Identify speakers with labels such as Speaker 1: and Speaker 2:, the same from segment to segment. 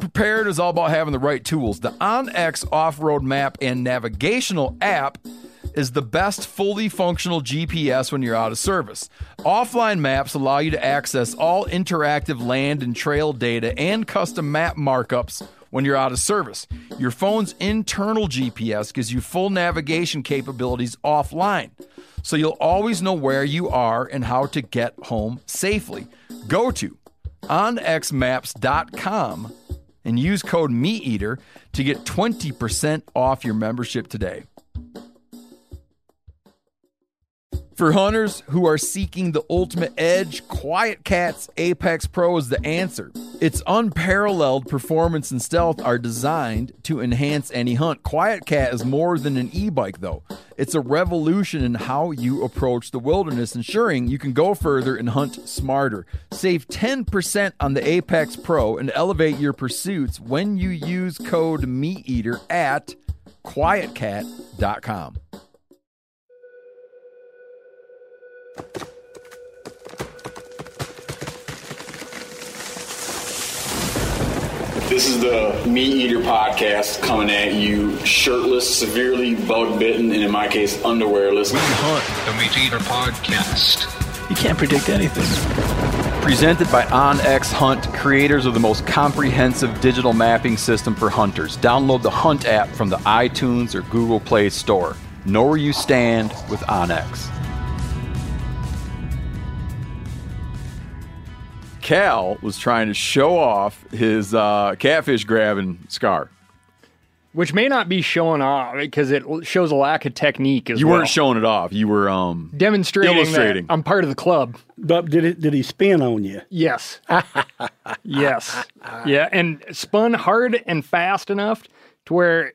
Speaker 1: prepared is all about having the right tools. The OnX off road map and navigational app is the best fully functional GPS when you're out of service. Offline maps allow you to access all interactive land and trail data and custom map markups when you're out of service. Your phone's internal GPS gives you full navigation capabilities offline, so you'll always know where you are and how to get home safely. Go to onxmaps.com and use code MeatEater to get 20% off your membership today. For hunters who are seeking the ultimate edge, Quiet Cat's Apex Pro is the answer. Its unparalleled performance and stealth are designed to enhance any hunt. Quiet Cat is more than an e bike, though. It's a revolution in how you approach the wilderness, ensuring you can go further and hunt smarter. Save 10% on the Apex Pro and elevate your pursuits when you use code MeatEater at quietcat.com.
Speaker 2: This is the Meat Eater podcast coming at you shirtless, severely bug bitten, and in my case, underwearless.
Speaker 3: Hunt, the Meat Eater Podcast.
Speaker 4: You can't predict anything.
Speaker 1: Presented by OnX Hunt, creators of the most comprehensive digital mapping system for hunters. Download the Hunt app from the iTunes or Google Play Store. Know where you stand with OnX. Cal was trying to show off his uh, catfish grabbing scar.
Speaker 5: which may not be showing off because it l- shows a lack of technique as
Speaker 1: You
Speaker 5: well.
Speaker 1: weren't showing it off. You were um
Speaker 5: demonstrating
Speaker 1: Illustrating.
Speaker 5: that I'm part of the club.
Speaker 6: But did it? Did he spin on you?
Speaker 5: Yes, yes, yeah, and spun hard and fast enough to where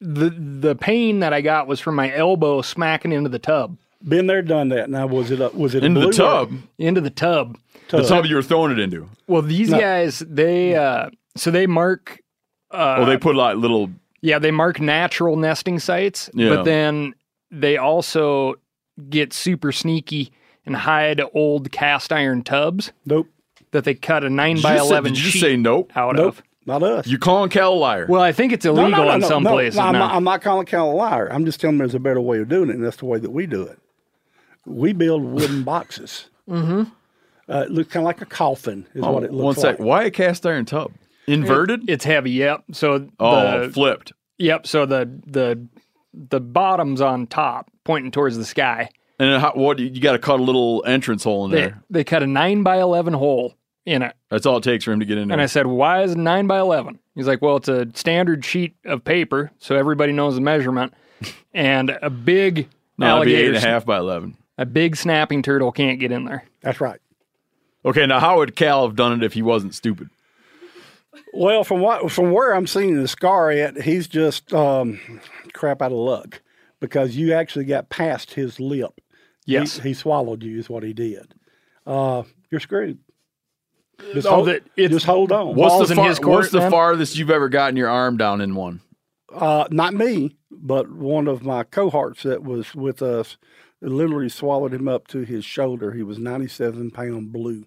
Speaker 5: the the pain that I got was from my elbow smacking into the tub,
Speaker 6: Been there, done that. Now was it a, was it a
Speaker 1: into the
Speaker 6: blue
Speaker 1: tub.
Speaker 5: into the tub.
Speaker 1: The tub you were throwing it into.
Speaker 5: Well, these guys, they uh, so they mark Uh,
Speaker 1: oh, they put like little
Speaker 5: Yeah, they mark natural nesting sites,
Speaker 1: Yeah.
Speaker 5: but then they also get super sneaky and hide old cast iron tubs
Speaker 6: Nope,
Speaker 5: that they cut a nine
Speaker 1: Did
Speaker 5: by
Speaker 1: you say-
Speaker 5: eleven
Speaker 1: Did you
Speaker 5: sheet
Speaker 1: say nope?
Speaker 5: out
Speaker 6: nope,
Speaker 5: of.
Speaker 6: not us.
Speaker 1: You calling Cal a liar?
Speaker 5: Well, I think it's
Speaker 6: No,
Speaker 5: illegal
Speaker 6: no, no,
Speaker 5: in
Speaker 6: no,
Speaker 5: some
Speaker 6: no,
Speaker 5: places
Speaker 6: no, I'm,
Speaker 5: now.
Speaker 6: Not, I'm not calling Cal a liar. I'm just telling him there's a better way of doing it, and that's the way that we do it. We build wooden boxes. mm-hmm. Uh, it looks kind of like a coffin, is
Speaker 1: Oh,
Speaker 6: what it looks
Speaker 1: one
Speaker 6: like.
Speaker 1: sec. Why a cast iron tub? Inverted?
Speaker 5: it's heavy. Yep. So
Speaker 1: oh,
Speaker 5: the
Speaker 1: flipped.
Speaker 5: yep. So the the the bottom's on top, pointing towards the sky.
Speaker 1: And then how, what? You got to cut a little entrance hole in
Speaker 5: They
Speaker 1: there.
Speaker 5: they cut a nine by eleven hole in it.
Speaker 1: That's all it takes for him to get in there.
Speaker 2: Oh.
Speaker 5: And I said, "Why is it nine by 11? He's like, "Well, it's a standard sheet of paper, so everybody knows the measurement." And a big
Speaker 1: no, it'd be eight
Speaker 5: alligator,
Speaker 1: and a
Speaker 5: sna-
Speaker 1: half by eleven.
Speaker 5: a big snapping turtle can't get in there.
Speaker 6: That's right.
Speaker 1: Okay, now how would Cal have done it if he wasn't stupid?
Speaker 6: Well, from what from where I'm seeing the scar at, he's just um, crap out of luck because you actually got past his lip.
Speaker 5: Yes.
Speaker 6: he, he swallowed you is what he did. Uh, you're screwed. Just,
Speaker 5: Oh,
Speaker 6: hold,
Speaker 5: that- it's-
Speaker 6: just hold on.
Speaker 1: What's
Speaker 5: Ball's
Speaker 1: the
Speaker 5: in
Speaker 1: far,
Speaker 5: his court,
Speaker 1: What's the
Speaker 5: then?
Speaker 1: farthest you've ever gotten your arm down in one?
Speaker 6: Uh, not me, but one of my cohorts that was with us literally swallowed him up to his shoulder. He was 97 pound blue.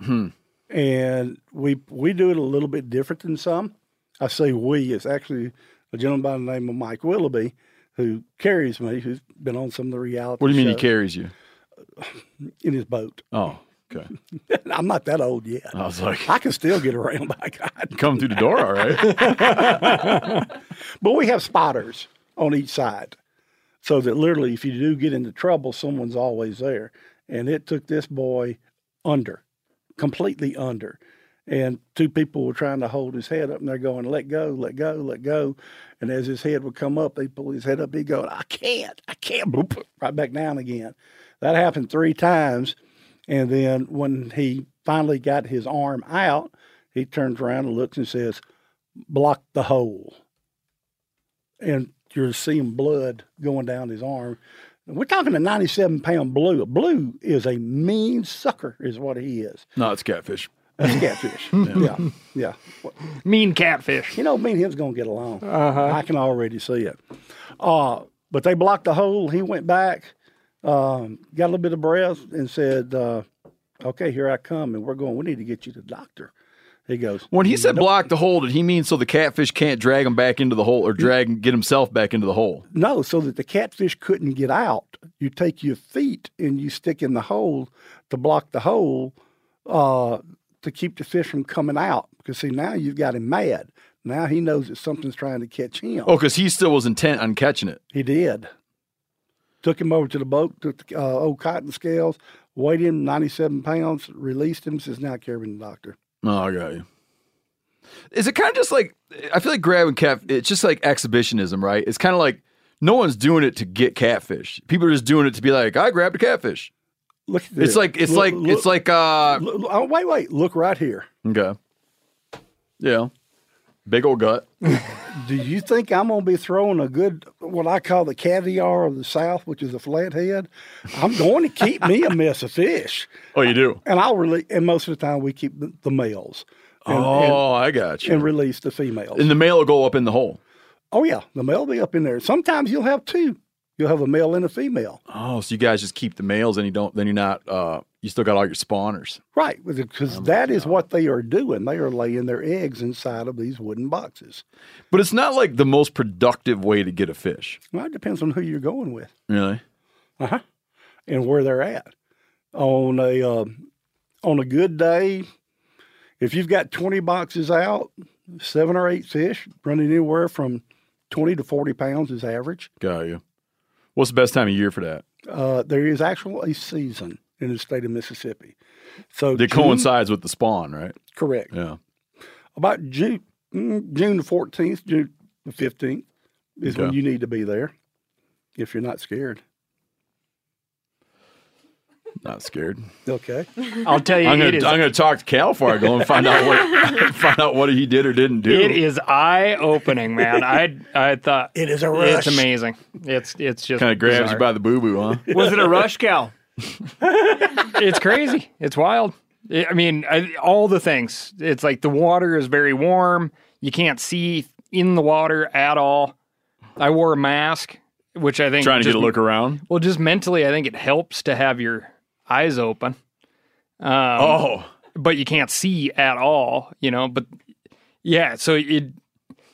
Speaker 1: Hmm.
Speaker 6: And we we do it a little bit different than some. I say we. It's actually a gentleman by the name of Mike Willoughby who carries me, who's been on some of the reality
Speaker 1: What do you mean he
Speaker 6: shows
Speaker 1: carries you?
Speaker 6: in his boat.
Speaker 1: Oh, okay.
Speaker 6: I'm not that old yet.
Speaker 1: I was like,
Speaker 6: I can still get around by God.
Speaker 1: come through the door, all right?
Speaker 6: But we have spotters on each side, so that literally, if you do get into trouble, someone's always there. And it took this boy under, completely under. And two people were trying to hold his head up, and they're going, "Let go, let go, let go." And as his head would come up, they pull his head up. He'd go, "I can't, I can't." Boop, right back down again. That happened three times. And then when he finally got his arm out, he turns around and looks and says, Block the hole. And you're seeing blood going down his arm. We're talking a 97 pound blue. Blue is a mean sucker, is what he is.
Speaker 2: No, it's catfish.
Speaker 6: That's catfish. yeah. Yeah.
Speaker 5: Mean catfish.
Speaker 6: You know, me and him's going to get along. I can already see it. Uh, but they blocked the hole. He went back, um, got a little bit of breath, and said, uh, Okay, here I come. And we're going, We need to get you to the doctor. He goes,
Speaker 2: When he said block the hole, did he mean so the catfish can't drag him back into the hole or drag get himself back into the hole?
Speaker 6: No, so that the catfish couldn't get out. You take your feet and you stick in the hole to block the hole uh, to keep the fish from coming out. Because see, now you've got him mad. Now he knows that something's trying to catch him.
Speaker 2: Oh, because he still was intent on catching it.
Speaker 6: He did. Took him over to the boat, took the uh, old cotton scales, weighed him 97 pounds, released him, says, now carry him to the doctor.
Speaker 2: Oh, I got you. Is it kind of just like I feel like grabbing cat? It's just like exhibitionism, right? It's kind of like no one's doing it to get catfish. People are just doing it to be like, I grabbed a catfish.
Speaker 6: Look at this.
Speaker 2: It's like it's
Speaker 6: Look-
Speaker 2: like
Speaker 6: look-
Speaker 2: it's like uh
Speaker 6: look- look- oh, wait, wait. Look right here.
Speaker 2: okay, yeah, big old gut.
Speaker 6: Do you think I'm going to be throwing a good, what I call the caviar of the South, which is a flathead? I'm going to keep me a mess of fish.
Speaker 2: Oh, you do.
Speaker 6: And I'll release, and most of the time we keep the, the males and,
Speaker 2: oh, I got
Speaker 6: and, and
Speaker 2: you.
Speaker 6: release the females.
Speaker 2: And the male will go up in the hole.
Speaker 6: oh, yeah. The male will be up in there. Sometimes you'll have two. You'll have a male and a female.
Speaker 2: Oh, so you guys just keep the males and you don't then you're not uh you still got all your spawners.
Speaker 6: Right, because that is what they are doing. They are laying their eggs inside of these wooden boxes.
Speaker 2: But it's not like the most productive way to get a fish.
Speaker 6: Well, it depends on who you're going with
Speaker 2: Really?
Speaker 6: Uh-huh. and where they're at. On a um on a good day, if you've got 20 boxes out, seven or eight fish running anywhere from 20 to 40 pounds is average.
Speaker 2: Got you. What's the best time of year for that?
Speaker 6: Uh, there is actually a season in the state of Mississippi. So
Speaker 2: That
Speaker 6: June-
Speaker 2: coincides with the spawn, right?
Speaker 6: correct.
Speaker 2: Yeah.
Speaker 6: about June June the fourteenth, June the fifteenth is when
Speaker 2: Okay.
Speaker 6: you need to be there if you're not scared.
Speaker 2: Not scared.
Speaker 6: Okay.
Speaker 5: I'll tell you,
Speaker 2: I'm
Speaker 5: it
Speaker 2: gonna
Speaker 5: is,
Speaker 2: I'm gonna talk to Cal before I go and find out what find out what he did or didn't do.
Speaker 5: it is eye opening, man. I I thought
Speaker 6: It is a
Speaker 5: it's amazing. It's it's just
Speaker 2: Kind of grabs you
Speaker 5: bizarre.
Speaker 2: by the boo boo, huh?
Speaker 7: Was it a rush, Cal?
Speaker 5: it's crazy. It's wild. I I mean, I, all the things. It's like the water is very warm. You can't see in the water at all. I wore a mask, which I think
Speaker 2: Trying to
Speaker 5: just,
Speaker 2: get a look around.
Speaker 5: Well, just mentally, I think it helps to have your eyes open, um,
Speaker 2: Oh,
Speaker 5: but you can't see at all. You know, but yeah, so it.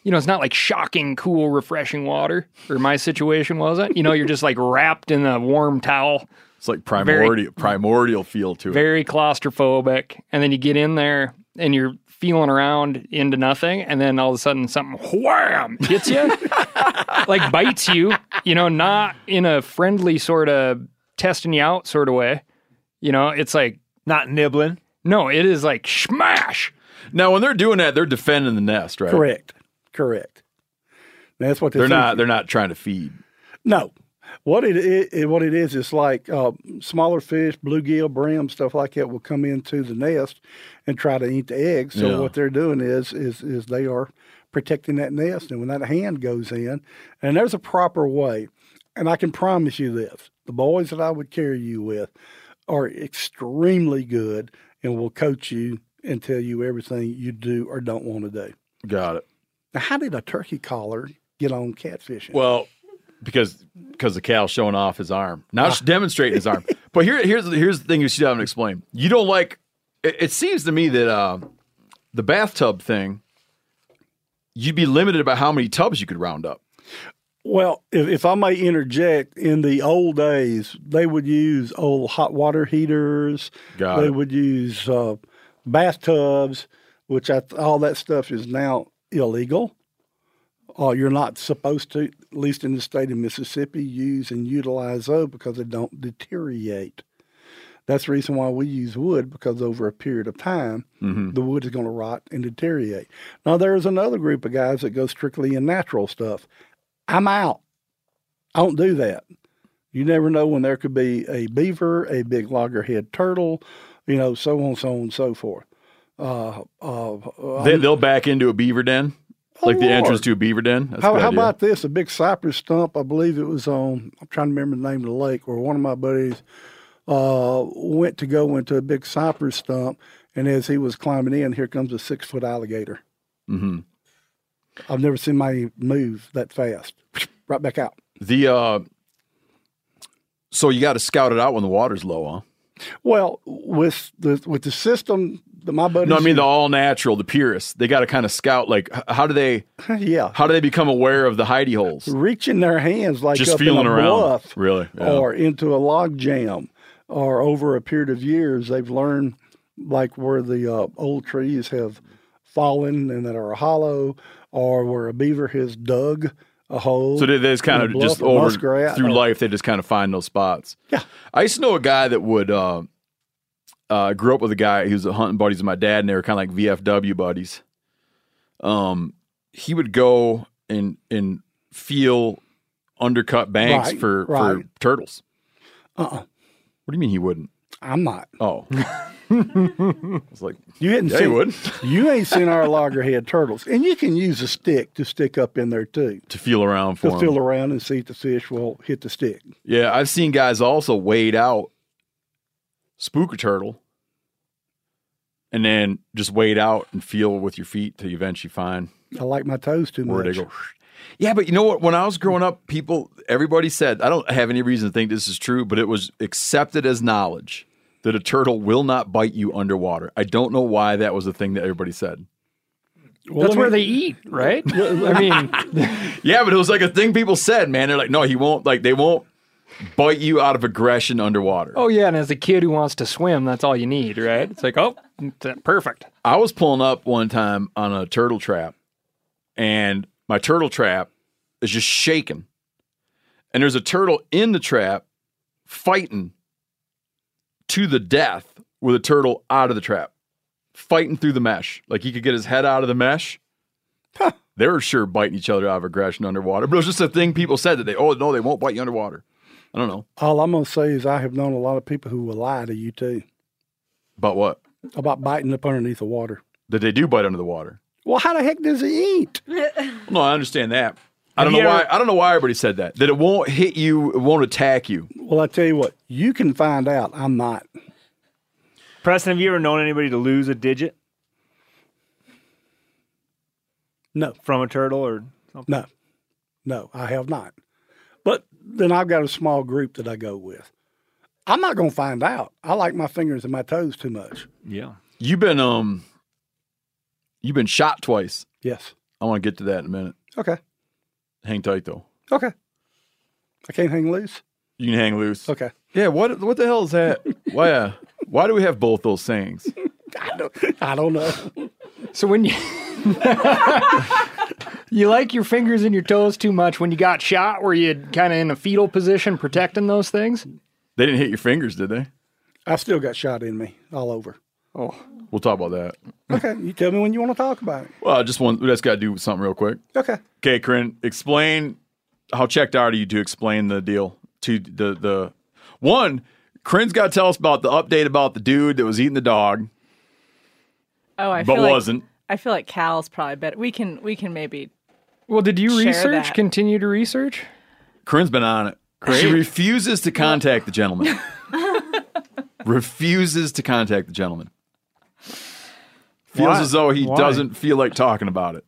Speaker 5: You know, it's not like shocking, cool, refreshing water, or my situation wasn't. You know, you're just like wrapped in a warm towel.
Speaker 2: it's like primordial primordial feel to it.
Speaker 5: very claustrophobic. And then you get in there and you're feeling around into nothing. And then all of a sudden something wham hits you, like bites you, you know, not in a friendly sort of testing you out sort of way. You know, it's like,
Speaker 7: Not nibbling.
Speaker 5: no, it is like smash.
Speaker 2: now, when they're doing that, they're defending the nest, right?
Speaker 6: Correct. Correct. That's what
Speaker 2: They're
Speaker 6: thinking.
Speaker 2: not. They're not trying to feed.
Speaker 6: No. What it, i- i what it is is like uh, smaller fish, bluegill, brim, stuff like that will come into the nest and try to eat the eggs. So
Speaker 2: Yeah.
Speaker 6: what they're doing is is is they are protecting that nest. And when that hand goes in, and there's a proper way, and I can promise you this: the boys that I would carry you with are extremely good and will coach you and tell you everything you do or don't want to do.
Speaker 2: Got it.
Speaker 6: Now, how did a turkey collar get on catfishing?
Speaker 2: Well, because because the cow showing off his arm, not demonstrating his arm. But here here's here's the thing you should have him explain. You don't like. It, it seems to me that uh, the bathtub thing, you'd be limited by how many tubs you could round up.
Speaker 6: Well, if, if I may interject, in the old days, they would use old hot water heaters.
Speaker 2: Got
Speaker 6: they
Speaker 2: it.
Speaker 6: would use uh, bathtubs, which I, th- all that stuff is now illegal. Uh, you're not supposed to, at least in the state of Mississippi, use and utilize those because they don't deteriorate. That's the reason why we use wood because over a period of time, the wood is going to rot and deteriorate. Now, there's another group of guys that go strictly in natural stuff. I'm out. I don't do that. You never know when there could be a beaver, a big loggerhead turtle, you know, so on, so on, and so forth. Uh, uh, uh,
Speaker 2: They, they'll back into a beaver den, like the entrance to a beaver den. That's a
Speaker 6: How,
Speaker 2: good
Speaker 6: how
Speaker 2: idea.
Speaker 6: about this? A big cypress stump, I believe it was on, I'm trying to remember the name of the lake, where one of my buddies uh, went to go into a big cypress stump. And as he was climbing in, here comes a six foot alligator.
Speaker 2: Mhm.
Speaker 6: I've never seen my move that fast. Right back out.
Speaker 2: the? uh So you got to scout it out when the water's low, huh?
Speaker 6: Well, with the with the system that my buddies,
Speaker 2: No, I mean the all natural, the purists. They got to kind of scout. Like, h- how do they?
Speaker 6: yeah,
Speaker 2: How do they become aware of the hidey holes?
Speaker 6: reaching their hands like
Speaker 2: Just
Speaker 6: up
Speaker 2: feeling
Speaker 6: in a
Speaker 2: around,
Speaker 6: bluff,
Speaker 2: really, yeah.
Speaker 6: or into a log jam, or over a period of years, they've learned like where the uh, old trees have fallen and that are hollow, or where a beaver has dug a hole.
Speaker 2: So they, they just kind
Speaker 6: in
Speaker 2: of
Speaker 6: a bluff
Speaker 2: just
Speaker 6: or
Speaker 2: over
Speaker 6: muskrat
Speaker 2: through
Speaker 6: or-
Speaker 2: life, they just kind of find those spots.
Speaker 6: Yeah.
Speaker 2: I used to know a guy that would uh, uh, grew up with a guy who was a hunting buddies of my dad, and they were kind of like VFW buddies. Um, he would go and and feel undercut banks
Speaker 6: Right,
Speaker 2: for for
Speaker 6: right.
Speaker 2: turtles.
Speaker 6: Uh-uh.
Speaker 2: What do you mean he wouldn't?
Speaker 6: I'm not.
Speaker 2: Oh, I was like,
Speaker 6: You hadn't
Speaker 2: yeah, he
Speaker 6: seen
Speaker 2: would
Speaker 6: you ain't seen our loggerhead turtles, and you can use a stick to stick up in there too.
Speaker 2: to feel around for
Speaker 6: To
Speaker 2: him.
Speaker 6: feel around and see if the fish will hit the stick.
Speaker 2: Yeah, I've seen guys also wade out, spook a turtle, and then just wade out and feel with your feet till you eventually find
Speaker 6: I like my toes too
Speaker 2: where
Speaker 6: much.
Speaker 2: they go. Yeah, but you know what? When I was growing up, people, everybody said, I don't have any reason to think this is true, but it was accepted as knowledge that a turtle will not bite you underwater. I don't know why that was the thing that everybody said.
Speaker 6: Well,
Speaker 5: That's
Speaker 6: let
Speaker 5: where
Speaker 6: me-
Speaker 5: they eat, right? I mean,
Speaker 2: Yeah, but it was like a thing people said, man. They're like, no, he won't, like, they won't bite you out of aggression underwater.
Speaker 5: oh yeah, and as a kid who wants to swim, that's all you need, right? It's like, oh, t- perfect.
Speaker 2: I was pulling up one time on a turtle trap, and my turtle trap is just shaking. And there's a turtle in the trap fighting to the death with a turtle out of the trap, fighting through the mesh. Like he could get his head out of the mesh. They were sure biting each other out of aggression underwater, but it was just a thing people said that they, oh, no, they won't bite you underwater. I don't know.
Speaker 6: All I'm gonna say is I have known a lot of people who will lie to you too
Speaker 2: About what?
Speaker 6: about biting up underneath the water.
Speaker 2: That they do bite under the water.
Speaker 6: Well, how the heck does he eat?
Speaker 2: No, I understand that. I don't know
Speaker 4: you
Speaker 2: why.
Speaker 4: ever-
Speaker 2: I don't know why everybody said that. That it won't hit you, it won't attack you.
Speaker 6: Well, I tell you what, you can find out. I'm not.
Speaker 4: Preston, have you ever known anybody to lose a digit
Speaker 6: No,
Speaker 4: from a turtle or something?
Speaker 6: no, no, I have not. But then I've got a small group that I go with. I'm not gonna find out. I like my fingers and my toes too much.
Speaker 4: Yeah.
Speaker 2: You've been um, you've been shot twice.
Speaker 6: Yes.
Speaker 2: I want to get to that in a minute.
Speaker 6: Okay.
Speaker 2: Hang tight though.
Speaker 6: Okay. I can't hang loose.
Speaker 2: You can hang loose.
Speaker 6: Okay.
Speaker 2: Yeah. What What the hell is that? why? Uh, why do we have both those sayings?
Speaker 6: I don't, I don't know.
Speaker 5: So when you you like your fingers and your toes too much, when you got shot, were you kind of in a fetal position protecting those things?
Speaker 2: They didn't hit your fingers, did they?
Speaker 6: I still got shot in me all over.
Speaker 2: We'll talk about that.
Speaker 6: Okay. You tell me when you want to talk about it.
Speaker 2: Well, I just want. We just got to do something real quick.
Speaker 6: Okay.
Speaker 2: Okay, Corinne, explain how checked out are you to explain the deal to the the one. Corinne's got to tell us about the update about the dude that was eating the dog,
Speaker 8: Oh, I
Speaker 2: but
Speaker 8: feel like,
Speaker 2: wasn't.
Speaker 8: I feel like Cal's probably better. We can we can maybe.
Speaker 5: Well, did you
Speaker 8: Share
Speaker 5: research?
Speaker 8: that.
Speaker 5: Continue to research.
Speaker 2: Corinne's been on it. She refuses to contact the gentleman. refuses to contact the gentleman. Feels
Speaker 4: Why?
Speaker 2: as though he
Speaker 4: Why?
Speaker 2: doesn't feel like talking about it.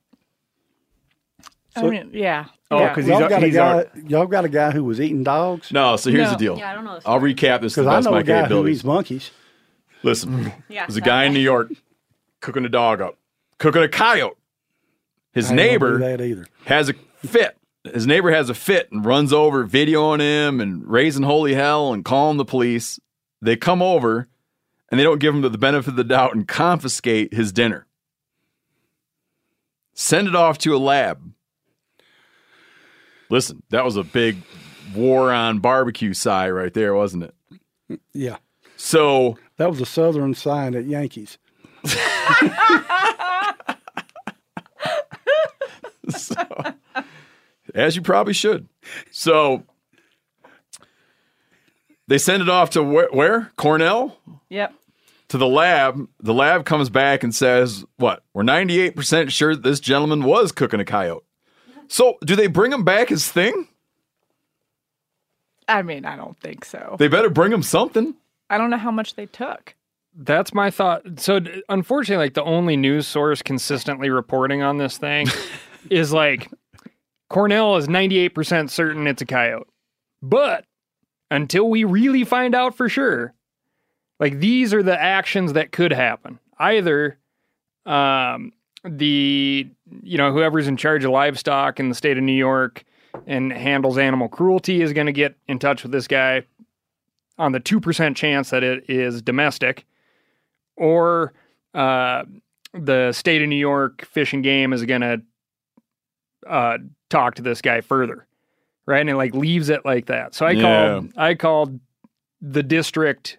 Speaker 8: I mean, yeah.
Speaker 4: Oh,
Speaker 8: yeah.
Speaker 4: 'cause he's
Speaker 6: Y'all
Speaker 4: our-
Speaker 6: got a
Speaker 4: he's
Speaker 6: guy.
Speaker 4: our-
Speaker 6: Y'all got a guy who was eating dogs.
Speaker 2: No, so here's
Speaker 8: No.
Speaker 2: the deal.
Speaker 9: Yeah, I don't know the
Speaker 2: I'll recap this to the
Speaker 6: Because I
Speaker 2: best of
Speaker 6: know
Speaker 2: my
Speaker 6: a guy who eats
Speaker 2: capabilities.
Speaker 6: monkeys.
Speaker 2: Listen,
Speaker 9: Yeah,
Speaker 2: there's a
Speaker 9: that
Speaker 2: guy in
Speaker 9: guy.
Speaker 2: New York cooking a dog up, cooking a coyote. His
Speaker 6: I don't
Speaker 2: neighbor
Speaker 6: do that either.
Speaker 2: has a fit. His neighbor has a fit and runs over, videoing him and raising holy hell and calling the police. They come over and they don't give him the benefit of the doubt and confiscate his dinner. Send it off to a lab. Listen, that was a big war on barbecue sigh right there, wasn't it?
Speaker 6: Yeah,
Speaker 2: So
Speaker 6: that was a Southern sign at Yankees.
Speaker 2: as you probably should. So They send it off to where? where? Cornell?
Speaker 8: Yep.
Speaker 2: to the lab. The lab comes back and says, "What? We're ninety eight percent sure this gentleman was cooking a coyote." So, do they bring him back his thing?
Speaker 8: I mean, I don't think so.
Speaker 2: They better bring him something.
Speaker 8: I don't know how much they took.
Speaker 5: That's my thought. So, d- unfortunately, like the only news source consistently reporting on this thing is like Cornell is 98% certain it's a coyote. But until we really find out for sure, like these are the actions that could happen. Either um, the, you know, whoever's in charge of livestock in the state of New York and handles animal cruelty is going to get in touch with this guy on the 2% chance that it is domestic or uh, the state of New York Fish and Game is going to uh, talk to this guy further, right? And it like leaves it like that. So I
Speaker 2: Yeah.
Speaker 5: called I called the district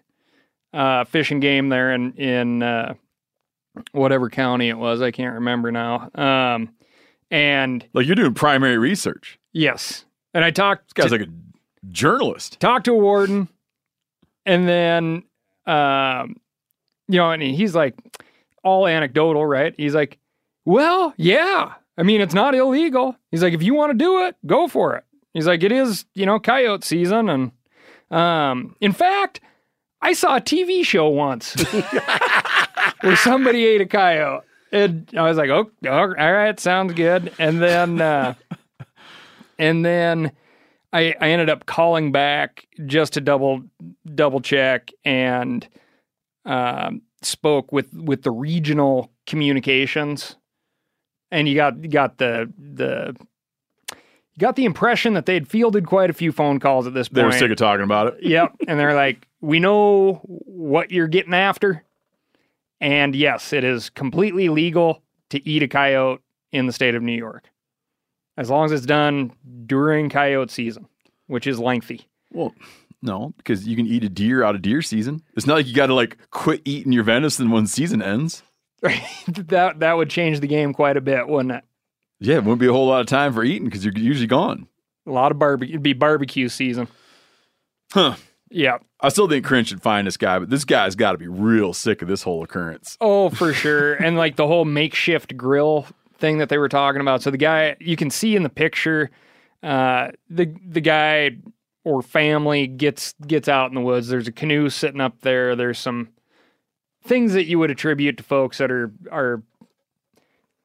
Speaker 5: uh, Fish and Game there in in uh, whatever county it was. I can't remember now. Um, and
Speaker 2: Like you're doing primary research.
Speaker 5: yes, and I talked
Speaker 2: This guy's like a journalist.
Speaker 5: talk to a warden and then um you know and he's like all anecdotal right he's like well yeah i mean it's not illegal he's like if you want to do it go for it he's like it is you know coyote season and um in fact i saw a tv show once where somebody ate a coyote and i was like oh all right sounds good and then uh and then I, I ended up calling back just to double double check and um, spoke with with the regional communications, and you got you got the the you got the impression that they had fielded quite a few phone calls at this point.
Speaker 2: They were sick of talking about it.
Speaker 5: yep, and they're like, "We know what you're getting after, and yes, it is completely legal to eat a coyote in the state of New York, as long as it's done during coyote season, which is lengthy."
Speaker 2: Well, no, because you can eat a deer out of deer season. It's not like you got to like quit eating your venison when season ends.
Speaker 5: that that would change the game quite a bit, wouldn't it?
Speaker 2: Yeah, it wouldn't be a whole lot of time for eating because you're usually gone.
Speaker 5: A lot of barbecue. It'd be barbecue season.
Speaker 2: Huh.
Speaker 5: Yeah.
Speaker 2: I still think Cringe should find this guy, but this guy's got to be real sick of this whole occurrence.
Speaker 5: Oh, for sure. and like the whole makeshift grill thing that they were talking about. So the guy you can see in the picture, uh, the the guy or family gets gets out in the woods. There's a canoe sitting up there. There's some things that you would attribute to folks that are are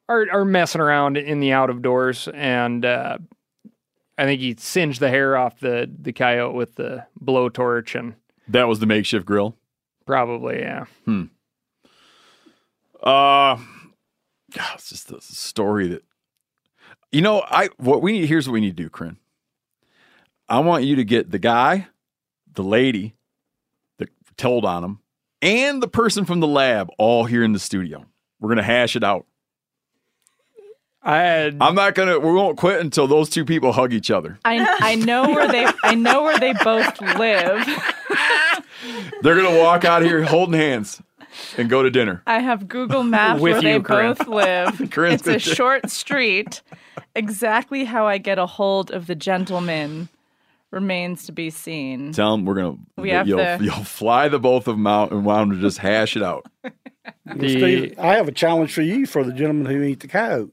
Speaker 5: are, are messing around in the out of doors. And uh, I think he singed the hair off the the coyote with the blowtorch and
Speaker 2: That was the makeshift grill.
Speaker 5: probably yeah.
Speaker 2: Uh God, it's just a story that you know, I what we need here's what we need to do, Corinne. I want you to get the guy, the lady that told on him, and the person from the lab all here in the studio. We're gonna hash it out.
Speaker 5: I
Speaker 2: I'm not gonna we won't quit until those two people hug each other.
Speaker 8: I I know where they I know where they both live.
Speaker 2: They're gonna walk out here holding hands and go to dinner.
Speaker 8: I have Google Maps
Speaker 5: With
Speaker 8: where they
Speaker 5: you, Corinne.
Speaker 8: both live.
Speaker 2: Corinne's
Speaker 8: it's a
Speaker 2: gonna-
Speaker 8: short street. Exactly how I get a hold of the gentleman remains to be seen.
Speaker 2: Tell them we're gonna
Speaker 8: We have
Speaker 2: you'll,
Speaker 8: to-
Speaker 2: you'll fly the both of them out and want them to just hash it out.
Speaker 5: the,
Speaker 6: Steve, I have a challenge for you for the gentleman who ate the coyote.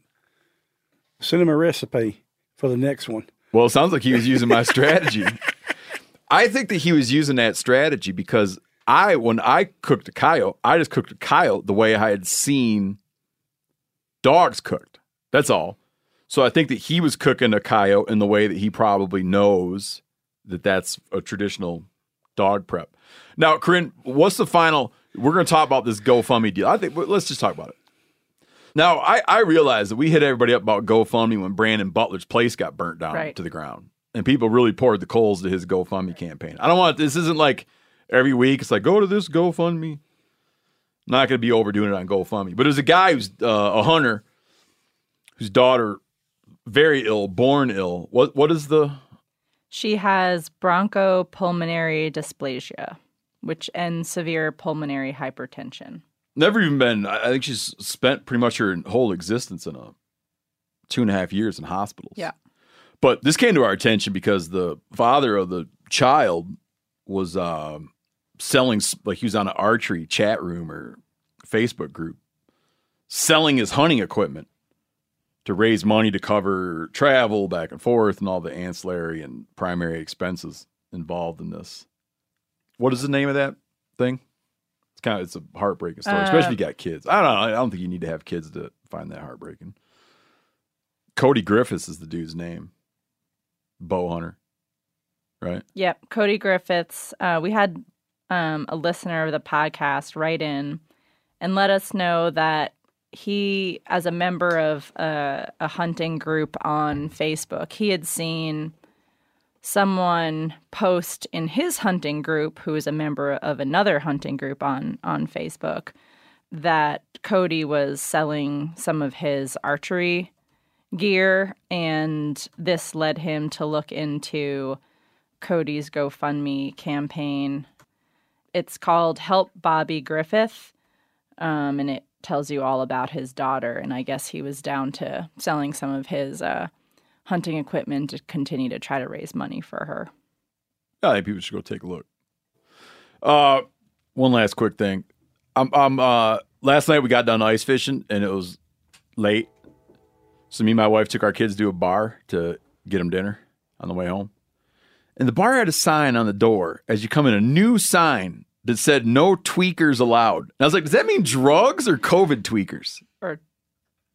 Speaker 6: Send him a recipe for the next one.
Speaker 2: Well, it sounds like he was using my strategy. I think that he was using that strategy because I, when I cooked a coyote, I just cooked a coyote the way I had seen dogs cooked. That's all. So I think that he was cooking a coyote in the way that he probably knows that that's a traditional dog prep. Now, Corinne, what's the final? We're going to talk about this GoFundMe deal. I think well, let's just talk about it. Now, I, I realize that we hit everybody up about GoFundMe when Brandon Butler's place got burnt down
Speaker 8: Right.
Speaker 2: to the ground, and people really poured the coals to his GoFundMe campaign. I don't want this. Isn't like every week. It's like go to this GoFundMe. Not going to be overdoing it on GoFundMe, but there's a guy who's uh, a hunter whose daughter very ill, born ill. What what is the
Speaker 8: She has bronchopulmonary dysplasia, which ends severe pulmonary hypertension.
Speaker 2: never even been? I I think she's spent pretty much her whole existence in a two and a half years in hospitals.
Speaker 8: Yeah.
Speaker 2: But this came to our attention because the father of the child was um selling s- like he was on an archery chat room or Facebook group selling his hunting equipment to raise money to cover travel back and forth and all the ancillary and primary expenses involved in this. What is the name of that thing? It's kind of it's a heartbreaking story, especially if you got kids. I don't know. I don't think you need to have kids to find that heartbreaking. Cody Griffiths is the dude's name. Bow hunter. Right?
Speaker 8: Yep, Cody Griffiths. Uh, we had um, a listener of the podcast write in and let us know that he, as a member of a, a hunting group on Facebook, he had seen someone post in his hunting group, who is a member of another hunting group on on Facebook, that Cody was selling some of his archery gear, and this led him to look into Cody's GoFundMe campaign. It's called Help Bobby Griffith, um, and it tells you all about his daughter. And I guess he was down to selling some of his uh, hunting equipment to continue to try to raise money for her.
Speaker 2: I think people should go take a look. Uh, one last quick thing. I'm, I'm, uh, last night we got done ice fishing and it was late. So me and my wife took our kids to a bar to get them dinner on the way home. And the bar had a sign on the door as you come in, a new sign that said no tweakers allowed. And I was like, does that mean drugs or COVID tweakers?
Speaker 8: Or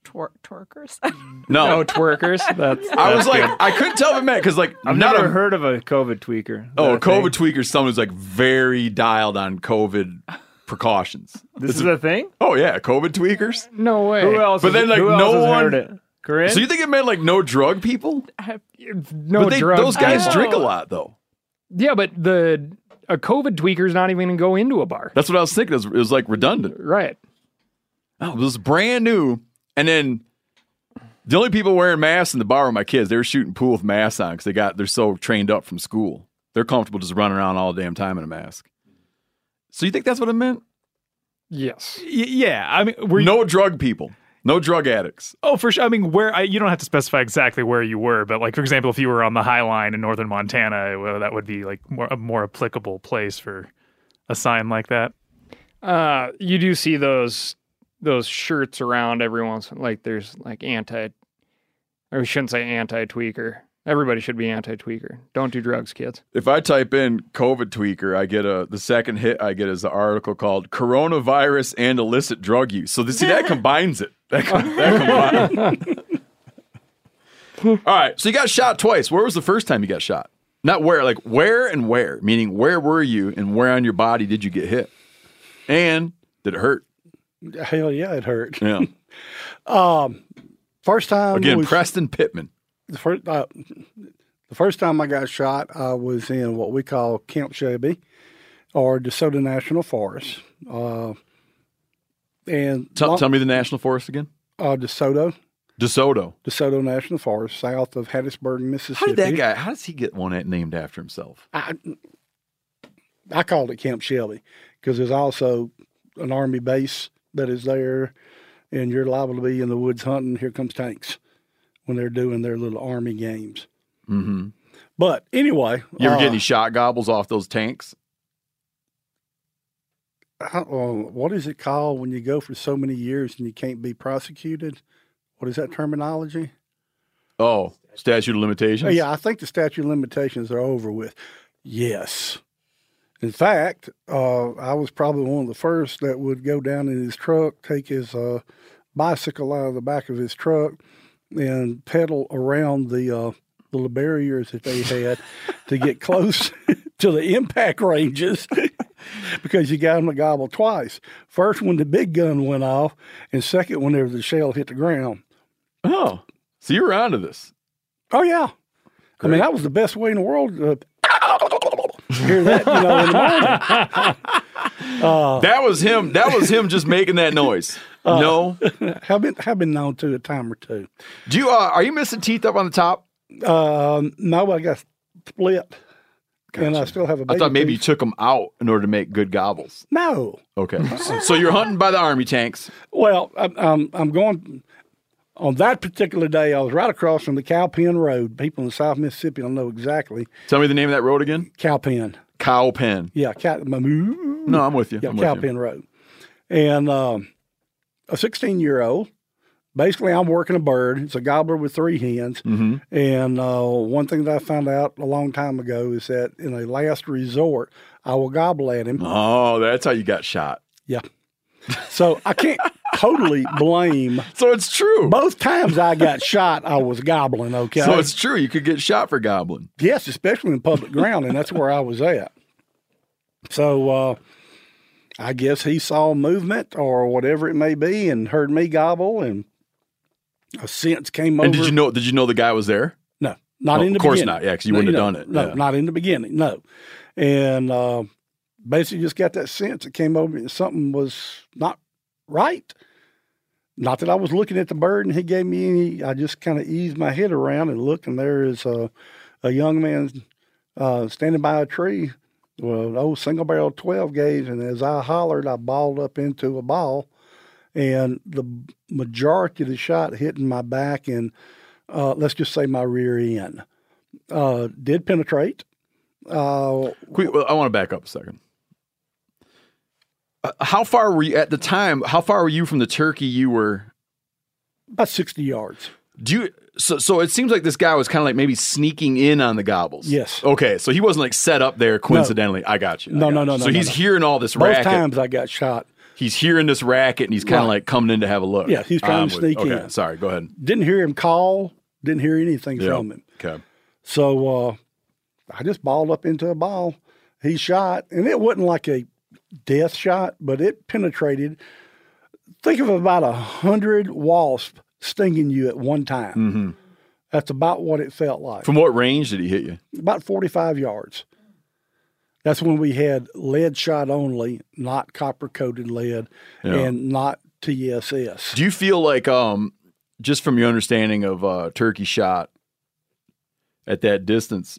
Speaker 8: twer- twerkers?
Speaker 5: Oh,
Speaker 2: No.
Speaker 5: twerkers. That's
Speaker 2: I was like, I couldn't tell if it meant because like
Speaker 10: I've
Speaker 2: not
Speaker 10: never
Speaker 2: a-
Speaker 10: heard of a COVID tweaker. Is
Speaker 2: Oh,
Speaker 10: that
Speaker 2: a
Speaker 10: a thing?
Speaker 2: COVID tweaker is someone who's like very dialed on COVID precautions.
Speaker 10: This is a thing.
Speaker 2: Oh yeah, COVID tweakers.
Speaker 5: no way.
Speaker 10: Who else?
Speaker 2: But
Speaker 10: has-
Speaker 2: then, like,
Speaker 10: who else
Speaker 2: no
Speaker 10: has
Speaker 2: one-
Speaker 10: heard it? Corinne.
Speaker 2: So you think it meant like no drug people?
Speaker 5: no
Speaker 2: but they,
Speaker 5: drugs.
Speaker 2: those guys
Speaker 8: Oh.
Speaker 2: drink a lot though.
Speaker 5: Yeah, but the a COVID tweaker's not even going to go into a bar.
Speaker 2: That's what I was thinking. It was, it was like redundant.
Speaker 5: Right.
Speaker 2: Oh, it was brand new. And then the only people wearing masks in the bar were my kids. They were shooting pool with masks on because they got they're so trained up from school. They're comfortable just running around all damn time in a mask. So you think that's what it meant?
Speaker 5: Yes.
Speaker 4: Y- yeah, I mean, were you,
Speaker 2: no drug people. No drug addicts.
Speaker 4: oh for sure. I mean, where I, you don't have to specify exactly where you were, but like for example, if you were on the High Line in northern Montana, uh, well, that would be like more, a more applicable place for a sign like that.
Speaker 5: Uh, you do see those those shirts around every once like there's like anti or we shouldn't say anti tweaker. Everybody should be anti tweaker. Don't do drugs, kids.
Speaker 2: If I type in COVID tweaker, I get a the second hit I get is the article called "Coronavirus and Illicit Drug Use." So see that combines it. That, com- that combines. All right, so you got shot twice. Where was the first time you got shot? Not where, like where and where, meaning where were you and where on your body did you get hit, and did it hurt?
Speaker 6: Hell yeah, it hurt.
Speaker 2: Yeah.
Speaker 6: First time
Speaker 2: Again,
Speaker 6: was-
Speaker 2: Preston Pittman.
Speaker 6: the first uh, the first time I got shot, I was in what we call Camp Shelby or DeSoto National Forest, uh, and
Speaker 2: Tell-
Speaker 6: lo-
Speaker 2: tell me the national forest again.
Speaker 6: uh, DeSoto
Speaker 2: DeSoto.
Speaker 6: DeSoto National Forest, south of Hattiesburg,
Speaker 2: How
Speaker 6: Mississippi.
Speaker 2: did that guy? How does he get one named after himself?
Speaker 6: I, I called it Camp Shelby because there's also an army base that is there, and you're liable to be in the woods hunting. Here comes tanks when they're doing their little army games.
Speaker 2: Mm-hmm.
Speaker 6: But anyway,
Speaker 2: You ever
Speaker 6: uh,
Speaker 2: get any shot gobbles off those tanks?
Speaker 6: I don't know, um, what is it called when you go for so many years and you can't be prosecuted? What is that terminology?
Speaker 2: Oh, statute of
Speaker 6: Oh,
Speaker 2: limitations.
Speaker 6: yeah, I think the statute of limitations are over with. Yes. In fact, uh, I was probably one of the first that would go down in his truck, take his uh, bicycle out of the back of his truck, and pedal around the uh, little barriers that they had to get close to the impact ranges because you got them to gobble twice. First, when the big gun went off, and second, whenever the shell hit the ground.
Speaker 2: Oh, so you were onto this.
Speaker 6: Oh yeah, I mean that was the best way in the world to hear that. You know, in the morning.
Speaker 2: That was him. That was him just making that noise. no.
Speaker 6: have been have been known to a time or two.
Speaker 2: Do you? Uh, are you missing teeth up on the top?
Speaker 6: Um, no, I got split, and I still have a.
Speaker 2: I
Speaker 6: Baby
Speaker 2: thought maybe you
Speaker 6: tooth.
Speaker 2: took them out in order to make good gobbles.
Speaker 6: no.
Speaker 2: Okay. so you're hunting by the army tanks.
Speaker 6: Well, I'm, I'm I'm going on that particular day. I was right across from the Cowpen Road. People in South Mississippi will know exactly
Speaker 2: Tell me the name of that road again.
Speaker 6: Cowpen.
Speaker 2: Cow pen.
Speaker 6: Yeah, cat. Mamoo.
Speaker 2: No, I'm with you.
Speaker 6: Yeah,
Speaker 2: I'm with you.
Speaker 6: Cowpen Road. And um, a 16 year old, basically, I'm working a bird. It's a gobbler with three hens.
Speaker 2: Mhm.
Speaker 6: And uh, one thing that I found out a long time ago is that in a last resort, I will gobble at him.
Speaker 2: Oh, that's how you got shot.
Speaker 6: Yeah. So I can't totally blame.
Speaker 2: So it's true.
Speaker 6: Both times I got shot, I was gobbling, okay?
Speaker 2: So it's true. You could get shot for goblin.
Speaker 6: Yes, especially in public ground, and that's where I was at. So uh, I guess he saw movement or whatever it may be, and heard me gobble, and a sense came over.
Speaker 2: And did you know? Did you know the guy was there?
Speaker 6: No, not
Speaker 2: Well,
Speaker 6: in the beginning.
Speaker 2: Oh, of course not. Yeah, 'cause you wouldn't have
Speaker 6: no,
Speaker 2: done it.
Speaker 6: No,
Speaker 2: Yeah.
Speaker 6: not in the beginning. No, and uh, basically just got that sense that came over me that something was not right. Not that I was looking at the bird and he gave me any. I just kind of eased my head around and looked, and there is a, a young man uh, standing by a tree with an old single barrel twelve gauge. And as I hollered, I balled up into a ball, and the majority of the shot hitting my back and uh, let's just say my rear end, uh, did penetrate. Uh,
Speaker 2: Quick, well, I want to back up a second. Uh, how far were you at the time? How far were you from the turkey you were?
Speaker 6: about 60 yards.
Speaker 2: Do you? So, so it seems like this guy was kind of like maybe sneaking in on the gobbles.
Speaker 6: Yes.
Speaker 2: Okay, so he wasn't like set up there coincidentally. I got you. I
Speaker 6: No,
Speaker 2: got
Speaker 6: no,
Speaker 2: you.
Speaker 6: no, no,
Speaker 2: So
Speaker 6: no,
Speaker 2: he's
Speaker 6: no.
Speaker 2: hearing all this
Speaker 6: Both
Speaker 2: racket.
Speaker 6: times I got shot.
Speaker 2: He's hearing this racket, and he's kind of
Speaker 6: Right.
Speaker 2: like coming in to have a look.
Speaker 6: Yeah, he's trying to
Speaker 2: with you.
Speaker 6: sneak
Speaker 2: okay,
Speaker 6: in.
Speaker 2: Sorry, go ahead.
Speaker 6: Didn't hear him call, didn't hear anything
Speaker 2: Yeah.
Speaker 6: from him.
Speaker 2: Okay.
Speaker 6: So uh, I just balled up into a ball. He shot, and it wasn't like a death shot, but it penetrated. Think of about a hundred wasps stinging you at one time. That's about what it felt like.
Speaker 2: Mm-hmm. From what range did he hit you?
Speaker 6: about 45 yards. That's when we had lead shot only, not copper coated lead
Speaker 2: Yeah.
Speaker 6: and not TSS.
Speaker 2: Do you feel like um just from your understanding of uh turkey shot at that distance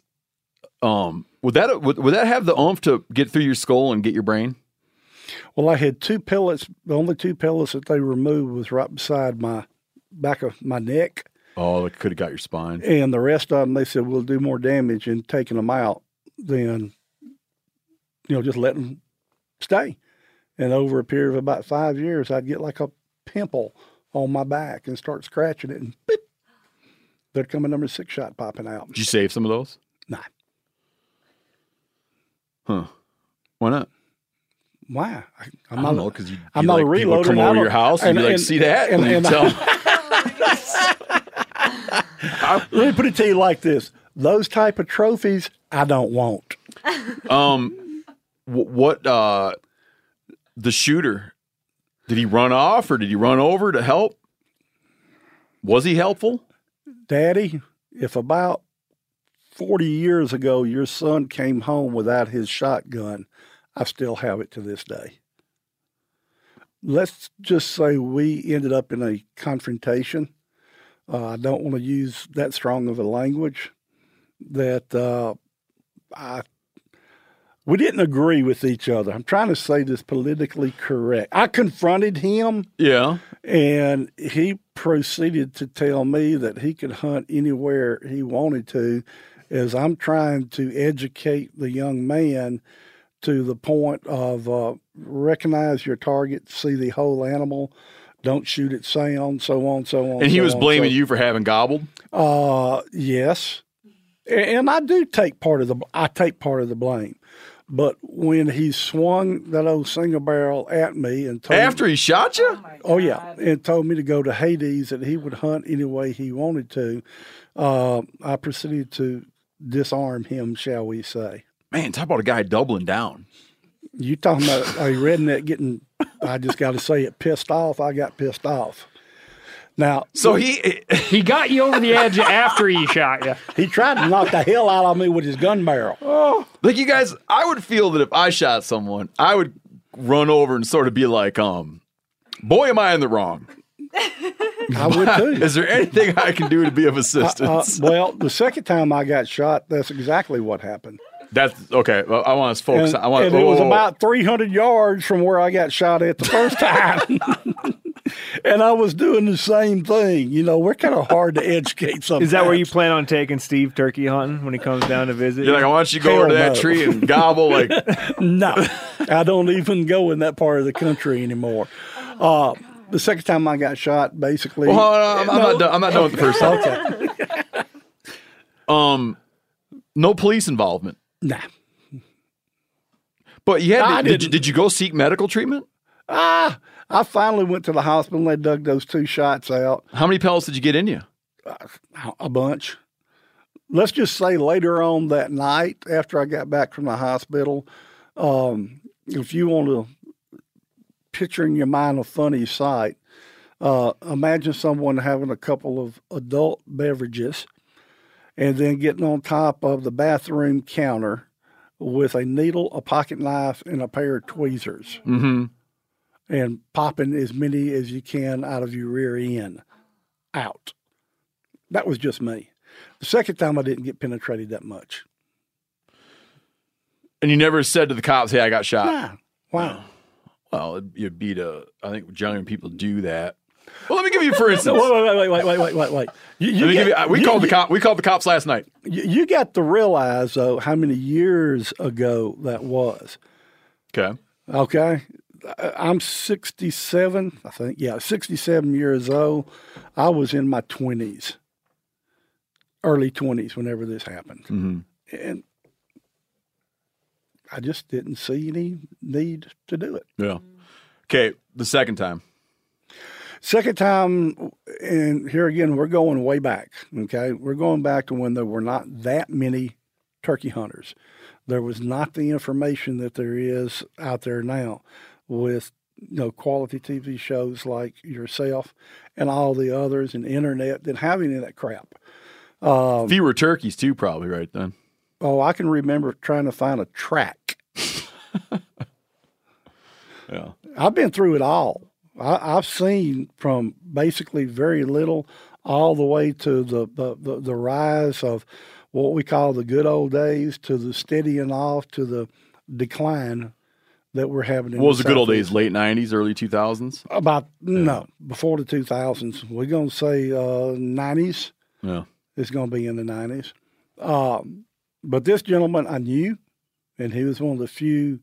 Speaker 2: um would that would, would that have the oomph to get through your skull and get your brain?
Speaker 6: Well, I had two pellets. The only two pellets that they removed was right beside my back of my neck,
Speaker 2: Oh, it could have got your spine.
Speaker 6: and the rest of them they said will do more damage in taking them out than you know just letting them stay. And over a period of about five years, I'd get like a pimple on my back and start scratching it, and beep, there'd come a number six shot popping out.
Speaker 2: Did you save some of those?
Speaker 6: Nah.
Speaker 2: Huh. Why not?
Speaker 6: Why? I, I'm
Speaker 2: I
Speaker 6: not.
Speaker 2: don't know because you,
Speaker 6: I'm
Speaker 2: you,
Speaker 6: not a
Speaker 2: like, people
Speaker 6: reloader,
Speaker 2: come
Speaker 6: and I
Speaker 2: over
Speaker 6: don't-
Speaker 2: your house and,
Speaker 6: and-
Speaker 2: you like
Speaker 6: and-
Speaker 2: see that and,
Speaker 6: and-
Speaker 2: you
Speaker 6: and-
Speaker 2: tell 'em,
Speaker 6: Let me put it to you like this: those type of trophies, I don't want.
Speaker 2: um wh- what uh the shooter did he run off or did he run over to help? Was he helpful?
Speaker 6: Daddy, if about forty years ago your son came home without his shotgun, I still have it to this day. Let's just say we ended up in a confrontation. Uh, I don't want to use that strong of a language. That uh, I we didn't agree with each other. I'm trying to say this politically correct. I confronted him.
Speaker 2: Yeah.
Speaker 6: And he proceeded to tell me that he could hunt anywhere he wanted to, as I'm trying to educate the young man to the point of uh, recognize your target, see the whole animal, don't shoot at sound, so on, so on.
Speaker 2: And he
Speaker 6: so
Speaker 2: was
Speaker 6: on,
Speaker 2: blaming
Speaker 6: so-
Speaker 2: you for having gobbled.
Speaker 6: Uh, yes, A- and I do take part of the I take part of the blame, but when he swung that old single barrel at me and told
Speaker 2: After he shot you?
Speaker 6: Oh yeah, and told me to go to Hades that he would hunt any way he wanted to. Uh, I proceeded to disarm him, shall we say?
Speaker 2: Man, talk about a guy doubling down.
Speaker 6: You talking about a redneck getting? I just got to say it pissed off. I got pissed off. Now
Speaker 2: So he
Speaker 5: He got you over the edge after he shot you.
Speaker 6: he tried to knock the hell out of me with his gun barrel.
Speaker 2: like you guys, I would feel that if I shot someone, I would run over and sort of be like, um, boy am I in the wrong.
Speaker 6: I would too.
Speaker 2: Is there anything I can do to be of
Speaker 6: Uh,
Speaker 2: assistance?
Speaker 6: well, the second time I got shot, that's exactly what happened.
Speaker 2: That's okay. Well, I Oh. want to
Speaker 4: Oh,
Speaker 2: focus.
Speaker 6: And,
Speaker 2: I want.
Speaker 6: and it was about 300 yards from where I got shot at the first time. and I was doing the same thing. You know, we're kind of hard to educate sometimes.
Speaker 4: Is that where you plan on taking Steve turkey hunting when he comes down to visit?
Speaker 2: You're like, I want you to go over to
Speaker 6: Hell
Speaker 2: that
Speaker 6: no.
Speaker 2: tree and gobble like
Speaker 6: No, I don't even go in that part of the country anymore. Uh, the second time I got shot, basically.
Speaker 2: Well, hold on, I'm, I'm not done. I'm not done with the first time.
Speaker 6: okay.
Speaker 2: Um, no police involvement.
Speaker 6: Nah.
Speaker 2: But you
Speaker 6: I
Speaker 2: had to, did, you,
Speaker 6: didn't.
Speaker 2: did you go seek medical treatment?
Speaker 6: Ah, I finally went to the hospital and they dug those two shots out
Speaker 2: How many pellets did you get in you?
Speaker 6: a bunch. Let's just say later on that night, after I got back from the hospital, um, if you want to picture in your mind a funny sight, uh, imagine someone having a couple of adult beverages and then getting on top of the bathroom counter with a needle, a pocket knife, and a pair of tweezers.
Speaker 2: Mm-hmm.
Speaker 6: and popping as many as you can out of your rear end out. That was just me. The second time I didn't get penetrated that much.
Speaker 2: And you never said to the cops, "Hey, I got shot."
Speaker 6: Wow. Wow.
Speaker 2: Well, it'd, it'd be to I think younger people do that. Well, let me give you for instance.
Speaker 6: Wait, wait, wait, wait, wait, wait, wait, wait. You, you
Speaker 2: Let me
Speaker 6: get-
Speaker 2: give you, uh, we
Speaker 6: you-
Speaker 2: called the cop. We called the cops last night.
Speaker 6: You, you got to realize, though, how many years ago that was.
Speaker 2: Okay.
Speaker 6: Okay. I- I'm 67, I think. Yeah, 67 years old. I was in my 20s, early 20s, whenever this happened.
Speaker 2: Mm-hmm.
Speaker 6: And I just didn't see any need to do it.
Speaker 2: Yeah. Okay. The second time.
Speaker 6: Second time, and here again, we're going way back. Okay. We're going back to when there were not that many turkey hunters. There was not the information that there is out there now with you know, quality TV shows like yourself and all the others and internet that have any of that crap. Um,
Speaker 2: Fewer turkeys too, probably right then.
Speaker 6: Oh, I can remember trying to find a track.
Speaker 2: Yeah.
Speaker 6: I've been through it all. I, I've seen from basically very little all the way to the, the, the, the rise of what we call the good old days to the steadying off to the decline that we're having. In
Speaker 2: What was the good old
Speaker 6: Southeast.
Speaker 2: days? Late '90s, early 2000s.
Speaker 6: About no before the two thousands. We're gonna say uh, nineties.
Speaker 2: Yeah.
Speaker 6: it's going to be in the 90s. Um, but this gentleman I knew, and he was one of the few,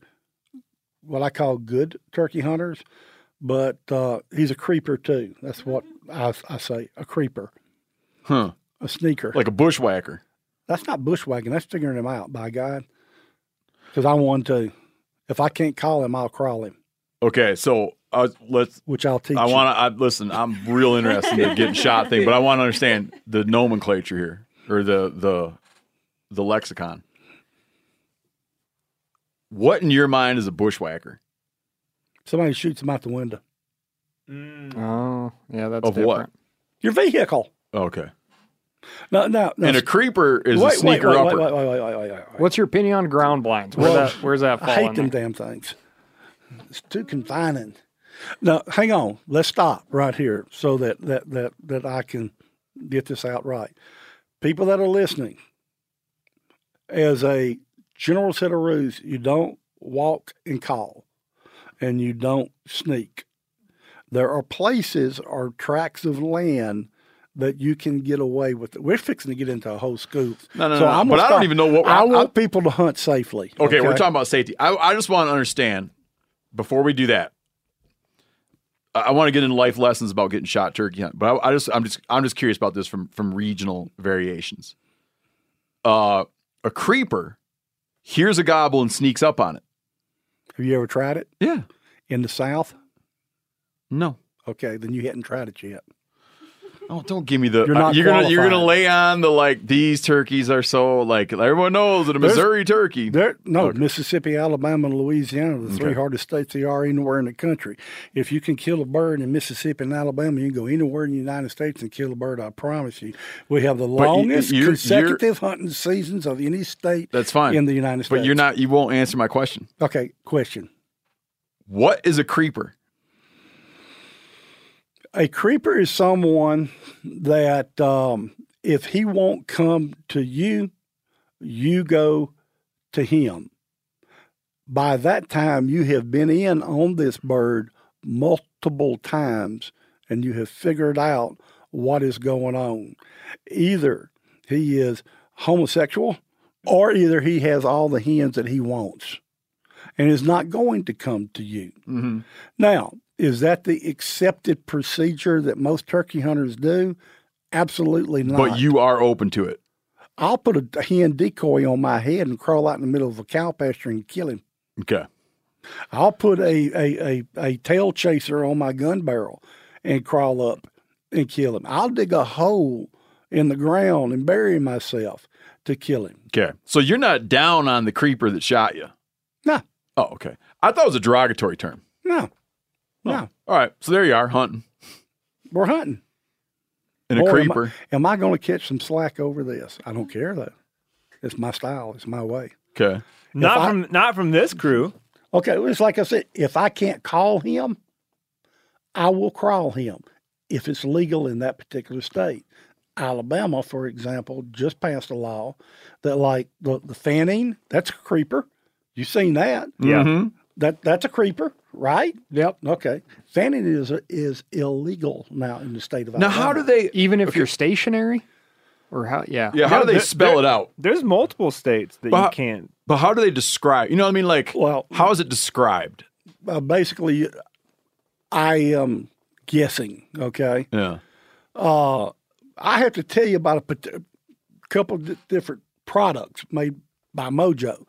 Speaker 6: what I call good turkey hunters, but uh, he's a creeper too. That's what I, I say a creeper,
Speaker 2: Huh.
Speaker 6: a sneaker.
Speaker 2: Like a bushwhacker.
Speaker 6: that's not bushwhacking, that's figuring him out, by God. Because I want to. If I can't call him, I'll crawl him,
Speaker 2: Okay. So uh, let's
Speaker 6: which I'll teach.
Speaker 2: I
Speaker 6: you.
Speaker 2: want to I, listen. I'm real interested in the getting shot thing, but I want to understand the nomenclature here or the the the lexicon. What in your mind is a bushwhacker?
Speaker 6: Somebody shoots him out the window.
Speaker 5: Oh, yeah, that's
Speaker 2: Of what?
Speaker 5: different.
Speaker 6: Your vehicle.
Speaker 2: Okay,
Speaker 6: No, no, no.
Speaker 2: and a creeper is
Speaker 6: Wait,
Speaker 2: a sneaker
Speaker 6: wait, wait,
Speaker 2: upper.
Speaker 6: Wait, wait, wait, wait, wait, wait, wait.
Speaker 5: What's your opinion on ground blinds? Where
Speaker 6: Well,
Speaker 5: that, where's that fall?
Speaker 6: I hate
Speaker 5: in
Speaker 6: them
Speaker 5: there?
Speaker 6: damn things. It's too confining. Now, hang on. Let's stop right here so that that that that I can get this out right. People that are listening, as a general set of rules, you don't walk and call, and you don't sneak. There are places or tracts of land that you can get away with. We're fixing to get into a whole scoop.
Speaker 2: No, no, no, no. But
Speaker 6: gonna
Speaker 2: I don't even know what-
Speaker 6: I
Speaker 2: I-
Speaker 6: want people to hunt safely.
Speaker 2: Okay, we're talking about safety. I, I just want to understand before we do that. I, I want to get into life lessons about getting shot turkey hunt, but I, I just I'm just I'm just curious about this from from regional variations. Uh, a creeper hears a gobble and sneaks up on it.
Speaker 6: Have you ever tried it
Speaker 2: Yeah.
Speaker 6: in the South?
Speaker 2: No.
Speaker 6: Okay, then you hadn't tried it yet.
Speaker 2: Oh, don't give me the.
Speaker 6: You're not
Speaker 2: you're gonna you're gonna
Speaker 6: qualified.
Speaker 2: lay on the like these turkeys are so like everyone knows that a
Speaker 6: There's-
Speaker 2: Missouri turkey.
Speaker 6: There, no, Mississippi, Alabama, and Louisiana are the three hardest states there are anywhere in the country. If you can kill a bird in Mississippi and Alabama, you can go anywhere in the United States and kill a bird. I promise you, we have the
Speaker 2: y-
Speaker 6: longest
Speaker 2: you're- you're-
Speaker 6: consecutive hunting seasons of any state.
Speaker 2: That's fine.
Speaker 6: in the United States.
Speaker 2: but you're not. You won't answer my question.
Speaker 6: Okay, question:
Speaker 2: What is a creeper?
Speaker 6: A creeper is someone that um, if he won't come to you, you go to him. By that time, you have been in on this bird multiple times and you have figured out what is going on. Either he is homosexual or either he has all the hens that he wants and is not going to come to you. Now, is that the accepted procedure that most turkey hunters do? Absolutely not.
Speaker 2: But you are open to it.
Speaker 6: I'll put a hen decoy on my head and crawl out in the middle of a cow pasture and kill him.
Speaker 2: Okay.
Speaker 6: I'll put a, a, a, a tail chaser on my gun barrel and crawl up and kill him. I'll dig a hole in the ground and bury myself to kill him.
Speaker 2: Okay. So you're not down on the creeper that shot you.
Speaker 6: No,
Speaker 2: Oh, okay. I thought it was a derogatory term.
Speaker 6: no, no.
Speaker 2: All right. So there you are hunting
Speaker 6: We're hunting.
Speaker 2: and a
Speaker 6: Boy, am I-
Speaker 2: creeper.
Speaker 6: Am I, going to catch some slack over this? I don't care though. It's my style. It's my way.
Speaker 2: Okay.
Speaker 4: Not
Speaker 6: I-
Speaker 4: from not from this crew.
Speaker 6: Okay, well, it's like I said. If I can't call him, I will crawl him if it's legal in that particular state. Alabama, for example, just passed a law that, like the, the fanning, that's a creeper. You seen that?
Speaker 4: Yeah.
Speaker 2: Mm-hmm.
Speaker 6: That that's a creeper, right?
Speaker 5: Yep.
Speaker 6: Okay, fanning is is illegal now in the state of
Speaker 2: Now,
Speaker 6: Alabama.
Speaker 2: how do they?
Speaker 5: Even if you're stationary, or how? Yeah.
Speaker 2: Yeah. How
Speaker 4: No,
Speaker 2: do they
Speaker 4: they're-
Speaker 2: spell it
Speaker 4: they're-
Speaker 2: out?
Speaker 4: There's multiple states that
Speaker 2: But-
Speaker 4: you can't.
Speaker 2: But how do they describe? You know what I mean? Like,
Speaker 6: Well-
Speaker 2: how is it described?
Speaker 6: uh, basically, I am guessing. Okay,
Speaker 2: Yeah.
Speaker 6: uh, I have to tell you about a pat- couple of di- different products made by Mojo.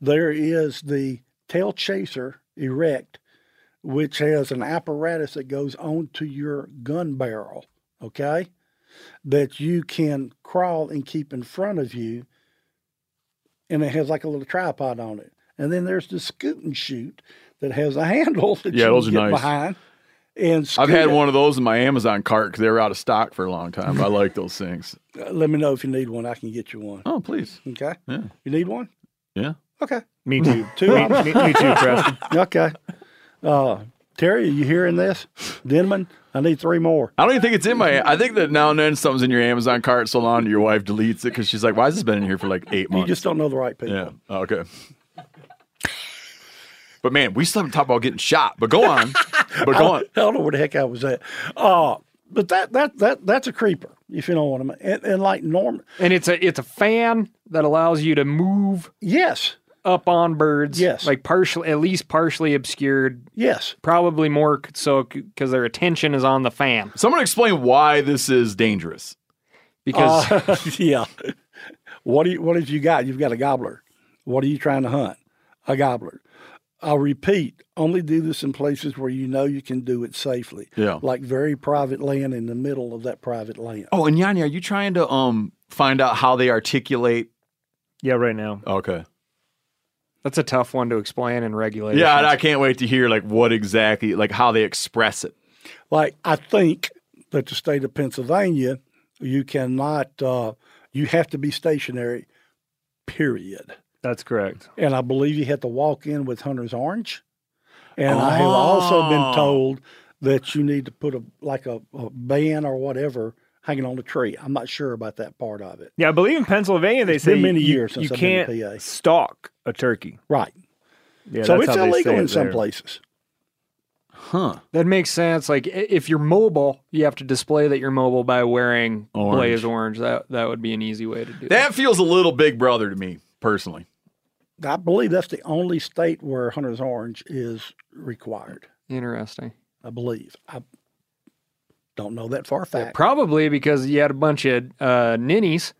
Speaker 6: There is the Tail Chaser Erect, which has an apparatus that goes onto your gun barrel. Okay, that you can crawl and keep in front of you, and it has like a little tripod on it. And then there's the scoot and shoot that has a handle that
Speaker 2: Yeah,
Speaker 6: you
Speaker 2: those
Speaker 6: can
Speaker 2: are
Speaker 6: get
Speaker 2: nice.
Speaker 6: behind. And
Speaker 2: I've
Speaker 6: scoot
Speaker 2: had
Speaker 6: it.
Speaker 2: one of those in my Amazon cart because they were out of stock for a long time. I like those things.
Speaker 6: Uh, Let me know if you need one. I can get you one.
Speaker 2: Oh, please.
Speaker 6: Okay.
Speaker 2: Yeah.
Speaker 6: You need one?
Speaker 2: Yeah.
Speaker 6: Okay.
Speaker 4: Me too.
Speaker 6: Two.
Speaker 4: me, me, me too, Preston.
Speaker 6: okay. Uh, Terry, are you hearing this? Denman, I need three more.
Speaker 2: I don't even think it's in my. I think that now and then something's in your Amazon cart so long your wife deletes it because she's like, "Why has this been in here for like eight
Speaker 6: You
Speaker 2: months?"
Speaker 6: just don't know the right people.
Speaker 2: yeah. Oh, okay. But man, we still haven't talked about getting shot. But go on. but go
Speaker 6: I
Speaker 2: on.
Speaker 6: don't know where the heck I was at. Uh, but that that that that's a creeper, if you know what I mean. And, and like Norm,
Speaker 5: And it's a it's a fan that allows you to move
Speaker 6: yes,
Speaker 5: up on birds.
Speaker 6: Yes.
Speaker 5: Like partially, at least partially obscured.
Speaker 6: yes.
Speaker 5: Probably more c- so because their attention is on the fan.
Speaker 2: Someone explain why this is dangerous.
Speaker 5: Because
Speaker 6: Uh, yeah. What do you, what have you got? You've got a gobbler. What are you trying to hunt? A gobbler. I'll repeat, only do this in places where you know you can do it safely.
Speaker 2: Yeah.
Speaker 6: Like very private land in the middle of that private land.
Speaker 2: Oh, and Yanni, are you trying to um find out how they articulate?
Speaker 4: Yeah, right now.
Speaker 2: Okay.
Speaker 5: that's a tough one to explain in regulation.
Speaker 2: Yeah, and I can't wait to hear like what exactly, like how they express it.
Speaker 6: Like I think that the state of Pennsylvania, you cannot uh, you have to be stationary, period.
Speaker 4: That's correct.
Speaker 6: and I believe you had to walk in with Hunter's Orange. And I have also
Speaker 2: Oh.
Speaker 4: Ah.
Speaker 6: been told that you need to put a like a, a band or whatever hanging on the tree. I'm not sure about that part of it.
Speaker 4: Yeah, I believe in Pennsylvania they say
Speaker 6: been many
Speaker 4: you,
Speaker 6: years since
Speaker 4: you
Speaker 6: I've been to
Speaker 4: can't
Speaker 6: PA.
Speaker 4: stalk a turkey.
Speaker 6: Right.
Speaker 4: Yeah,
Speaker 6: so it's
Speaker 4: that's how they say
Speaker 6: illegal
Speaker 4: it
Speaker 6: in some
Speaker 4: there.
Speaker 6: places.
Speaker 2: Huh.
Speaker 5: That makes sense. Like i- if you're mobile, you have to display that you're mobile by wearing
Speaker 2: Orange.
Speaker 5: blaze orange. That that would be an easy way to do that.
Speaker 2: That feels a little big brother to me personally.
Speaker 6: I believe that's the only state where Hunter's Orange is required.
Speaker 5: Interesting.
Speaker 6: I believe. I don't know that far
Speaker 5: Well,
Speaker 6: fact.
Speaker 5: probably because you had a bunch of uh, ninnies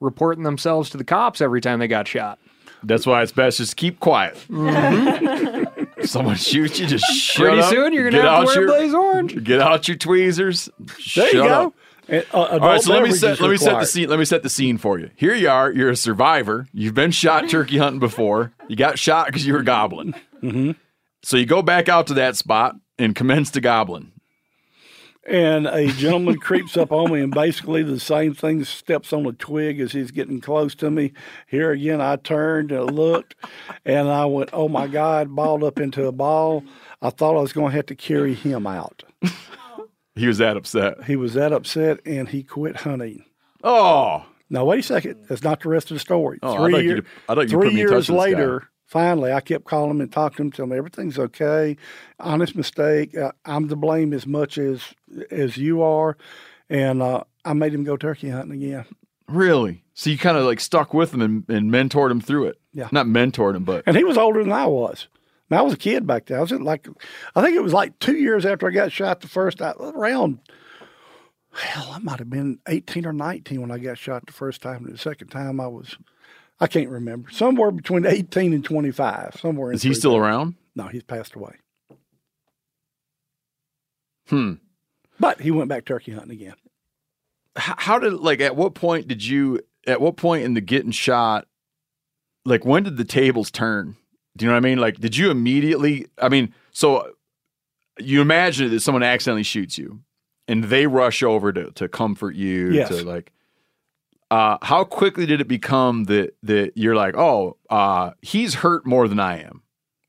Speaker 5: reporting themselves to the cops every time they got shot.
Speaker 2: That's why it's best just keep quiet. if someone shoots you, just shut
Speaker 5: Pretty
Speaker 2: up,
Speaker 5: soon you're gonna
Speaker 2: get
Speaker 5: have to
Speaker 2: out
Speaker 5: wear
Speaker 2: your-
Speaker 5: blaze orange.
Speaker 2: Get out your tweezers.
Speaker 6: there
Speaker 2: shut
Speaker 6: you go.
Speaker 2: Up.
Speaker 6: And, uh,
Speaker 2: All right,
Speaker 6: adult
Speaker 2: so let me
Speaker 6: beverage is
Speaker 2: set let me set the
Speaker 6: required.
Speaker 2: scene. Let me set the scene for you. Here you are. You're a survivor. You've been shot turkey hunting before. You got shot because you were gobbling.
Speaker 6: Mm-hmm.
Speaker 2: So you go back out to that spot and commence to gobbling.
Speaker 6: and a gentleman creeps up on me and basically the same thing steps on a twig as he's getting close to me here again i turned and looked and i went oh my god balled up into a ball i thought i was going to have to carry him out
Speaker 2: He was that upset.
Speaker 6: he was that upset and he quit hunting
Speaker 2: Oh,
Speaker 6: now wait a second that's not the rest of the story
Speaker 2: Oh, I'd
Speaker 6: Three
Speaker 2: like you
Speaker 6: year-
Speaker 2: to- I'd like you to
Speaker 6: three
Speaker 2: put me in touch
Speaker 6: years
Speaker 2: with this guy.
Speaker 6: later Finally, I kept calling him and talking to him, telling him everything's okay. Honest mistake. Uh, I'm to blame as much as as you are. And uh, I made him go turkey hunting again.
Speaker 2: Really? So you kind of like stuck with him and, and mentored him through it.
Speaker 6: Yeah.
Speaker 2: Not mentored him, but
Speaker 6: And he was older than I was. And I was a kid back then. I was in like, I think it was like two years after I got shot the first time, around, hell, I might have been 18 or 19 when I got shot the first time. And the second time I was, I can't remember, somewhere between 18 and 25, somewhere in
Speaker 2: is he
Speaker 6: through
Speaker 2: still
Speaker 6: there.
Speaker 2: around?
Speaker 6: No, he's passed away.
Speaker 2: Hmm.
Speaker 6: But he went back turkey hunting again.
Speaker 2: H- how did like at what point did you at what point in the getting shot like when did the tables turn do you know what i mean like did you immediately i mean so you imagine that someone accidentally shoots you and they rush over to, to comfort you
Speaker 6: Yes.
Speaker 2: to like uh how quickly did it become that that you're like oh uh he's hurt more than i am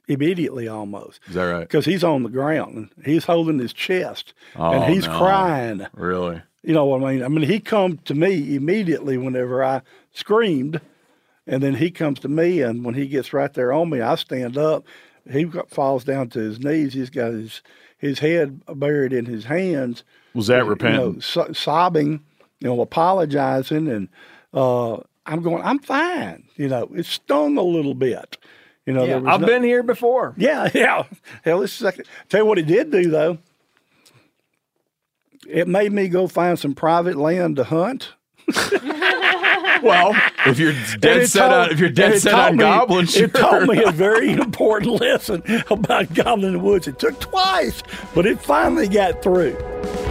Speaker 6: Immediately, almost,
Speaker 2: is that right
Speaker 6: because he's on the ground. He's holding his chest
Speaker 2: Oh,
Speaker 6: and he's
Speaker 2: no.
Speaker 6: crying.
Speaker 2: really
Speaker 6: You know what I mean? I mean, he come to me immediately whenever I screamed, and then he comes to me, and when he gets right there on me, I stand up. He got- falls down to his knees. He's got his his head buried in his hands.
Speaker 2: was that
Speaker 6: You
Speaker 2: repentance
Speaker 6: know, so, sobbing, you know, apologizing, and uh, I'm going, I'm fine. You know, it stung a little bit. You know, there was
Speaker 8: I've
Speaker 6: no-
Speaker 8: been here before.
Speaker 6: yeah, yeah. Hell, this is like, tell you what it did do though. It made me go find some private land to hunt.
Speaker 2: well if you're
Speaker 6: And
Speaker 2: dead
Speaker 6: it
Speaker 2: set
Speaker 6: taught-
Speaker 2: on if you're
Speaker 6: and
Speaker 2: dead
Speaker 6: it
Speaker 2: set
Speaker 6: taught
Speaker 2: on
Speaker 6: me-
Speaker 2: goblins
Speaker 6: It taught
Speaker 2: sure.
Speaker 6: me a very important lesson about goblin in the woods. It took twice, but it finally got through.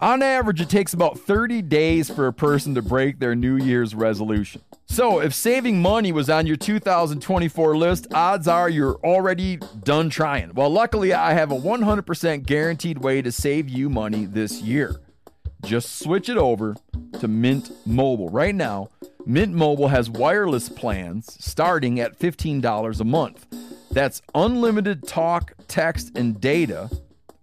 Speaker 1: On average, it takes about 30 days for a person to break their New Year's resolution. So, if saving money was on your 2024 list, odds are you're already done trying. Well, luckily, I have a 100% guaranteed way to save you money this year just switch it over to Mint Mobile. Right now, Mint Mobile has wireless plans starting at $15 a month. That's unlimited talk, text, and data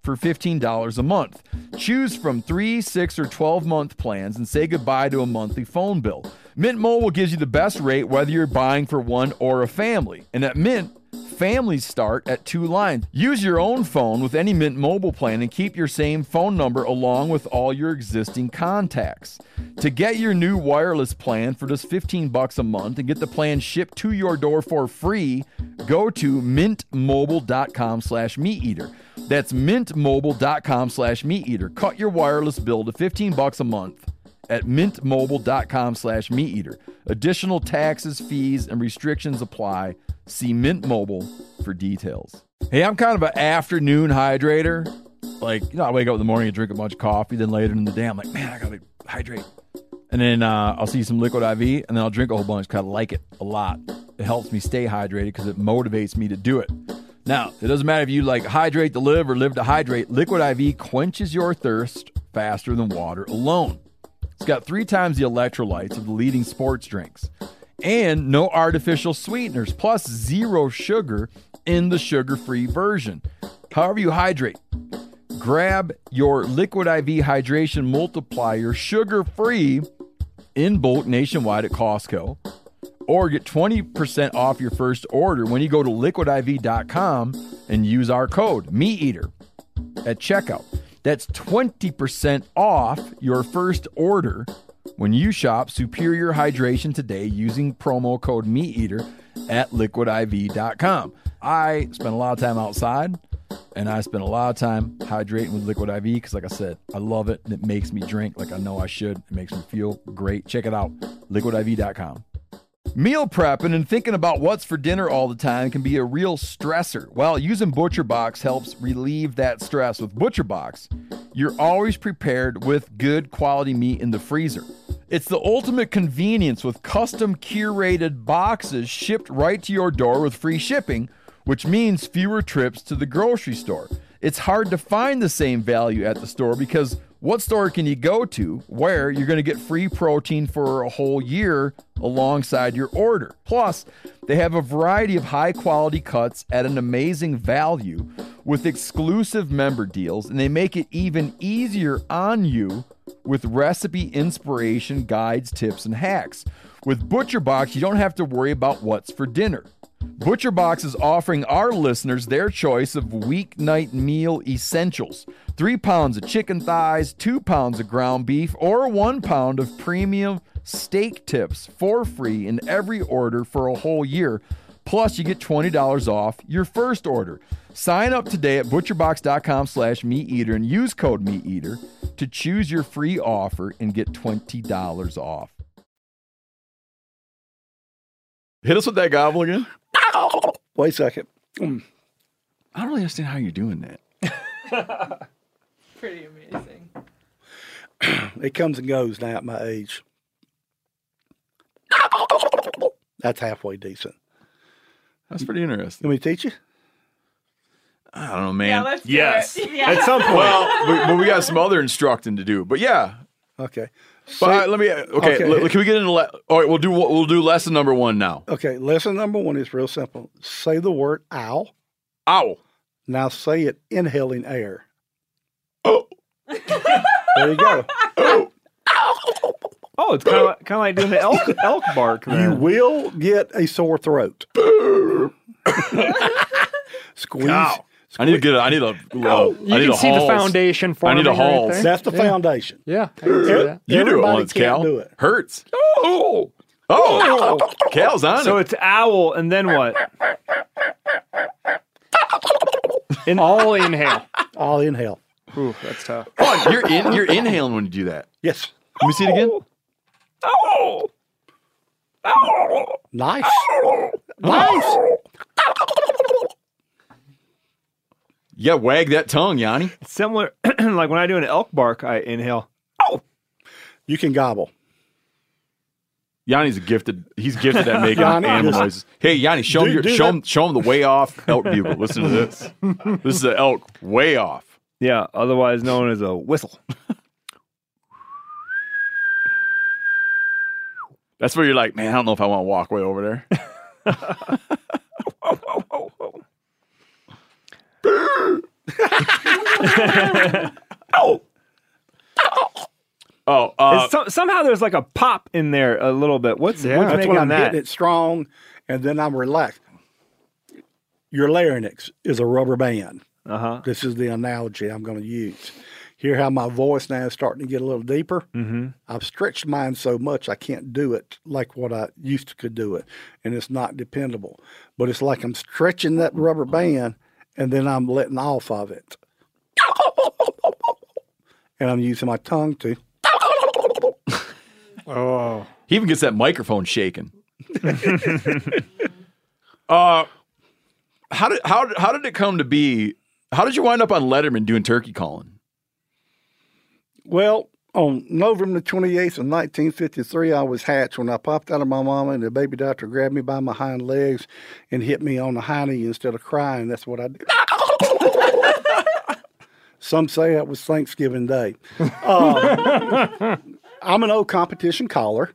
Speaker 1: for $15 a month. Choose from 3, 6, or 12 month plans and say goodbye to a monthly phone bill. Mint Mobile gives you the best rate whether you're buying for one or a family. And at Mint, Families start at two lines. Use your own phone with any Mint mobile plan and keep your same phone number along with all your existing contacts. To get your new wireless plan for just 15 bucks a month and get the plan shipped to your door for free, go to mintmobile.com slash meateater. That's mintmobile.com slash meateater. Cut your wireless bill to 15 bucks a month at mintmobile.com slash meateater. Additional taxes, fees, and restrictions apply. See Mint Mobile for details. Hey, I'm kind of an afternoon hydrator. Like, you know, I wake up in the morning and drink a bunch of coffee, then later in the day, I'm like, man, I gotta hydrate. And then uh, I'll see some liquid IV, and then I'll drink a whole bunch because I like it a lot. It helps me stay hydrated because it motivates me to do it. Now, it doesn't matter if you like hydrate to live or live to hydrate, liquid IV quenches your thirst faster than water alone. It's got three times the electrolytes of the leading sports drinks and no artificial sweeteners, plus zero sugar in the sugar free version. However, you hydrate, grab your Liquid IV Hydration Multiplier sugar free in bulk nationwide at Costco or get 20% off your first order when you go to liquidiv.com and use our code MeatEater at checkout. That's 20% off your first order when you shop Superior Hydration today using promo code MeatEater at liquidiv.com. I spend a lot of time outside and I spend a lot of time hydrating with Liquid IV because, like I said, I love it and it makes me drink like I know I should. It makes me feel great. Check it out, liquidiv.com. Meal prepping and thinking about what's for dinner all the time can be a real stressor. Well, using ButcherBox helps relieve that stress. With ButcherBox, you're always prepared with good quality meat in the freezer. It's the ultimate convenience with custom curated boxes shipped right to your door with free shipping, which means fewer trips to the grocery store. It's hard to find the same value at the store because what store can you go to where you're going to get free protein for a whole year alongside your order? Plus, they have a variety of high quality cuts at an amazing value with exclusive member deals, and they make it even easier on you with recipe inspiration, guides, tips, and hacks. With ButcherBox, you don't have to worry about what's for dinner. ButcherBox is offering our listeners their choice of weeknight meal essentials three pounds of chicken thighs, two pounds of ground beef, or one pound of premium steak tips for free in every order for a whole year. Plus, you get $20 off your first order. Sign up today at butcherbox.com slash meateater and use code meateater to choose your free offer and get $20 off.
Speaker 2: Hit us with that gobble again.
Speaker 6: Wait a second.
Speaker 2: I don't really understand how you're doing that.
Speaker 11: Pretty amazing.
Speaker 6: It comes and goes now at my age. That's halfway decent.
Speaker 2: That's pretty interesting.
Speaker 6: Let me to teach you.
Speaker 2: I don't know, man.
Speaker 12: Yes.
Speaker 11: Yeah.
Speaker 12: At some point.
Speaker 2: well, we, but we got some other instructing to do. But yeah,
Speaker 6: Okay.
Speaker 2: but uh, let me. Okay,
Speaker 6: Okay.
Speaker 2: le- can we get into? Le- all right, we'll do. We'll do lesson number one now.
Speaker 6: Okay. Lesson number one is real simple. Say the word owl.
Speaker 2: Ow.
Speaker 6: Now say it inhaling air.
Speaker 2: Oh.
Speaker 6: There you go.
Speaker 4: Oh, it's kind of like, kind of like doing the elk elk bark.
Speaker 6: You
Speaker 4: Then.
Speaker 6: will get a sore throat. Squeeze.
Speaker 2: Ow. I need to get. A, I need a.
Speaker 6: Ow.
Speaker 2: I
Speaker 5: You
Speaker 2: need
Speaker 5: can
Speaker 2: a
Speaker 5: see the
Speaker 2: halls.
Speaker 5: foundation forming
Speaker 2: a
Speaker 5: right
Speaker 2: halls.
Speaker 5: there.
Speaker 6: That's the foundation.
Speaker 5: Yeah, I can see that.
Speaker 2: You do it
Speaker 6: Everybody
Speaker 2: once,
Speaker 6: can't
Speaker 2: Cal.
Speaker 6: do it.
Speaker 2: Hurts. Oh. Oh. Cal's on
Speaker 4: So
Speaker 2: it.
Speaker 4: it's owl, and then what?
Speaker 5: all inhale.
Speaker 6: I'll inhale.
Speaker 4: Ooh, that's tough.
Speaker 2: Hold on, you're in. You're inhaling when you do that.
Speaker 6: Yes.
Speaker 2: Let me see it again.
Speaker 6: Nice. Nice.
Speaker 2: Yeah, wag that tongue, Yanni.
Speaker 4: It's similar, like when I do an elk bark, I inhale.
Speaker 6: You can gobble.
Speaker 2: Yanni's a gifted. He's gifted at making
Speaker 6: Yanni,
Speaker 2: animal
Speaker 6: just-
Speaker 2: noises. Hey, Yanni, show him
Speaker 6: Do-
Speaker 2: your,
Speaker 6: do
Speaker 2: show
Speaker 6: that.
Speaker 2: him show him the way off elk bugle. Listen to this. This is the elk way off.
Speaker 4: Yeah, otherwise known as a whistle.
Speaker 2: That's where you're like, man, I don't know if I want to walk way over there.
Speaker 4: Oh,
Speaker 2: oh, uh,
Speaker 4: It's some, somehow there's like a pop in there a little bit. What's what's
Speaker 6: That's
Speaker 4: making
Speaker 6: when I'm
Speaker 4: that?
Speaker 6: getting it strong, and then I'm relaxed. Your larynx is a rubber band.
Speaker 4: Uh huh.
Speaker 6: This is the analogy I'm going to use. Hear how my voice now is starting to get a little deeper. Mm-hmm. I've stretched mine so much I can't do it like what I used to could do it, and it's not dependable. But it's like I'm stretching that rubber band, and then I'm letting off of it, and I'm using my tongue to.
Speaker 2: he even gets that microphone shaking. uh, how did how did- how did it come to be? How did you wind up on Letterman doing turkey calling?
Speaker 6: Well, on November the 28th of 1953, I was hatched when I popped out of my mama, and the baby doctor grabbed me by my hind legs and hit me on the hind knee instead of crying. That's what I did. Some say that was Thanksgiving Day. Um, I'm an old competition caller.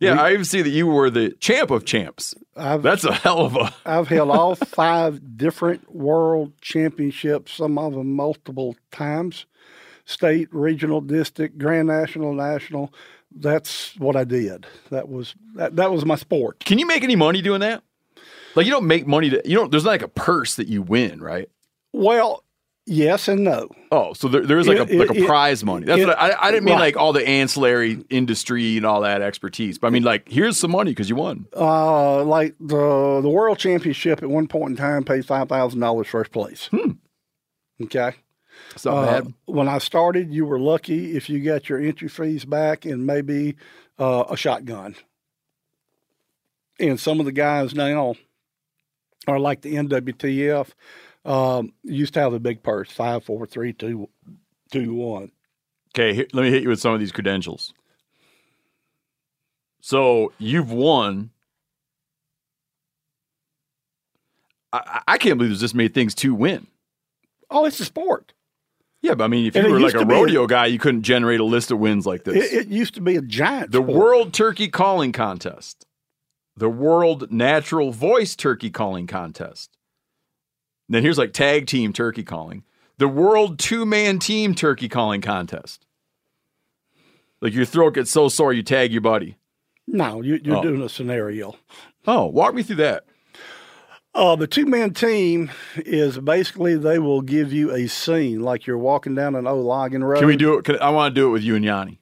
Speaker 2: Yeah, I even see that you were the champ of champs.
Speaker 6: I've,
Speaker 2: That's a hell of a.
Speaker 6: I've held all five different world championships, some of them multiple times state, regional, district, grand national, national. That's what I did. That was that, that was my sport.
Speaker 2: Can you make any money doing that? Like you don't make money to you don't. There's not like a purse that you win, right?
Speaker 6: Well, yes and no.
Speaker 2: Oh, so there, there is like a
Speaker 6: It-
Speaker 2: like a
Speaker 6: it-
Speaker 2: prize money. That's
Speaker 6: it-
Speaker 2: what I, I- I didn't mean
Speaker 6: right.
Speaker 2: like all the ancillary industry and all that expertise. But I mean like here's some money because you won.
Speaker 6: Uh, like the the world championship at one point in time paid five thousand dollars first place. Okay.
Speaker 2: It's not
Speaker 6: Uh,
Speaker 2: bad.
Speaker 6: when I started, you were lucky if you got your entry fees back and maybe uh, a shotgun. And some of the guys now are like the NWTF. Um, used to have a big purse five, four, three, two, two, one.
Speaker 2: Okay, here, let me hit you with some of these credentials. So you've won. I, I I can't believe there's this many things to win.
Speaker 6: Oh, it's a sport.
Speaker 2: Yeah, but I mean, if
Speaker 6: And
Speaker 2: you
Speaker 6: it
Speaker 2: were like
Speaker 6: used
Speaker 2: a
Speaker 6: to be-
Speaker 2: rodeo guy, you couldn't generate a list of wins like
Speaker 6: It,
Speaker 2: this.
Speaker 6: it used to be a giant.
Speaker 2: The
Speaker 6: sport.
Speaker 2: World Turkey Calling Contest. The World Natural Voice Turkey Calling Contest. Then here's like Tag Team Turkey Calling. The World Two Man Team Turkey Calling Contest. Like your throat gets so sore you tag your buddy.
Speaker 6: No, you, you're
Speaker 2: Oh.
Speaker 6: doing a scenario.
Speaker 2: Oh, walk me through that.
Speaker 6: Uh, the two man team is basically they will give you a scene like you're walking down an Olagan Road.
Speaker 2: Can we do it? Can, I want to do it with you and Yanni.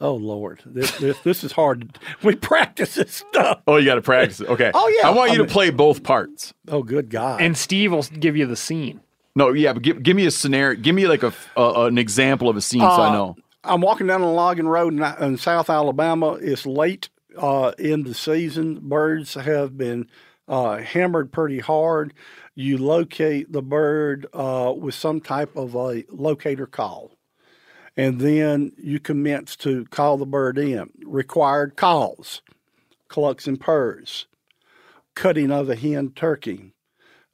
Speaker 6: Oh Lord, this this, this is hard. We practice this stuff.
Speaker 2: Oh, you got to practice it. Okay.
Speaker 6: Oh, yeah.
Speaker 2: I want you
Speaker 6: I
Speaker 2: to
Speaker 6: mean-
Speaker 2: play both parts.
Speaker 6: Oh good God.
Speaker 5: And Steve will give you the scene.
Speaker 2: No, yeah, but give, give me a scenario. Give me like a, f- a- an example of a scene
Speaker 6: Uh,
Speaker 2: so I know.
Speaker 6: I'm walking down a logging road in, in South Alabama. It's late uh, in the season. Birds have been uh, hammered pretty hard. You locate the bird uh, with some type of a locator call, and then you commence to call the bird in. Required calls: clucks and purrs, cutting of a hen turkey,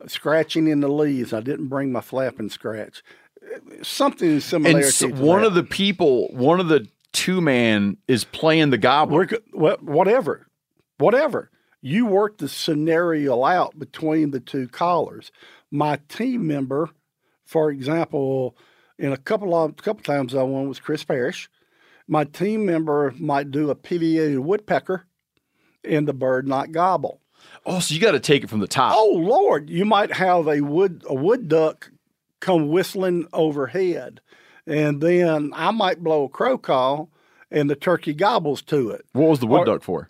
Speaker 6: scratching in the leaves. I didn't bring my flapping scratch. Something similar.
Speaker 2: And so one of the people, one of the two man is playing the goblin.
Speaker 6: We're, go- wha- whatever, whatever. You work the scenario out between the two callers. My team member, for example, in a couple of couple times I won was Chris Parrish. My team member might do a PVA woodpecker, and the bird not gobble.
Speaker 2: oh, so you got to take it from the top.
Speaker 6: Oh Lord, you might have a wood a wood duck come whistling overhead, and then I might blow a crow call, and the turkey gobbles to it
Speaker 2: what was the wood
Speaker 6: Or-
Speaker 2: duck for?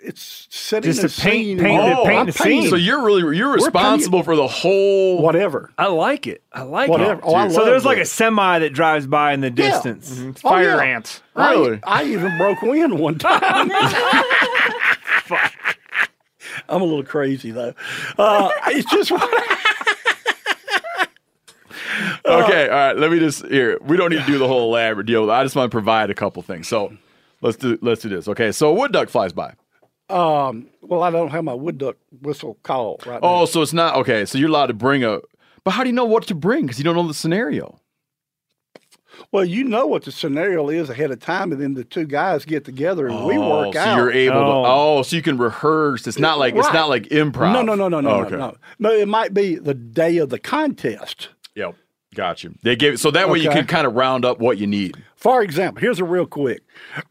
Speaker 6: it's setting
Speaker 4: Just
Speaker 6: the
Speaker 4: to
Speaker 6: scene.
Speaker 4: paint- paint
Speaker 6: in-
Speaker 4: the- paint
Speaker 6: I'm
Speaker 4: the
Speaker 6: painting
Speaker 4: scene.
Speaker 2: So you're really you're responsible for the whole.
Speaker 6: whatever,
Speaker 4: I like it. I like
Speaker 6: whatever.
Speaker 4: it.
Speaker 6: Oh, I love
Speaker 4: So there's like a
Speaker 6: this.
Speaker 4: semi that drives by in the
Speaker 6: Yeah.
Speaker 4: distance.
Speaker 6: Oh,
Speaker 5: Fire
Speaker 6: yeah.
Speaker 5: ants.
Speaker 6: I-
Speaker 2: Really?
Speaker 6: I, even broke wind one time. I'm a little crazy though. Uh, it's just
Speaker 2: Okay, all right. Let me just here. We don't need to do the whole elaborate deal. I just want to provide a couple things. So let's do let's do this. Okay, so a wood duck flies by.
Speaker 6: um, well, I don't have my wood duck whistle call right now.
Speaker 2: Oh, so it's not okay. So you're allowed to bring a. But how do you know what to bring? Because you don't know the scenario.
Speaker 6: Well, you know what the scenario is ahead of time, and then the two guys get together and we
Speaker 2: Oh,
Speaker 6: work
Speaker 2: so
Speaker 6: out.
Speaker 2: you're able
Speaker 4: Oh.
Speaker 2: to. Oh, so you can rehearse. It's not like it's
Speaker 6: Right.
Speaker 2: not like improv.
Speaker 6: no, no, no, no, no,
Speaker 2: Okay.
Speaker 6: no, no, no. It might be the day of the contest.
Speaker 2: Yep. Got you. They gave so that way you
Speaker 6: Okay.
Speaker 2: can kind of round up what you need.
Speaker 6: For example, here's a real quick.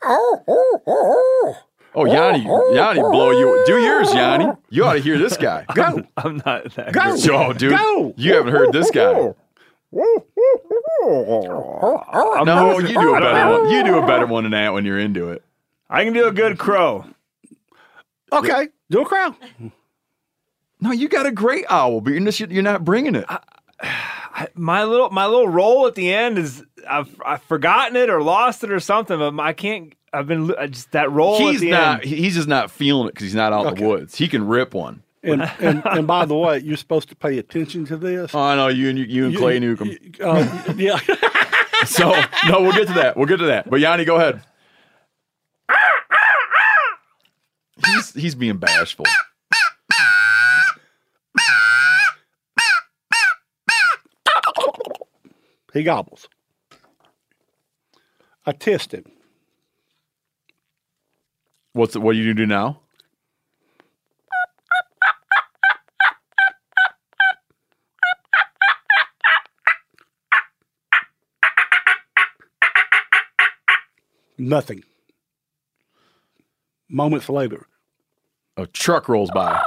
Speaker 6: Oh, oh, oh, oh.
Speaker 2: Oh, Yanni, Yanni, blow you. Do yours, Yanni. You ought to hear this guy.
Speaker 6: Go.
Speaker 4: I'm not that.
Speaker 6: Go.
Speaker 4: good.
Speaker 2: Yo, dude,
Speaker 6: Go.
Speaker 2: you haven't heard this guy.
Speaker 4: oh,
Speaker 2: No, you do a better one. You do a better one than that when you're into it.
Speaker 4: I can do a good crow.
Speaker 6: Okay, do a crow.
Speaker 2: No, you got a great owl, but you're just, you're not bringing it.
Speaker 4: My little my little role at the end is I've I've forgotten it or lost it or something. But I can't. I've been lo- I just that role oh, at
Speaker 2: he's
Speaker 4: the
Speaker 2: not.
Speaker 4: end.
Speaker 2: He's just not feeling it because he's not out in the woods. He can rip one.
Speaker 6: And, and and by the way, you're supposed to pay attention to this.
Speaker 2: Oh, I know you and you, you and
Speaker 6: You-
Speaker 2: Clay Newcomb.
Speaker 6: Uh, yeah.
Speaker 2: So no, we'll get to that. We'll get to that. But Yanni, go ahead. He's he's being bashful.
Speaker 6: he gobbles. I test him.
Speaker 2: What's what do you do now?
Speaker 6: Nothing. Moments later,
Speaker 2: A truck rolls by.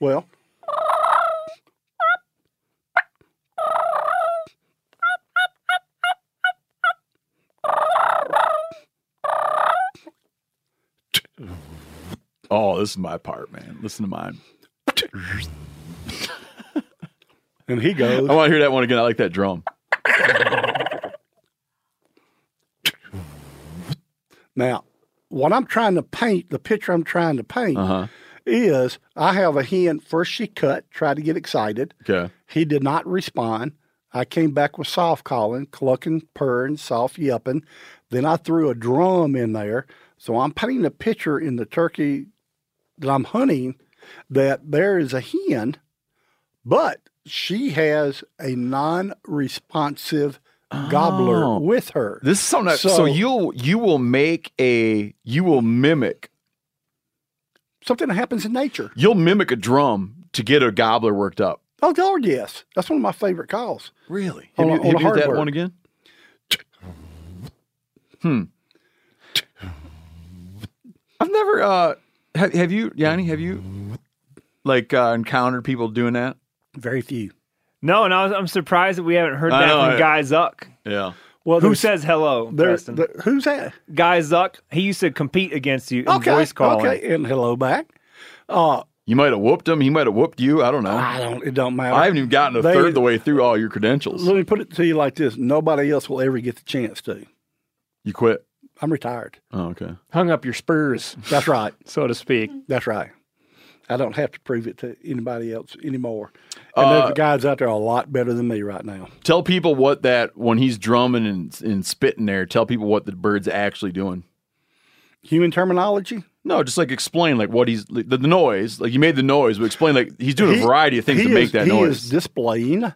Speaker 6: well,
Speaker 2: Oh, this is my part, man. Listen to mine.
Speaker 6: and he goes.
Speaker 2: I want to hear that one again. I like that drum.
Speaker 6: Now, what I'm trying to paint, the picture I'm trying to paint,
Speaker 2: Uh huh.
Speaker 6: is I have a hen. First, she cut, tried to get excited.
Speaker 2: Okay.
Speaker 6: He did not respond. I came back with soft calling, clucking, purring, soft yelping. Then I threw a drum in there. So I'm painting a picture in the turkey that I'm hunting that there is a hen, but she has a non responsive
Speaker 2: Oh.
Speaker 6: gobbler with her.
Speaker 2: This is something. That, so,
Speaker 6: So-
Speaker 2: you'll you will make a you will mimic
Speaker 6: Something that happens in nature.
Speaker 2: you'll mimic a drum to get a gobbler worked up.
Speaker 6: Oh, Lord, yes. That's one of my favorite calls.
Speaker 2: Really?
Speaker 6: On a-
Speaker 2: Have you,
Speaker 6: on
Speaker 2: have
Speaker 6: a
Speaker 2: you heard that
Speaker 6: hardware.
Speaker 2: one again? Hmm. I've never. Uh, have, have you, Yanni? Have you like uh, encountered people doing that?
Speaker 6: Very few.
Speaker 4: No, and I was, I'm surprised that we haven't heard
Speaker 2: I
Speaker 4: that
Speaker 2: know,
Speaker 4: from
Speaker 2: I-
Speaker 4: Guy Zuck.
Speaker 2: Yeah.
Speaker 6: Well,
Speaker 4: Who
Speaker 6: there's-
Speaker 4: says hello,
Speaker 6: there's
Speaker 4: Preston?
Speaker 6: there, who's that?
Speaker 4: Guy Zuck. He used to compete against you in voice calling.
Speaker 6: Okay, and hello back. Uh,
Speaker 2: You might have whooped him. He might have whooped you. I don't know.
Speaker 6: I don't. It don't matter.
Speaker 2: Uh-huh. I haven't even gotten a
Speaker 6: Ah, They-
Speaker 2: third the way through all your credentials.
Speaker 6: Let me put it to you like this: nobody else will ever get the chance to.
Speaker 2: You quit.
Speaker 6: I'm retired.
Speaker 2: Oh, okay.
Speaker 5: Hung up your spurs,
Speaker 6: That's right.
Speaker 5: so to speak.
Speaker 6: That's right. I don't have to prove it to anybody else anymore. And there's guys out there a lot better than me right now.
Speaker 2: Tell people what that when he's drumming and, and spitting there. Tell people what the bird's actually doing.
Speaker 6: Human terminology.
Speaker 2: No, just like explain like what he's like, the, the noise. Like you made the noise, but explain like he's doing
Speaker 6: He-
Speaker 2: a variety of things
Speaker 6: he
Speaker 2: to make
Speaker 6: is-
Speaker 2: that
Speaker 6: he
Speaker 2: noise.
Speaker 6: is displaying,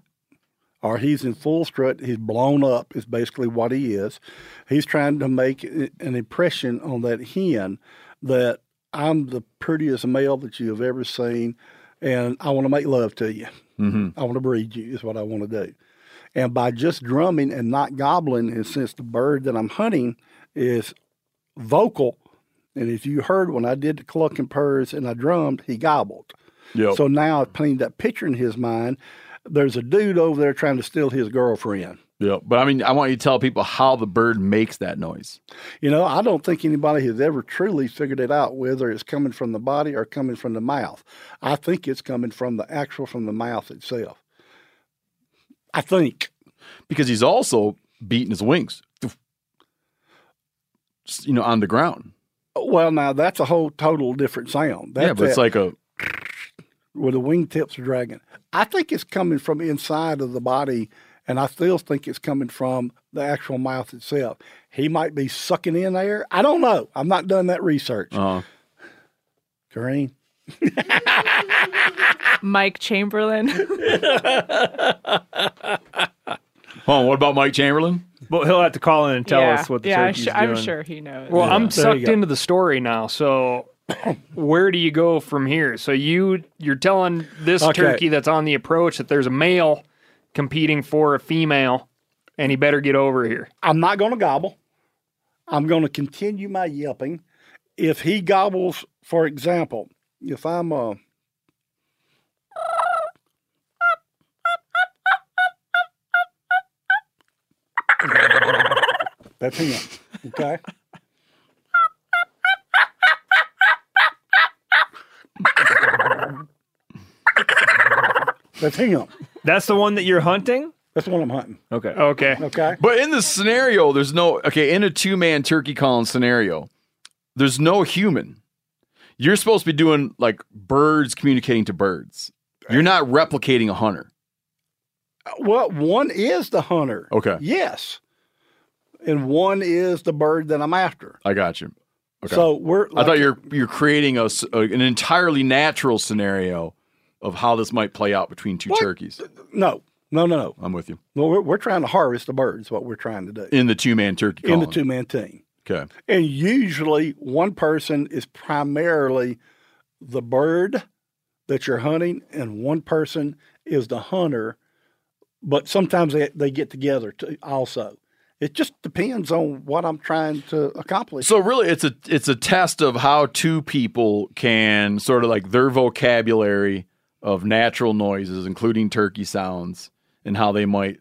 Speaker 6: or he's in full strut. He's blown up. Is basically what he is. He's trying to make i- an impression on that hen that I'm the prettiest male that you have ever seen, and I want to make love to you.
Speaker 2: Mm-hmm.
Speaker 6: I want to breed you. Is what I want to do. And by just drumming and not gobbling, and since the bird that I'm hunting is vocal, and if you heard when I did the cluck and purrs and I drummed, he gobbled.
Speaker 2: Yep.
Speaker 6: So now I've painted that picture in his mind. There's a dude over there trying to steal his girlfriend.
Speaker 2: yeah. But I mean, I want you to tell people how the bird makes that noise.
Speaker 6: You know, I don't think anybody has ever truly figured it out whether it's coming from the body or coming from the mouth. I think it's coming from the actual from the mouth itself. I think.
Speaker 2: because he's also beating his wings, you know, on the ground.
Speaker 6: Well, now that's a whole total different sound. That's
Speaker 2: yeah, but it's
Speaker 6: that
Speaker 2: like a
Speaker 6: where the wingtips are dragging. I think it's coming from inside of the body, and I still think it's coming from the actual mouth itself. He might be sucking in air. I don't know. I've not done that research.
Speaker 2: uh,
Speaker 6: Kareem.
Speaker 11: Mike Chamberlain.
Speaker 2: oh, what about Mike Chamberlain?
Speaker 4: But he'll have to call in and tell
Speaker 11: yeah.
Speaker 4: us what the
Speaker 11: yeah, I'm
Speaker 4: turkey's
Speaker 11: su-
Speaker 4: doing.
Speaker 11: I'm sure he knows.
Speaker 5: Well, I'm
Speaker 6: There you
Speaker 5: sucked
Speaker 6: go.
Speaker 5: into the story now. So where do you go from here? So you you're telling this
Speaker 6: Okay.
Speaker 5: turkey that's on the approach that there's a male competing for a female, and he better get over here.
Speaker 6: I'm not going to gobble. I'm going to continue my yelping. If he gobbles, for example, if I'm uh, that's him. Okay. That's him.
Speaker 4: That's the one that you're hunting.
Speaker 6: That's the one I'm hunting.
Speaker 4: Okay.
Speaker 5: Okay.
Speaker 6: Okay.
Speaker 2: But in this scenario, there's no okay. In a two man turkey calling scenario, there's no human. You're supposed to be doing like birds communicating to birds. You're not replicating a hunter.
Speaker 6: Well, one is the hunter.
Speaker 2: Okay,
Speaker 6: Yes. And one is the bird that I'm after.
Speaker 2: I got you. Okay.
Speaker 6: So we're.
Speaker 2: I thought you're you're creating a, s- a- an entirely natural scenario of how this might play out between two
Speaker 6: What?
Speaker 2: turkeys.
Speaker 6: No, no, no, no.
Speaker 2: I'm with you.
Speaker 6: Well, we're, we're trying to harvest the birds, what we're trying to do
Speaker 2: in the two man turkey
Speaker 6: in the
Speaker 2: column.
Speaker 6: two man team.
Speaker 2: Okay.
Speaker 6: And usually one person is primarily the bird that you're hunting, and one person is the hunter. But sometimes they, they get together too, also. It just depends on what I'm trying to accomplish.
Speaker 2: So really, it's a it's a test of how two people can sort of like their vocabulary of natural noises, including turkey sounds, and how they might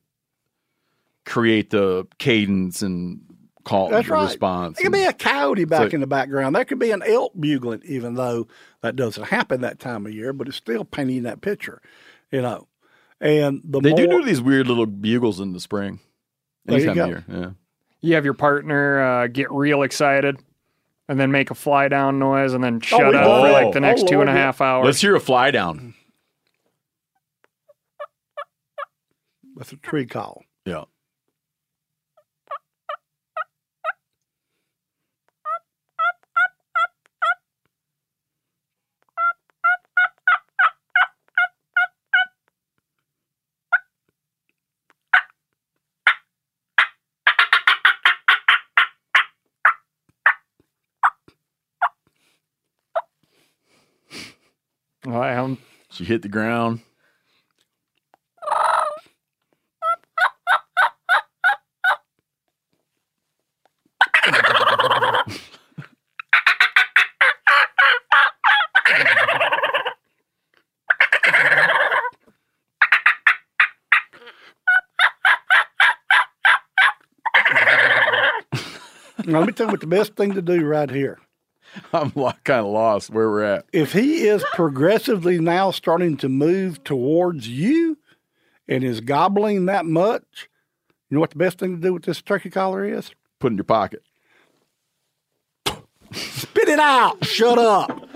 Speaker 2: create the cadence and call
Speaker 6: That's right.
Speaker 2: response.
Speaker 6: There could be a coyote back
Speaker 2: like-
Speaker 6: in the background. There could be an elk bugling, even though that doesn't happen that time of year, but it's still painting that picture, you know. And the
Speaker 2: they
Speaker 6: more,
Speaker 2: do do these weird little bugles in the spring.
Speaker 6: Oh. There you
Speaker 2: Anytime
Speaker 6: go.
Speaker 2: of year. Yeah.
Speaker 5: You have your partner uh, get real excited, and then make a fly down noise, and then shut
Speaker 6: we
Speaker 5: up
Speaker 2: did
Speaker 5: for
Speaker 2: that.
Speaker 5: like the
Speaker 6: Oh,
Speaker 5: next two
Speaker 6: Lord,
Speaker 5: and a
Speaker 6: yeah.
Speaker 5: half hours.
Speaker 2: Let's hear a fly down.
Speaker 6: that's a tree call.
Speaker 2: Yeah.
Speaker 5: Well, I'm-
Speaker 2: She hit the ground.
Speaker 6: Now, let me tell you what the best thing to do right here.
Speaker 2: I'm kind of lost where we're at.
Speaker 6: If he is progressively now starting to move towards you and is gobbling that much, you know what the best thing to do with this turkey collar is?
Speaker 2: Put in your pocket.
Speaker 6: Spit it out. Shut up.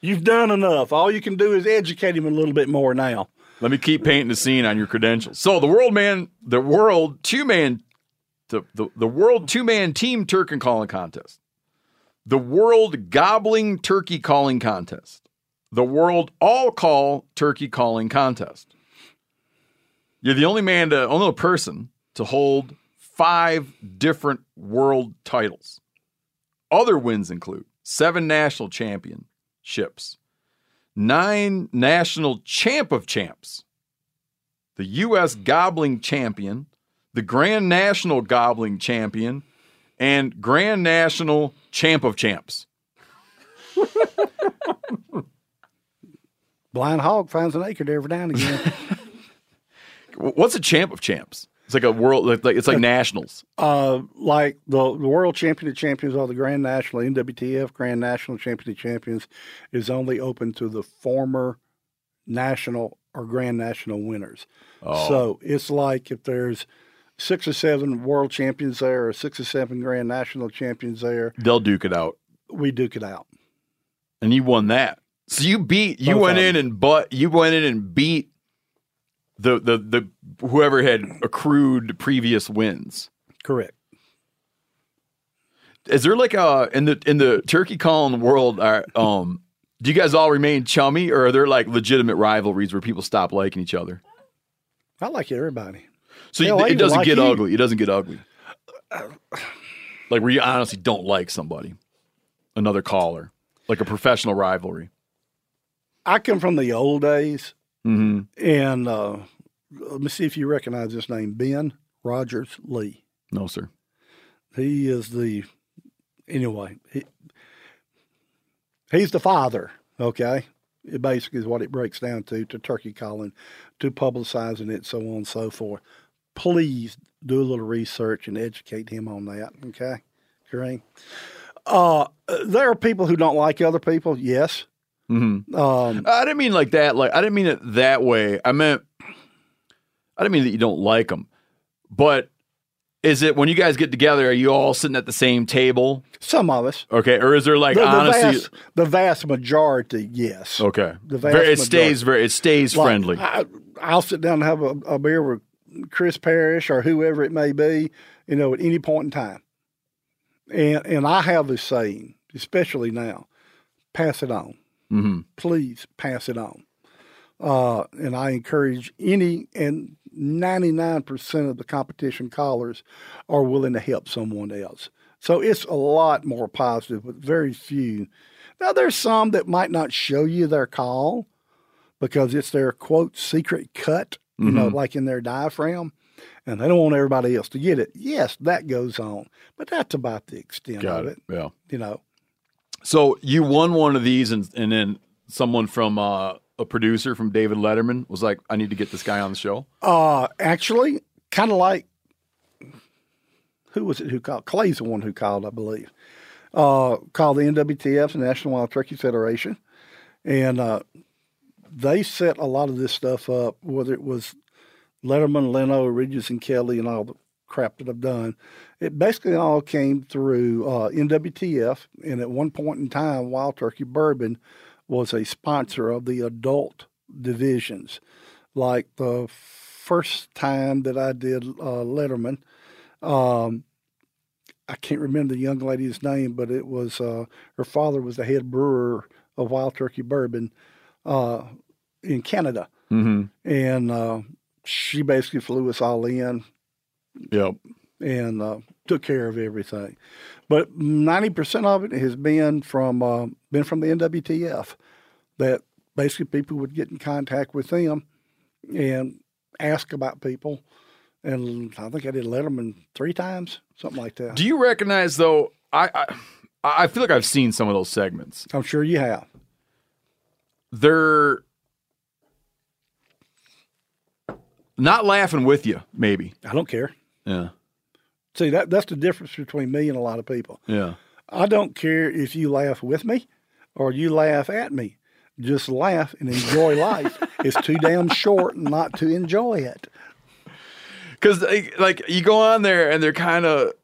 Speaker 6: You've done enough. All you can do is educate him a little bit more now.
Speaker 2: Let me keep painting the scene on your credentials. So the world man, the world two man, the, the, the world two man team turkey calling contest, the world gobbling turkey calling contest, the world all call turkey calling contest. You're the only man to only person to hold five different world titles. Other wins include seven national championships, nine national champ of champs, the U.S. Gobbling champion, the Grand National Gobbling champion, and Grand National champ of champs.
Speaker 6: Blind hog finds an acre every now and again.
Speaker 2: W- What's a champ of champs? It's like a world, like, like- it's like nationals.
Speaker 6: uh, like the, the world champion of champions or the Grand National NWTF Grand National Champion of Champions is only open to the former national or Grand National winners. So it's like if there's six or seven world champions there or six or seven Grand National champions there,
Speaker 2: They'll duke it out,
Speaker 6: we duke it out.
Speaker 2: and you won that. So you beat, you
Speaker 6: Both
Speaker 2: went
Speaker 6: of
Speaker 2: in and but you went in and beat the the the whoever had accrued previous wins.
Speaker 6: Correct.
Speaker 2: Is there like a in the in the turkey calling world? Are, um, do you guys all remain chummy, or are there like legitimate rivalries where people stop liking each other?
Speaker 6: I like everybody.
Speaker 2: So you-
Speaker 6: Hell, I
Speaker 2: it
Speaker 6: even
Speaker 2: doesn't
Speaker 6: like
Speaker 2: get
Speaker 6: you.
Speaker 2: ugly. It doesn't get ugly. Like where you honestly don't like somebody, another caller, like a professional rivalry.
Speaker 6: I come from the old days,
Speaker 2: Mm-hmm.
Speaker 6: and uh, let me see if you recognize this name Ben Rogers Lee.
Speaker 2: No, sir.
Speaker 6: He is the anyway. He, he's the father. Okay, it basically is what it breaks down to to turkey calling, to publicizing it, so on and so forth. Please do a little research and educate him on that. Okay, Kareem. Uh, there are people who don't like other people. Yes.
Speaker 2: Mm-hmm.
Speaker 6: Um,
Speaker 2: I didn't mean like that. Like I didn't mean it that way. I meant I didn't mean that you don't like them, but is it when you guys get together? Are you all sitting at the same table?
Speaker 6: some of us.
Speaker 2: Okay, or is there like
Speaker 6: The, the
Speaker 2: honestly?
Speaker 6: vast, the vast majority, yes.
Speaker 2: okay,
Speaker 6: the vast
Speaker 2: very, it stays
Speaker 6: majority.
Speaker 2: very it stays
Speaker 6: Like,
Speaker 2: friendly.
Speaker 6: I, I'll sit down and have a, a beer with Chris Parrish or whoever it may be, you know, at any point in time. And and I have a saying, especially now, pass it on.
Speaker 2: hmm
Speaker 6: Please pass it on. Uh, and I encourage any and 99% of the competition callers are willing to help someone else. So it's a lot more positive, but very few. Now, there's some that might not show you their call because it's their quote secret cut, you
Speaker 2: Mm-hmm.
Speaker 6: know, like in their diaphragm, and they don't want everybody else to get it. Yes, that goes on, but that's about the extent
Speaker 2: Got
Speaker 6: of
Speaker 2: it.
Speaker 6: it,
Speaker 2: Yeah.
Speaker 6: you know.
Speaker 2: So you won one of these, and and then someone from uh, a producer from David Letterman was like, "I need to get this guy on the show."
Speaker 6: Uh, actually, kind of like who was it who called? Clay's the one who called, I believe. Uh, called the NWTF, the National Wild Turkey Federation, and uh, they set a lot of this stuff up. Whether it was Letterman, Leno, Ridges, and Kelly, and all the crap that I've done, it basically all came through uh, NWTF. And at one point in time, Wild Turkey Bourbon was a sponsor of the adult divisions like the first time that I did uh, Letterman. Um, I can't remember the young lady's name, but it was uh, her father was the head brewer of Wild Turkey Bourbon uh, in Canada,
Speaker 2: Mm-hmm.
Speaker 6: and uh, she basically flew us all in
Speaker 2: Yeah.
Speaker 6: and uh, took care of everything. But ninety percent of it has been from uh, been from the NWTF. That basically people would get in contact with them and ask about people. And I think I did Letterman three times, something like that.
Speaker 2: Do you recognize though? I, I I feel like I've seen some of those segments.
Speaker 6: I'm sure you have.
Speaker 2: They're not laughing with you, maybe.
Speaker 6: I don't care.
Speaker 2: Yeah.
Speaker 6: See, that that's the difference between me and a lot of people.
Speaker 2: Yeah.
Speaker 6: I don't care if you laugh with me or you laugh at me. Just laugh and enjoy life. It's too damn short not to enjoy it.
Speaker 2: Because like, like, you go on there and they're kind of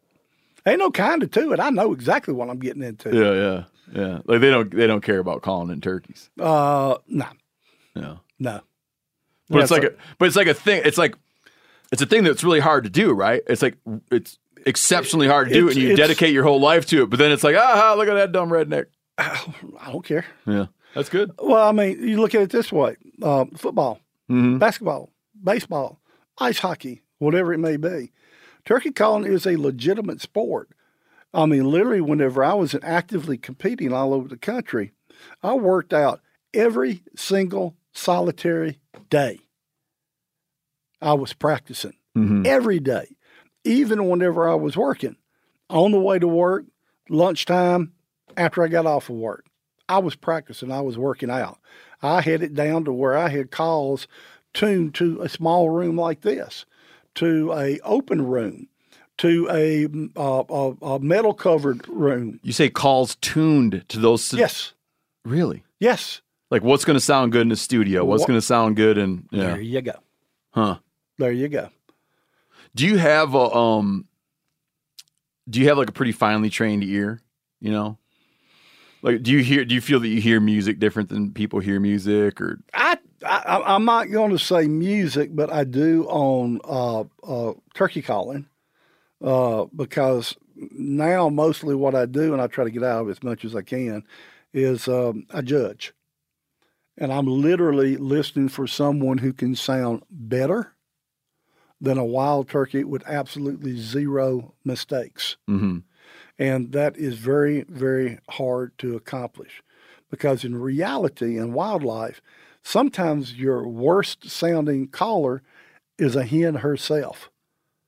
Speaker 6: Ain't no kind of to it. I know exactly what I'm getting into.
Speaker 2: yeah yeah yeah like they don't they don't care about calling in turkeys.
Speaker 6: Uh, no,
Speaker 2: Yeah.
Speaker 6: no.
Speaker 2: But it's like a, but it's like a thing. It's like it's a thing that's really hard to do, right? It's like it's exceptionally hard to do,
Speaker 6: It's-
Speaker 2: and you
Speaker 6: it's-
Speaker 2: dedicate your whole life to it. But then it's like, ah, look at that dumb redneck.
Speaker 6: I don't care.
Speaker 2: Yeah, that's good.
Speaker 6: Well, I mean, you look at it this way: uh, football, basketball, baseball, ice hockey, whatever it may be. Turkey calling is a legitimate sport. I mean, literally, whenever I was actively competing all over the country, I worked out every single solitary day. I was practicing every day, even whenever I was working, on the way to work, lunchtime, after I got off of work. I was practicing, I was working out. I had it down to where I had calls tuned to a small room like this, to a open room, to a uh, a, a metal covered room.
Speaker 2: You say calls tuned to those.
Speaker 6: Yes,
Speaker 2: really.
Speaker 6: yes.
Speaker 2: Like what's going to sound good in the studio? What's
Speaker 6: What-
Speaker 2: going to sound good? And yeah,
Speaker 6: There you go.
Speaker 2: huh?
Speaker 6: There you go.
Speaker 2: Do you have a um? Do you have like a pretty finely trained ear? You know, like do you hear? Do you feel that you hear music different than people hear music? Or
Speaker 6: I, I I'm not going to say music, but I do on uh, uh, turkey calling uh, because now mostly what I do, and I try to get out of it as much as I can, is um, I judge, and I'm literally listening for someone who can sound better than a wild turkey with absolutely zero mistakes.
Speaker 2: Mhm.
Speaker 6: And that is very, very hard to accomplish because in reality, in wildlife, sometimes your worst sounding caller is a hen herself.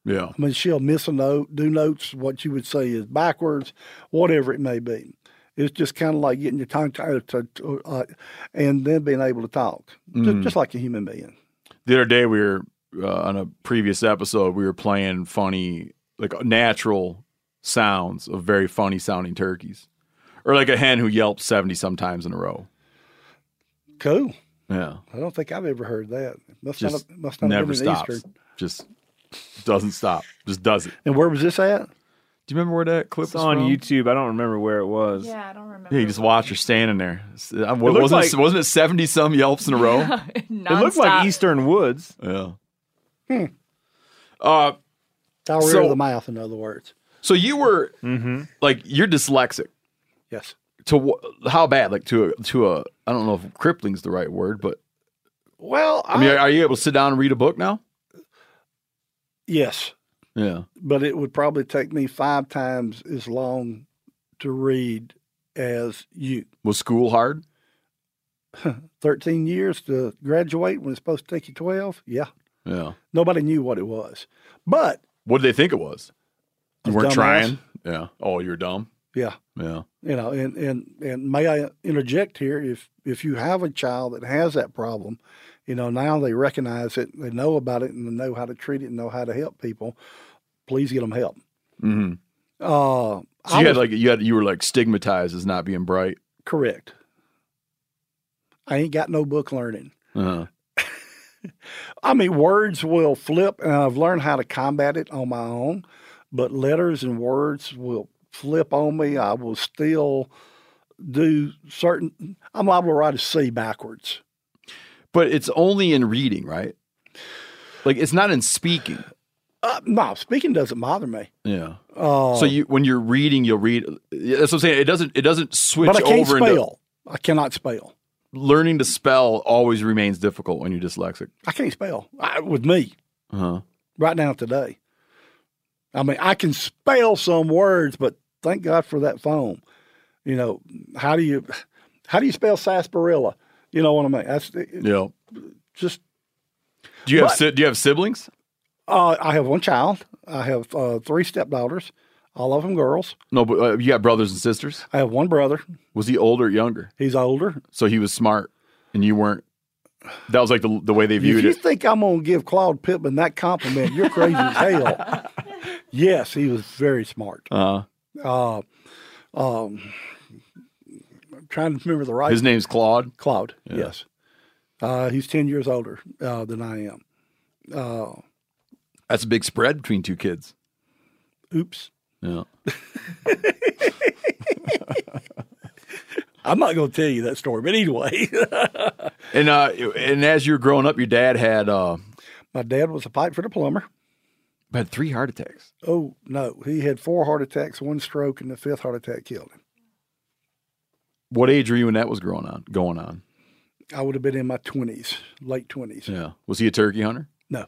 Speaker 2: yeah,
Speaker 6: I mean, she'll miss a note, do notes, what you would say is backwards, whatever it may be. It's just kind of like getting your tongue tied to, to- uh, and then being able to talk, Ju-
Speaker 2: Mm-hmm.
Speaker 6: just, like a human being.
Speaker 2: the other day we were uh, on a previous episode we were playing funny like natural sounds of very funny sounding turkeys or like a hen who yelps 70 sometimes in a row
Speaker 6: Cool.
Speaker 2: yeah
Speaker 6: I don't think I've ever heard that. Must not
Speaker 2: just
Speaker 6: have, must not have
Speaker 2: never
Speaker 6: been an
Speaker 2: stops
Speaker 6: Easter.
Speaker 2: just doesn't stop just does it
Speaker 6: And where was this at?
Speaker 2: do you remember where that clip
Speaker 4: It's
Speaker 2: was
Speaker 4: on
Speaker 2: from?
Speaker 4: YouTube. I don't remember where it was.
Speaker 11: Yeah, I don't remember.
Speaker 2: yeah you just watch her standing there S- I- wa-
Speaker 4: looked
Speaker 2: wasn't, it,
Speaker 4: like-
Speaker 2: wasn't it 70 some yelps in a row
Speaker 4: It looked like Eastern Woods.
Speaker 2: yeah
Speaker 6: Hmm.
Speaker 2: uh
Speaker 6: Diarrhea
Speaker 2: So-
Speaker 6: of the mouth, in other words.
Speaker 2: so you were
Speaker 4: Hmm.
Speaker 2: like you're dyslexic
Speaker 6: Yes.
Speaker 2: to wh- how bad like to a, to a I don't know if crippling's the right word, but
Speaker 6: Well,
Speaker 2: I mean, are, are you able to sit down and read a book now?
Speaker 6: yes.
Speaker 2: Yeah,
Speaker 6: but it would probably take me five times as long to read as you.
Speaker 2: was school hard?
Speaker 6: 13 years to graduate when it's supposed to take you 12. Yeah.
Speaker 2: Yeah,
Speaker 6: Nobody knew what it was. But,
Speaker 2: what did they think it was? You
Speaker 6: A
Speaker 2: weren't
Speaker 6: dumbass.
Speaker 2: trying. Yeah. Oh, you're dumb.
Speaker 6: yeah,
Speaker 2: Yeah.
Speaker 6: you know, and, and, and may I interject here? If, if you have a child that has that problem, you know, now they recognize it, they know about it, and they know how to treat it and know how to help people. Please get them help.
Speaker 2: hmm
Speaker 6: Uh,
Speaker 2: So
Speaker 6: I
Speaker 2: you
Speaker 6: was-
Speaker 2: had like you had you were like stigmatized as not being bright.
Speaker 6: correct. I ain't got no book learning.
Speaker 2: Uh-huh.
Speaker 6: I mean, words will flip, and I've learned how to combat it on my own. But letters and words will flip on me. I will still do certain. I'm liable to write a C backwards.
Speaker 2: But it's only in reading, right? Like it's not in speaking.
Speaker 6: Uh, no, speaking doesn't bother me.
Speaker 2: Yeah.
Speaker 6: Uh,
Speaker 2: so you when you're reading, you'll read. yeah, That's what I'm saying. It doesn't it doesn't switch
Speaker 6: but I can't
Speaker 2: over. Into,
Speaker 6: spell. I cannot spell.
Speaker 2: learning to spell always remains difficult when you're dyslexic.
Speaker 6: I can't spell I, with me
Speaker 2: Uh-huh.
Speaker 6: right now today. I mean, I can spell some words, but thank God for that phone. You know, how do you how do you spell sarsaparilla? You know what I mean? That's
Speaker 2: Yeah.
Speaker 6: just
Speaker 2: Do you have
Speaker 6: But-
Speaker 2: si- do you have siblings?
Speaker 6: uh, I have one child. I have uh, three stepdaughters, all of them girls.
Speaker 2: No, but uh, you got brothers and sisters.
Speaker 6: I have one brother.
Speaker 2: Was he older, or younger?
Speaker 6: He's older.
Speaker 2: So he was smart, and you weren't. That was like the the way they
Speaker 6: If
Speaker 2: viewed
Speaker 6: you
Speaker 2: it.
Speaker 6: think I'm gonna give Claude Pittman that compliment, you're crazy as hell. Yes, he was very smart.
Speaker 2: Uh,
Speaker 6: Uh, um, I'm trying to remember the right
Speaker 2: his name's Claude.
Speaker 6: Claude.
Speaker 2: Yeah.
Speaker 6: Yes, uh, he's ten years older uh, than I am. Uh,
Speaker 2: That's a big spread between two kids.
Speaker 6: oops,
Speaker 2: Yeah.
Speaker 6: I'm not going to tell you that story. But anyway,
Speaker 2: And uh, and as you were growing up, your dad had uh,
Speaker 6: my dad was a pipe for the plumber.
Speaker 2: had three heart attacks.
Speaker 6: Oh no, he had four heart attacks, one stroke, and the fifth heart attack killed him.
Speaker 2: What age were you when that was growing on? Going on?
Speaker 6: I would have been in my twenties, late twenties.
Speaker 2: Yeah. Was he a turkey hunter?
Speaker 6: No,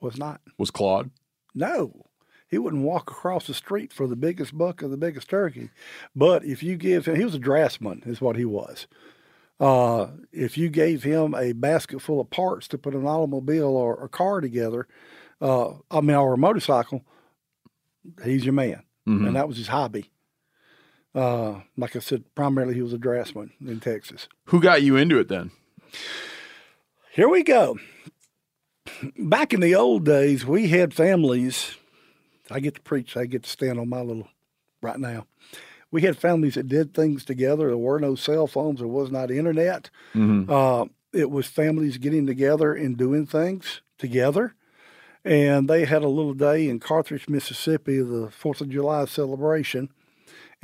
Speaker 6: was not.
Speaker 2: Was Claude?
Speaker 6: No, he wouldn't walk across the street for the biggest buck or the biggest turkey. But if you give him, he was a draftsman, is what he was. Uh, if you gave him a basket full of parts to put an automobile or a car together, uh, I mean, or a motorcycle, he's your man.
Speaker 2: Mhm.
Speaker 6: And that was his hobby. Uh, like I said, primarily he was a draftsman in Texas.
Speaker 2: Who got you into it then?
Speaker 6: Here we go. Back in the old days, we had families. I get to preach, I get to stand on my little right now. We had families that did things together. There were no cell phones, there was not internet.
Speaker 2: Mm-hmm.
Speaker 6: Uh, it was families getting together and doing things together. And they had a little day in Carthage, Mississippi, the 4th of July celebration.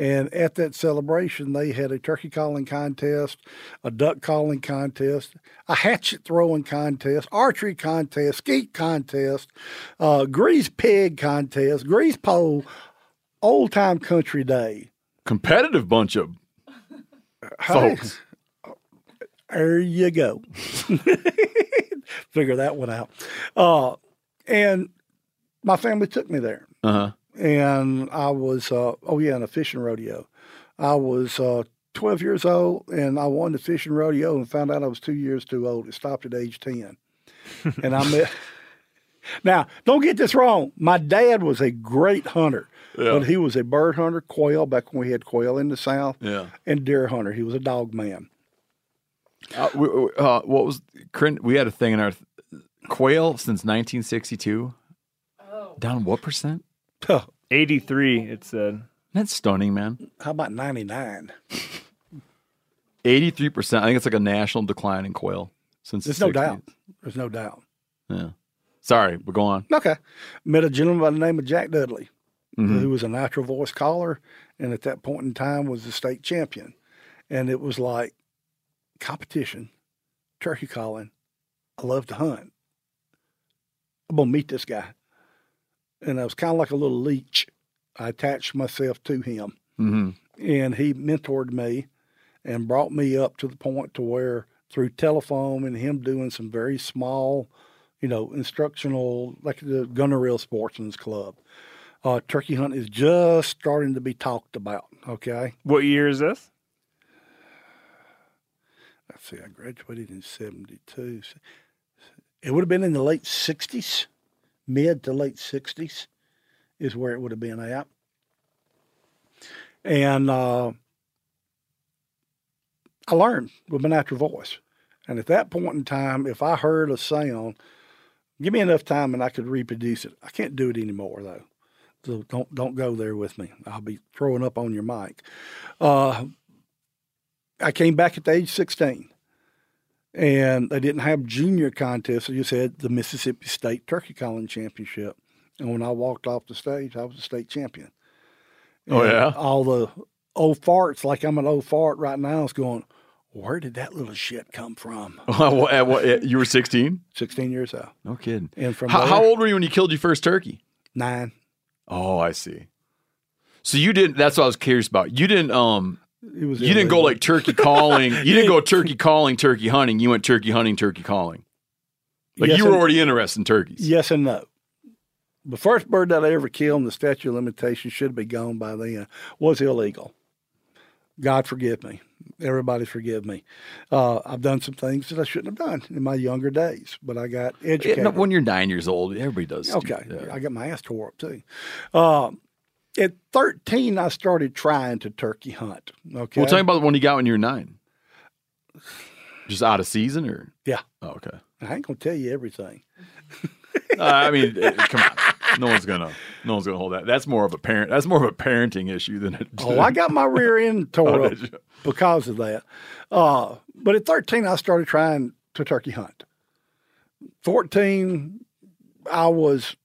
Speaker 6: And at that celebration, they had a turkey calling contest, a duck calling contest, a hatchet throwing contest, archery contest, skeet contest, uh, grease pig contest, grease pole, old time country day.
Speaker 2: Competitive bunch of folks.
Speaker 6: There you go. Figure that one out. Uh, and my family took me there,
Speaker 2: Uh huh.
Speaker 6: and I was uh, oh yeah, in a fishing rodeo. I was uh, 12 years old, and I won the fishing rodeo, and found out I was two years too old. It stopped at age 10, and I met. Now, don't get this wrong. My dad was a great hunter, but he was a bird hunter, quail back when we had quail in the South,
Speaker 2: Yeah.
Speaker 6: and deer hunter. He was a dog man.
Speaker 2: Uh, we, we- uh, what was Corinne- we had a thing in our quail since 1962? Down what percent?
Speaker 6: Huh,
Speaker 4: 83, it said.
Speaker 2: That's stunning, man.
Speaker 6: How about 99?
Speaker 2: 83 percent. I think it's like a national decline in quail since.
Speaker 6: There's
Speaker 2: the
Speaker 6: no
Speaker 2: 60s.
Speaker 6: doubt. There's no doubt.
Speaker 2: Yeah. Sorry, but go on.
Speaker 6: Okay. Met a gentleman by the name of Jack Dudley,
Speaker 2: Mhm.
Speaker 6: who was a natural voice caller and at that point in time was the state champion. And it was like competition, turkey calling. I love to hunt. I'm going to meet this guy. And I was kind of like a little leech. I attached myself to him.
Speaker 2: Mm-hmm.
Speaker 6: and he mentored me and brought me up to the point to where through telephone and him doing some very small you know instructional like the gunner sportsman's club uh, turkey hunt is just starting to be talked about okay
Speaker 4: What year is this?
Speaker 6: let's see i graduated in 72 it would have been in the late 60s mid to late 60s is where it would have been at and uh, i learned with my natural voice and at that point in time if i heard a sound give me enough time and i could reproduce it i can't do it anymore though so don't don't go there with me i'll be throwing up on your mic uh, I came back at the age 16. And they didn't have junior contests. They just had the Mississippi State Turkey Calling Championship. And when I walked off the stage, I was the state champion.
Speaker 2: Oh,
Speaker 6: And
Speaker 2: yeah?
Speaker 6: All the old farts, like I'm an old fart right now, is going, where did that little shit come from?
Speaker 2: what, at what, at- you were 16?
Speaker 6: 16 years old.
Speaker 2: No kidding.
Speaker 6: And from
Speaker 2: How,
Speaker 6: there,
Speaker 2: how old were you when you killed your first turkey?
Speaker 6: nine.
Speaker 2: Oh, I see. So you didn't. That's what I was curious about. You didn't. Um,
Speaker 6: It was
Speaker 2: you didn't go
Speaker 6: illegal.
Speaker 2: like turkey calling. You didn't go turkey calling, turkey hunting. You went turkey hunting, turkey calling. Like
Speaker 6: Yes
Speaker 2: you were
Speaker 6: and-
Speaker 2: already interested in turkeys.
Speaker 6: Yes and no. The first bird that I ever killed, and the statute of limitations should be gone by then, was illegal. God forgive me. Everybody forgive me. Uh, I've done some things that I shouldn't have done in my younger days, but I got
Speaker 2: Yeah,
Speaker 6: educated.
Speaker 2: no, when you're nine years old, everybody does.
Speaker 6: okay,
Speaker 2: stupid- yeah.
Speaker 6: I got my ass tore up too. Uh, at 13, I started trying to turkey hunt. Okay.
Speaker 2: Well, tell me about the one you got when you were nine. Just out of season, or
Speaker 6: Yeah.
Speaker 2: Oh, okay.
Speaker 6: I ain't going to tell you everything.
Speaker 2: Uh, I mean, eh, come on. no one's gonna, no one's gonna hold that. That's more of a parent. That's more of a parenting issue than. A,
Speaker 6: Oh, I got my rear end tore
Speaker 2: Oh,
Speaker 6: up
Speaker 2: did you?
Speaker 6: because of that. Uh, but at 13, I started trying to turkey hunt. 14, I was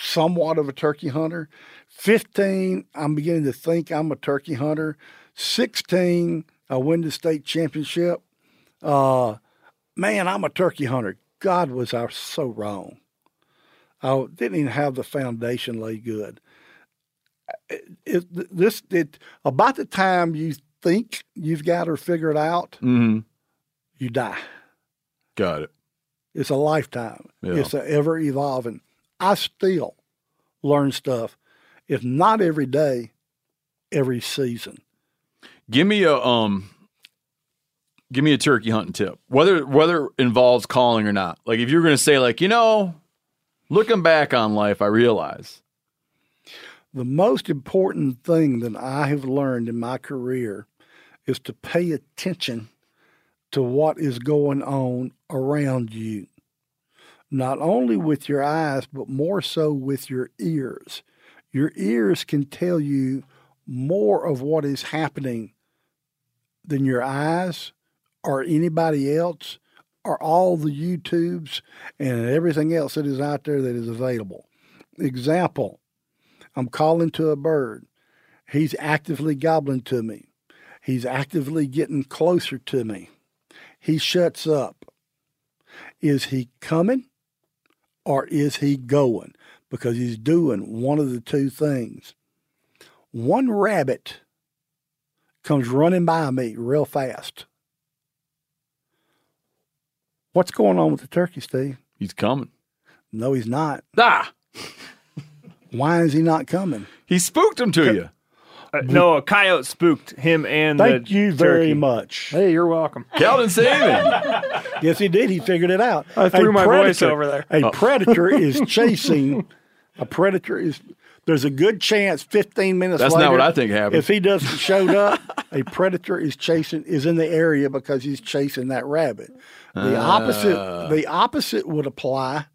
Speaker 6: somewhat of a turkey hunter. 15, I'm beginning to think I'm a turkey hunter. 16, I win the state championship. Uh, man, I'm a turkey hunter. God, was I so wrong. I didn't even have the foundation laid good it, th- this it about the time you think you've got her figured out,
Speaker 2: hmm
Speaker 6: you die.
Speaker 2: Got it.
Speaker 6: It's a lifetime.
Speaker 2: Yeah.
Speaker 6: It's a ever evolving. I still learn stuff, if not every day, every season.
Speaker 2: Give me a um. Give me a turkey hunting tip, whether whether it involves calling or not. Like if you're gonna say like you know, looking back on life, I realize.
Speaker 6: The most important thing that I have learned in my career is to pay attention to what is going on around you, not only with your eyes, but more so with your ears. Your ears can tell you more of what is happening than your eyes or anybody else or all the YouTubes and everything else that is out there that is available. Example I'm calling to a bird. He's actively gobbling to me. He's actively getting closer to me. He shuts up. Is he coming or is he going? Because he's doing one of the two things. One rabbit comes running by me real fast. What's going on with the turkey, Steve?
Speaker 2: He's coming.
Speaker 6: No, he's not.
Speaker 2: Ah,
Speaker 6: Why is he not coming?
Speaker 2: he spooked him to you.
Speaker 4: Uh, no, a coyote spooked him and
Speaker 6: Thank
Speaker 4: the
Speaker 6: you very
Speaker 4: turkey.
Speaker 6: much.
Speaker 5: Hey, you're welcome.
Speaker 2: Calvin saved him.
Speaker 6: Yes, he did. He figured it out.
Speaker 5: I threw
Speaker 6: A
Speaker 5: my voice over there.
Speaker 6: A predator is chasing. A predator is. There's a good chance 15 minutes
Speaker 2: That's not
Speaker 6: later.
Speaker 2: what I think happened.
Speaker 6: If he doesn't showed up, a predator is chasing is in the area because he's chasing that rabbit. The opposite the opposite would apply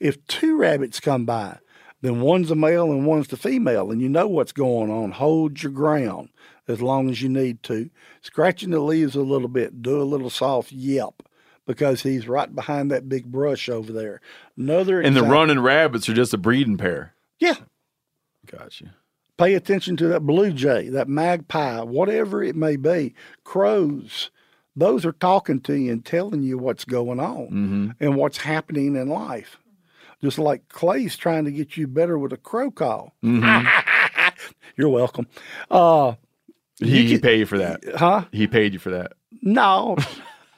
Speaker 6: if two rabbits come by. Then one's the male and one's the female, and you know what's going on. Hold your ground as long as you need to. Scratching the leaves a little bit, do a little soft yelp because he's right behind that big brush over there. Another
Speaker 2: And the
Speaker 6: example-
Speaker 2: running rabbits are just a breeding pair.
Speaker 6: Yeah,
Speaker 2: Gotcha.
Speaker 6: pay attention to that blue jay, that magpie, whatever it may be, crows. Those are talking to you and telling you what's going on and what's happening in life. Just like Clay's trying to get you better with a crow call. You're welcome. Uh,
Speaker 2: He, he paid you for that.
Speaker 6: huh?
Speaker 2: He paid you for that.
Speaker 6: No,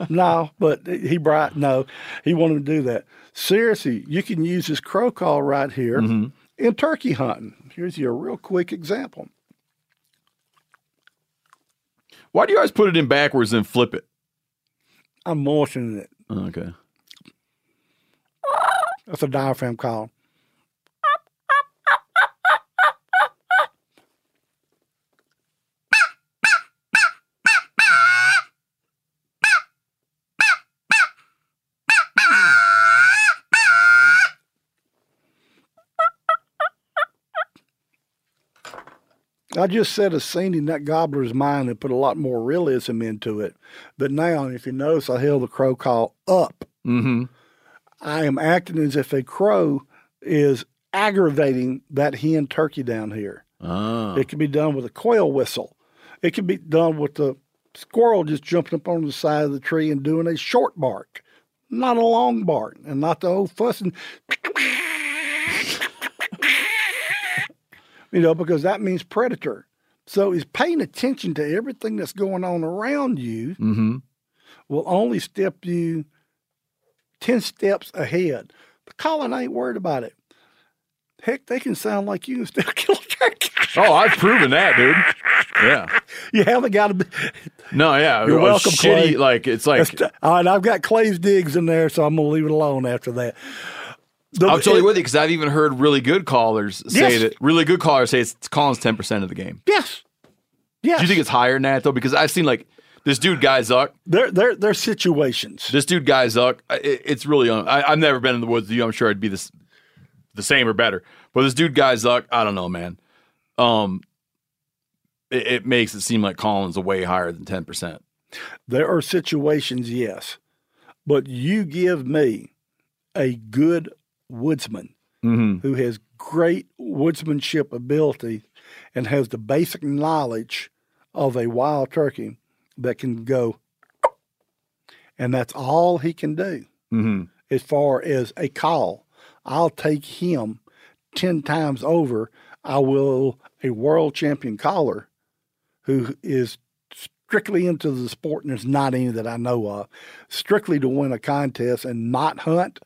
Speaker 6: no, but he brought no. He wanted to do that. Seriously, you can use this crow call right here in turkey hunting. Here's you a real quick example.
Speaker 2: Why do you always put it in backwards and flip it?
Speaker 6: I'm moistening it.
Speaker 2: Okay.
Speaker 6: That's a diaphragm call. I just said a scene in that gobbler's mind and put a lot more realism into it. But now, if you notice, I held the crow call up.
Speaker 2: Mm-hmm.
Speaker 6: I am acting as if a crow is aggravating that hen turkey down here.
Speaker 2: Ah.
Speaker 6: It can be done with a quail whistle. It can be done with the squirrel just jumping up on the side of the tree and doing a short bark, not a long bark, and not the old fussing. you know, because that means predator. So is paying attention to everything that's going on around you
Speaker 2: Mm-hmm.
Speaker 6: will only step you 10 steps ahead. But Colin ain't worried about it. Heck, they can sound like you and still kill a turkey.
Speaker 2: Oh, I've proven that, dude. Yeah.
Speaker 6: You haven't got to be.
Speaker 2: No, yeah.
Speaker 6: You're
Speaker 2: a
Speaker 6: welcome, Clay.
Speaker 2: Shitty, like it's like
Speaker 6: All right, I've got Clay's digs in there, so I'm going to leave it alone after that. The-
Speaker 2: I'm totally with you because I've even heard really good callers say
Speaker 6: Yes.
Speaker 2: that really good callers say it's calling's ten percent of the game.
Speaker 6: Yes. Yes.
Speaker 2: Do you think it's higher than that though? Because I've seen like this dude Guy Zuck,
Speaker 6: they're, they're, they're situations.
Speaker 2: uh, this dude Guy Zuck. I- It, it's really un- I, I've never been in the woods with you. I'm sure I'd be this the same or better. But this dude Guy Zuck, I don't know, man. Um, it, it makes it seem like Collins are way higher than ten percent.
Speaker 6: There are situations, yes, but you give me a good woodsman
Speaker 2: Mm-hmm.
Speaker 6: who has great woodsmanship ability and has the basic knowledge of a wild turkey that can go, and that's all he can do
Speaker 2: Mm-hmm.
Speaker 6: as far as a call. I'll take him 10 times over. I will a world champion caller who is strictly into the sport, and there's not any that I know of, strictly to win a contest and not hunt.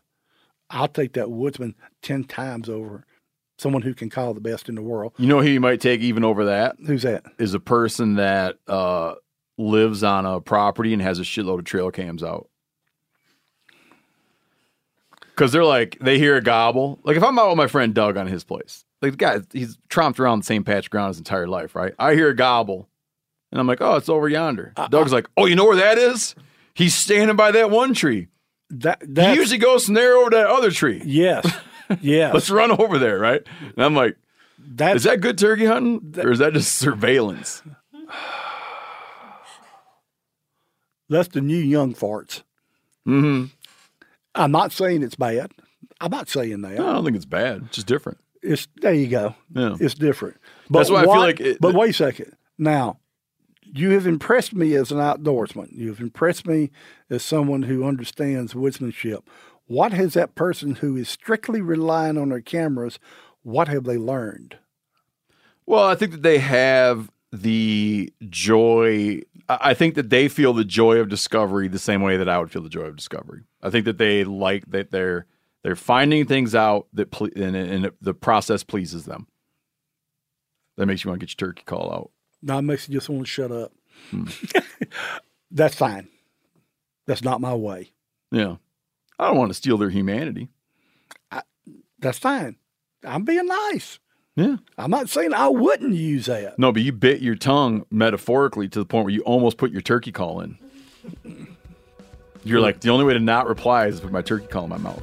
Speaker 6: I'll take that woodsman 10 times over someone who can call the best in the world.
Speaker 2: You know who you might take even over that
Speaker 6: Who's that?
Speaker 2: is a person that uh, lives on a property and has a shitload of trail cams out. Because they're like, they hear a gobble. Like, if I'm out with my friend Doug on his place, like, the guy, he's tromped around the same patch of ground his entire life, right? I hear a gobble and I'm like, oh, it's over yonder. Doug's like, oh, you know where that is? He's standing by that one tree.
Speaker 6: That
Speaker 2: He
Speaker 6: that
Speaker 2: usually goes from there over to that other tree.
Speaker 6: yes. Yes.
Speaker 2: Let's run over there, right? And I'm like,
Speaker 6: That's
Speaker 2: is that good turkey hunting or is that just surveillance?
Speaker 6: that's the new young farts.
Speaker 2: Mm-hmm.
Speaker 6: I'm not saying it's bad. I'm not saying that.
Speaker 2: No, I don't think it's bad. It's just different.
Speaker 6: It's there you go.
Speaker 2: Yeah.
Speaker 6: It's different.
Speaker 2: That's why I feel
Speaker 6: what-
Speaker 2: like it-
Speaker 6: but wait a second. Now, you have impressed me as an outdoorsman. You have impressed me as someone who understands woodsmanship. What has that person who is strictly relying on their cameras? What have they learned?
Speaker 2: Well, I think that they have the joy. I I think that they feel the joy of discovery the same way that I would feel the joy of discovery. I think that they like that they're they're finding things out that ple- and, and the process pleases them. That makes you want to get your turkey call out.
Speaker 6: Now, it makes you just want to shut up.
Speaker 2: Hmm.
Speaker 6: That's fine. That's not my way.
Speaker 2: Yeah, I don't want to steal their humanity.
Speaker 6: That's fine. I'm being nice.
Speaker 2: Yeah,
Speaker 6: I'm not saying I wouldn't use that.
Speaker 2: no, but you bit your tongue metaphorically to the point where you almost put your turkey call in. You're like the only way to not reply is to put my turkey call in my mouth.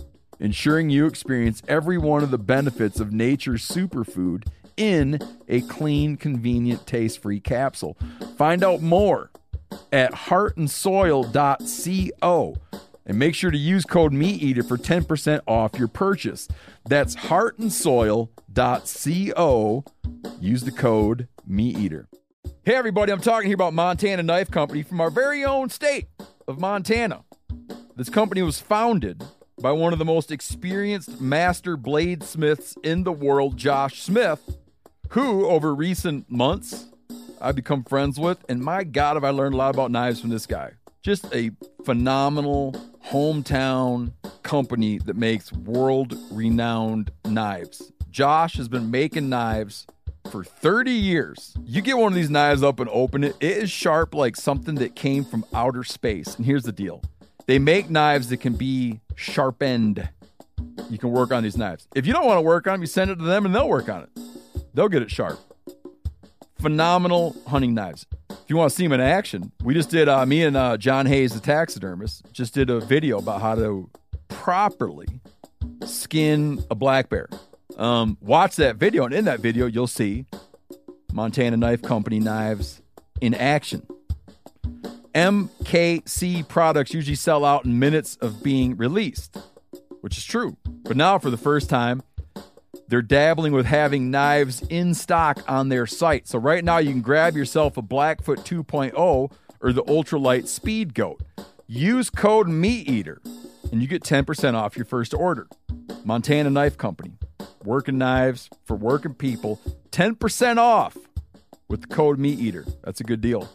Speaker 1: ensuring you experience every one of the benefits of nature's superfood in a clean, convenient, taste free capsule. Find out more at heartandsoil.co and make sure to use code MeatEater for 10% off your purchase. That's heartandsoil.co. Use the code MeatEater. Hey, everybody, I'm talking here about Montana Knife Company from our very own state of Montana. This company was founded by one of the most experienced master bladesmiths in the world, Josh Smith, who over recent months I've become friends with. And my God, have I learned a lot about knives from this guy. Just a phenomenal hometown company that makes world renowned knives. Josh has been making knives for 30 years. You get one of these knives up and open it, it is sharp like something that came from outer space. And here's the deal they make knives that can be sharpened. You can work on these knives. If you don't want to work on them, you send it to them and they'll work on it. They'll get it sharp. Phenomenal hunting knives. If you want to see them in action, we just did, uh, me and uh, John Hayes, the taxidermist, just did a video about how to properly skin a black bear. Um, watch that video, and in that video, you'll see Montana Knife Company knives in action. MKC products usually sell out in minutes of being released, which is true. But now, for the first time, They're dabbling with having knives in stock on their site. So right now you can grab yourself a Blackfoot 2.0 or the Ultralight Speed Goat. Use code MeatEater and you get 10% off your first order. Montana Knife Company. Working knives for working people. 10% off with the code MeatEater. That's a good deal.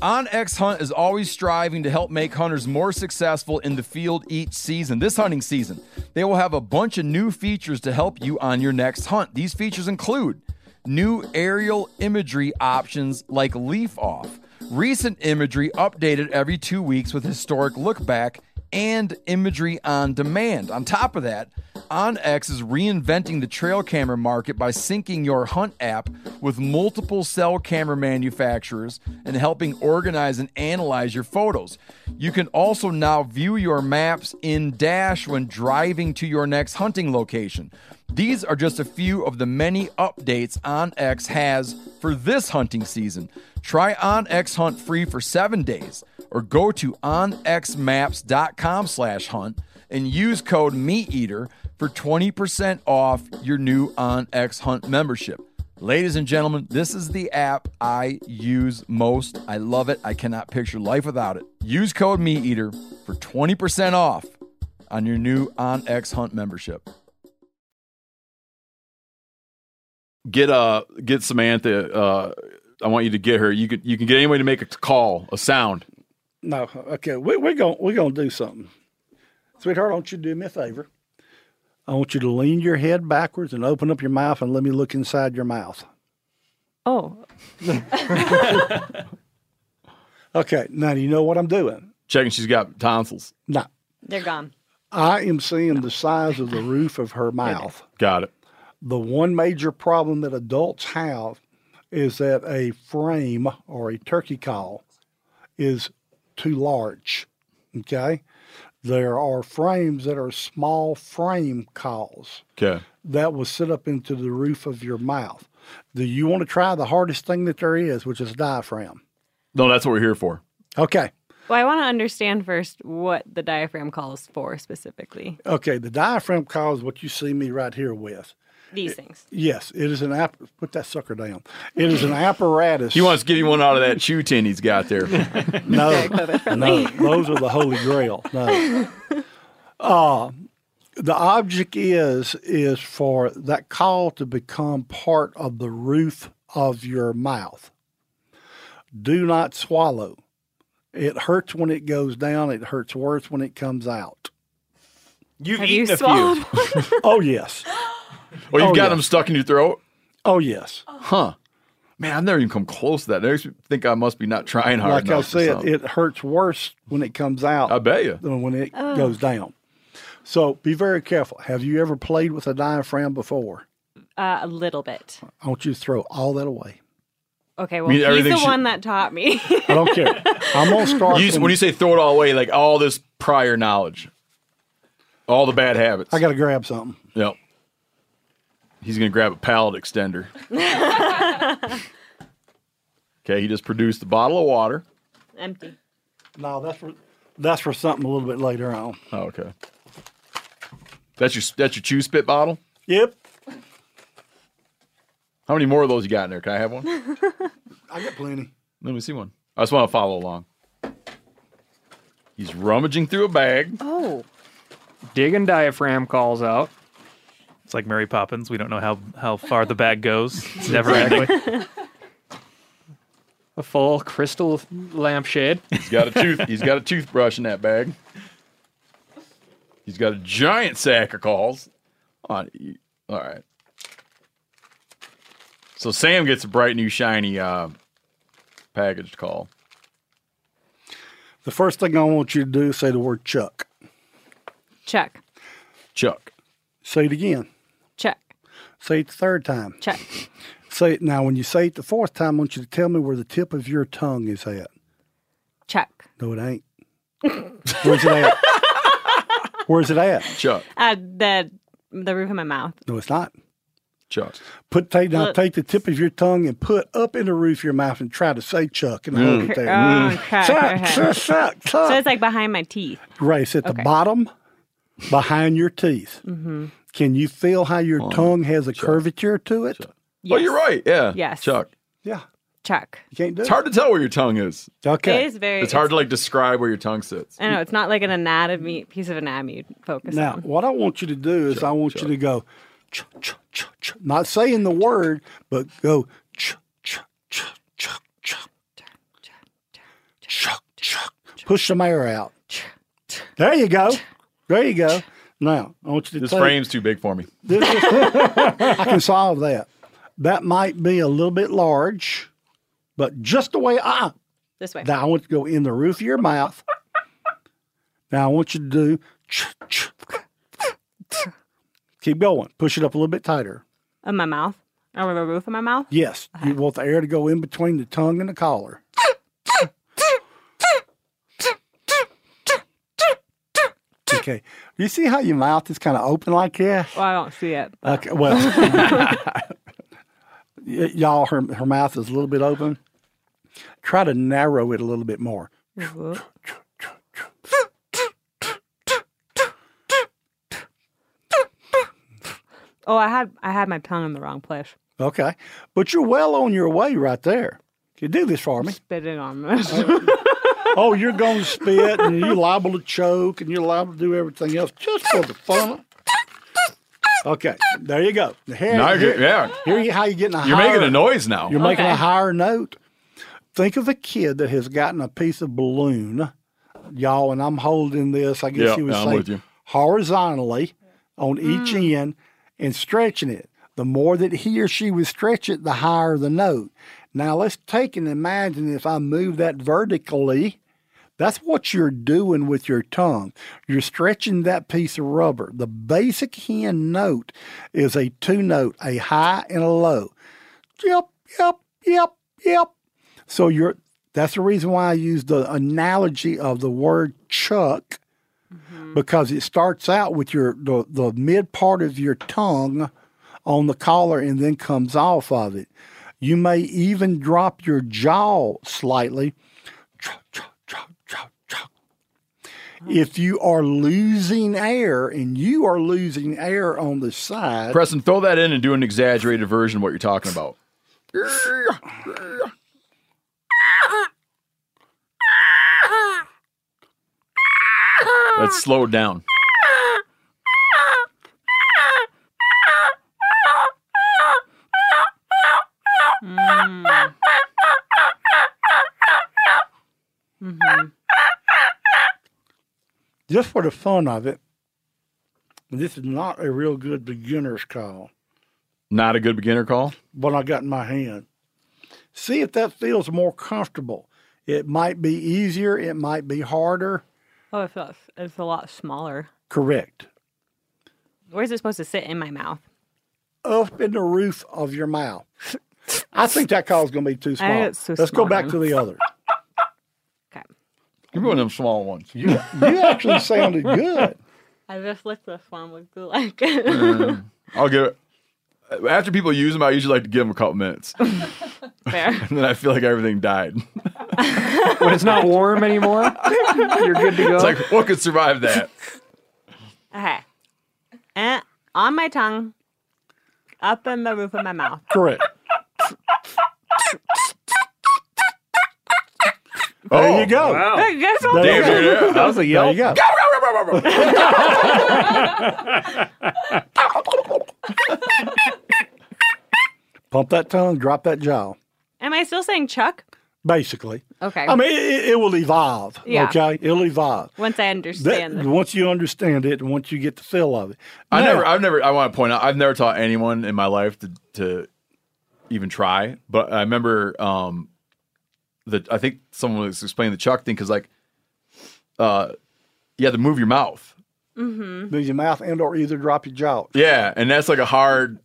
Speaker 1: OnX Hunt is always striving to help make hunters more successful in the field each season. This hunting season, they will have a bunch of new features to help you on your next hunt. These features include new aerial imagery options like leaf off, recent imagery updated every two weeks with historic look back, and imagery on demand. On top of that, OnX is reinventing the trail camera market by syncing your Hunt app with multiple cell camera manufacturers and helping organize and analyze your photos. You can also now view your maps in Dash when driving to your next hunting location. These are just a few of the many updates OnX has for this hunting season. Try OnX Hunt free for seven days or go to onxmaps.com slash hunt and use code MeatEater for 20% off your new OnX Hunt membership. Ladies and gentlemen, this is the app I use most. I love it. I cannot picture life without it. Use code MeatEater for 20% off on your new OnX Hunt membership.
Speaker 2: Get uh get Samantha. Uh, I want you to get her. You could you can get anybody to make a call, a sound.
Speaker 6: No, okay. We, we're going we're gonna do something, sweetheart. I want you to do me a favor. I want you to lean your head backwards and open up your mouth and let me look inside your mouth.
Speaker 11: Oh,
Speaker 6: Okay. Now you know what I'm doing.
Speaker 2: Checking she's got tonsils.
Speaker 6: Now
Speaker 8: They're gone.
Speaker 6: I am seeing the size of the roof of her mouth.
Speaker 2: Got it.
Speaker 6: The one major problem that adults have is that a frame or a turkey call is too large. Okay. There are frames that are small frame calls
Speaker 2: Okay.
Speaker 6: that will sit up into the roof of your mouth. Do you want to try the hardest thing that there is, which is diaphragm?
Speaker 2: No, that's what we're here for.
Speaker 6: Okay.
Speaker 8: Well, I want to understand first what the diaphragm calls for specifically.
Speaker 6: Okay. The diaphragm call is what you see me right here with.
Speaker 8: These things.
Speaker 6: Yes, it is an app. Put that sucker down. It is an apparatus.
Speaker 2: He wants to give you one out of that chew tin he's got there. Oh,
Speaker 6: no, no, those are the holy grail. No. Uh, the object is is for that call to become part of the roof of your mouth. Do not swallow. It hurts when it goes down. It hurts worse when it comes out.
Speaker 4: You've
Speaker 8: Have you
Speaker 4: eaten a
Speaker 8: swallowed?
Speaker 4: few.
Speaker 6: Oh yes.
Speaker 2: Oh, you've
Speaker 6: Oh,
Speaker 2: got
Speaker 6: yeah.
Speaker 2: them stuck in your throat?
Speaker 6: Oh yes.
Speaker 2: Huh. Man, I've never even come close to that. They actually think I must be not trying hard
Speaker 6: Like I
Speaker 2: enough. or
Speaker 6: said,
Speaker 2: something.
Speaker 6: it hurts worse when it comes out.
Speaker 2: I bet you.
Speaker 6: than when it goes down. So be very careful. Have you ever played with a diaphragm before?
Speaker 8: Uh, a little bit.
Speaker 6: I want you to throw all that away.
Speaker 8: Okay, well,
Speaker 2: mean,
Speaker 8: he's
Speaker 2: everything
Speaker 8: the
Speaker 2: should-
Speaker 8: one that taught me.
Speaker 6: I don't care. I'm gonna start.
Speaker 2: You,
Speaker 6: from-
Speaker 2: when you say throw it all away, like all this prior knowledge, all the bad habits.
Speaker 6: I got to grab something.
Speaker 2: Yep. He's gonna grab a pallet extender. okay, he just produced a bottle of water.
Speaker 8: Empty.
Speaker 6: No, that's for that's for something a little bit later on.
Speaker 2: Oh, okay. That's your that's your chew spit bottle.
Speaker 6: Yep,
Speaker 2: How many more of those you got in there? Can I have one?
Speaker 6: I got plenty.
Speaker 2: Let me see one. I just want to follow along. He's rummaging through a bag.
Speaker 8: Oh,
Speaker 5: Digging diaphragm calls out.
Speaker 12: It's like Mary Poppins. We don't know how, how far the bag goes. It's never ending.
Speaker 5: A full crystal lampshade.
Speaker 2: He's got a tooth. he's got a toothbrush in that bag. He's got a giant sack of calls. On, you- all right. So Sam gets a bright new shiny uh, packaged call.
Speaker 6: The first thing I want you to do is say the word chuck.
Speaker 8: check,
Speaker 2: Chuck.
Speaker 6: Say it again.
Speaker 8: check,
Speaker 6: Say it the third time.
Speaker 8: check.
Speaker 6: Say it now. When you say it the fourth time, I want you to tell me where the tip of your tongue is at.
Speaker 8: Check.
Speaker 6: No, it ain't. Where's it at? Where's it at?
Speaker 2: Chuck.
Speaker 8: Uh, the the roof of my mouth.
Speaker 6: No, it's not.
Speaker 2: Chuck.
Speaker 6: Put take now
Speaker 8: Look.
Speaker 6: take the tip of your tongue and put up in the roof of your mouth and try to say Chuck and hold it
Speaker 2: Mm.
Speaker 8: Okay.
Speaker 6: there.
Speaker 8: Oh, crap.
Speaker 6: Chuck,
Speaker 8: Okay.
Speaker 6: chuck, chuck,
Speaker 8: So
Speaker 6: chuck.
Speaker 8: it's like behind my teeth. Mm-hmm.
Speaker 6: Right, it's at the bottom behind your teeth. Can you feel how your
Speaker 2: Hold on.
Speaker 6: tongue has a
Speaker 2: Chuck.
Speaker 6: curvature to it?
Speaker 2: Oh, you're right. Yeah.
Speaker 8: Yes.
Speaker 2: Chuck.
Speaker 6: Yeah,
Speaker 8: Chuck.
Speaker 6: you can't do
Speaker 2: It's hard to tell where your tongue is.
Speaker 6: it. Okay.
Speaker 8: It is very.
Speaker 2: It's hard to like describe where your tongue sits.
Speaker 8: I know it's not like an anatomy piece of anatomy you focus
Speaker 6: Now,
Speaker 8: on.
Speaker 6: what I want you to do is I want you to go, ch, ch, ch, ch, not saying the word, but go, ch, ch, ch, ch, ch, chuck, chuck. Push some air out. There you go. There you go. Now, I want you to
Speaker 2: This
Speaker 6: take-
Speaker 2: frame's too big for me.
Speaker 6: this is- I can solve that. That might be a little bit large, but just the way I
Speaker 8: This way.
Speaker 6: now I want you to go in the roof of your mouth. Now I want you to do. Keep going. Push it up a little bit tighter.
Speaker 8: In my mouth. Over the roof of my mouth.
Speaker 6: Yes, you want the air to go in between the tongue and the collar. Okay. Do you see how your mouth is kind of open like that?
Speaker 8: Well, I don't see it.
Speaker 6: Okay. Well, y- y'all, her her mouth is a little bit open. Try to narrow it a little bit more.
Speaker 8: Oh, I had I had my tongue in the wrong place.
Speaker 6: Okay. But you're well on your way right there. You do this for me.
Speaker 8: Spit it on this.
Speaker 6: oh, you're going to spit and you're liable to choke and you're liable to do everything else just for the fun. of- Okay. There you go. Here,
Speaker 2: Now you're,
Speaker 6: here,
Speaker 2: yeah.
Speaker 6: here you how you're getting a
Speaker 2: You're
Speaker 6: higher,
Speaker 2: making a noise now.
Speaker 6: You're making a
Speaker 8: Okay.
Speaker 6: higher note. Think of a kid that has gotten a piece of balloon, y'all, and I'm holding this. I guess
Speaker 2: Yeah,
Speaker 6: you would
Speaker 2: yeah, I'm
Speaker 6: say
Speaker 2: with you.
Speaker 6: horizontally on each end and stretching it. The more that he or she would stretch it, the higher the note. Now let's take and imagine if I move that vertically. That's what you're doing with your tongue. You're stretching that piece of rubber. The basic hen note is a two note, a high and a low. Yep, yep, yep, yep. So you're that's the reason why I use the analogy of the word chuck because it starts out with your the, the mid part of your tongue on the collar and then comes off of it. You may even drop your jaw slightly. Chuck, chuck, chuck, chuck, chuck. If you are losing air and you are losing air on the side,
Speaker 2: Preston, throw that in and do an exaggerated version of what you're talking about. That's slowed down.
Speaker 6: just for the fun of it, this is not a real good beginner's call.
Speaker 2: Not a good beginner call.
Speaker 6: What I got in my hand. See if that feels more comfortable. It might be easier. It might be harder.
Speaker 8: Oh, it feels it's a lot smaller.
Speaker 6: Correct.
Speaker 8: Where's it supposed to sit in my mouth?
Speaker 6: Up in the roof of your mouth. I think that call is going to be too small.
Speaker 8: it's too
Speaker 6: Let's
Speaker 8: small
Speaker 6: go back
Speaker 8: then.
Speaker 6: to the other.
Speaker 8: Okay.
Speaker 2: Give me one of them small ones.
Speaker 6: You, you actually sounded good.
Speaker 8: I just licked this one with glue like
Speaker 2: I'll give it. After people use them, I usually like to give them a couple minutes, and
Speaker 8: Fair.
Speaker 2: then I feel like everything died.
Speaker 5: When it's not warm anymore, you're good to go.
Speaker 2: It's like what could survive that?
Speaker 8: Okay. Eh, on my tongue, up in the roof of my mouth.
Speaker 6: Correct.
Speaker 2: There
Speaker 6: you go.
Speaker 4: Wow.
Speaker 8: Guess what?
Speaker 6: There you
Speaker 2: Damn,
Speaker 6: go.
Speaker 2: dude, yeah.
Speaker 4: That was a
Speaker 6: There
Speaker 4: yelp.
Speaker 6: you go. Pump that tongue, drop that jaw.
Speaker 8: Am I still saying Chuck?
Speaker 6: Basically,
Speaker 8: Okay.
Speaker 6: I mean, it, it will evolve.
Speaker 8: Yeah.
Speaker 6: Okay, it'll evolve.
Speaker 8: Once I
Speaker 6: That,
Speaker 8: understand this.
Speaker 6: once you understand it, and once you get the feel of it,
Speaker 2: I
Speaker 6: Now,
Speaker 2: never, I've never, I want to point out, I've never taught anyone in my life to, to even try. But I remember, um, that I think someone was explaining the Chuck thing because, like, uh, you have to move your mouth.
Speaker 8: Mm-hmm.
Speaker 6: move your mouth and or either drop your jaw.
Speaker 2: Yeah, and that's like a hard,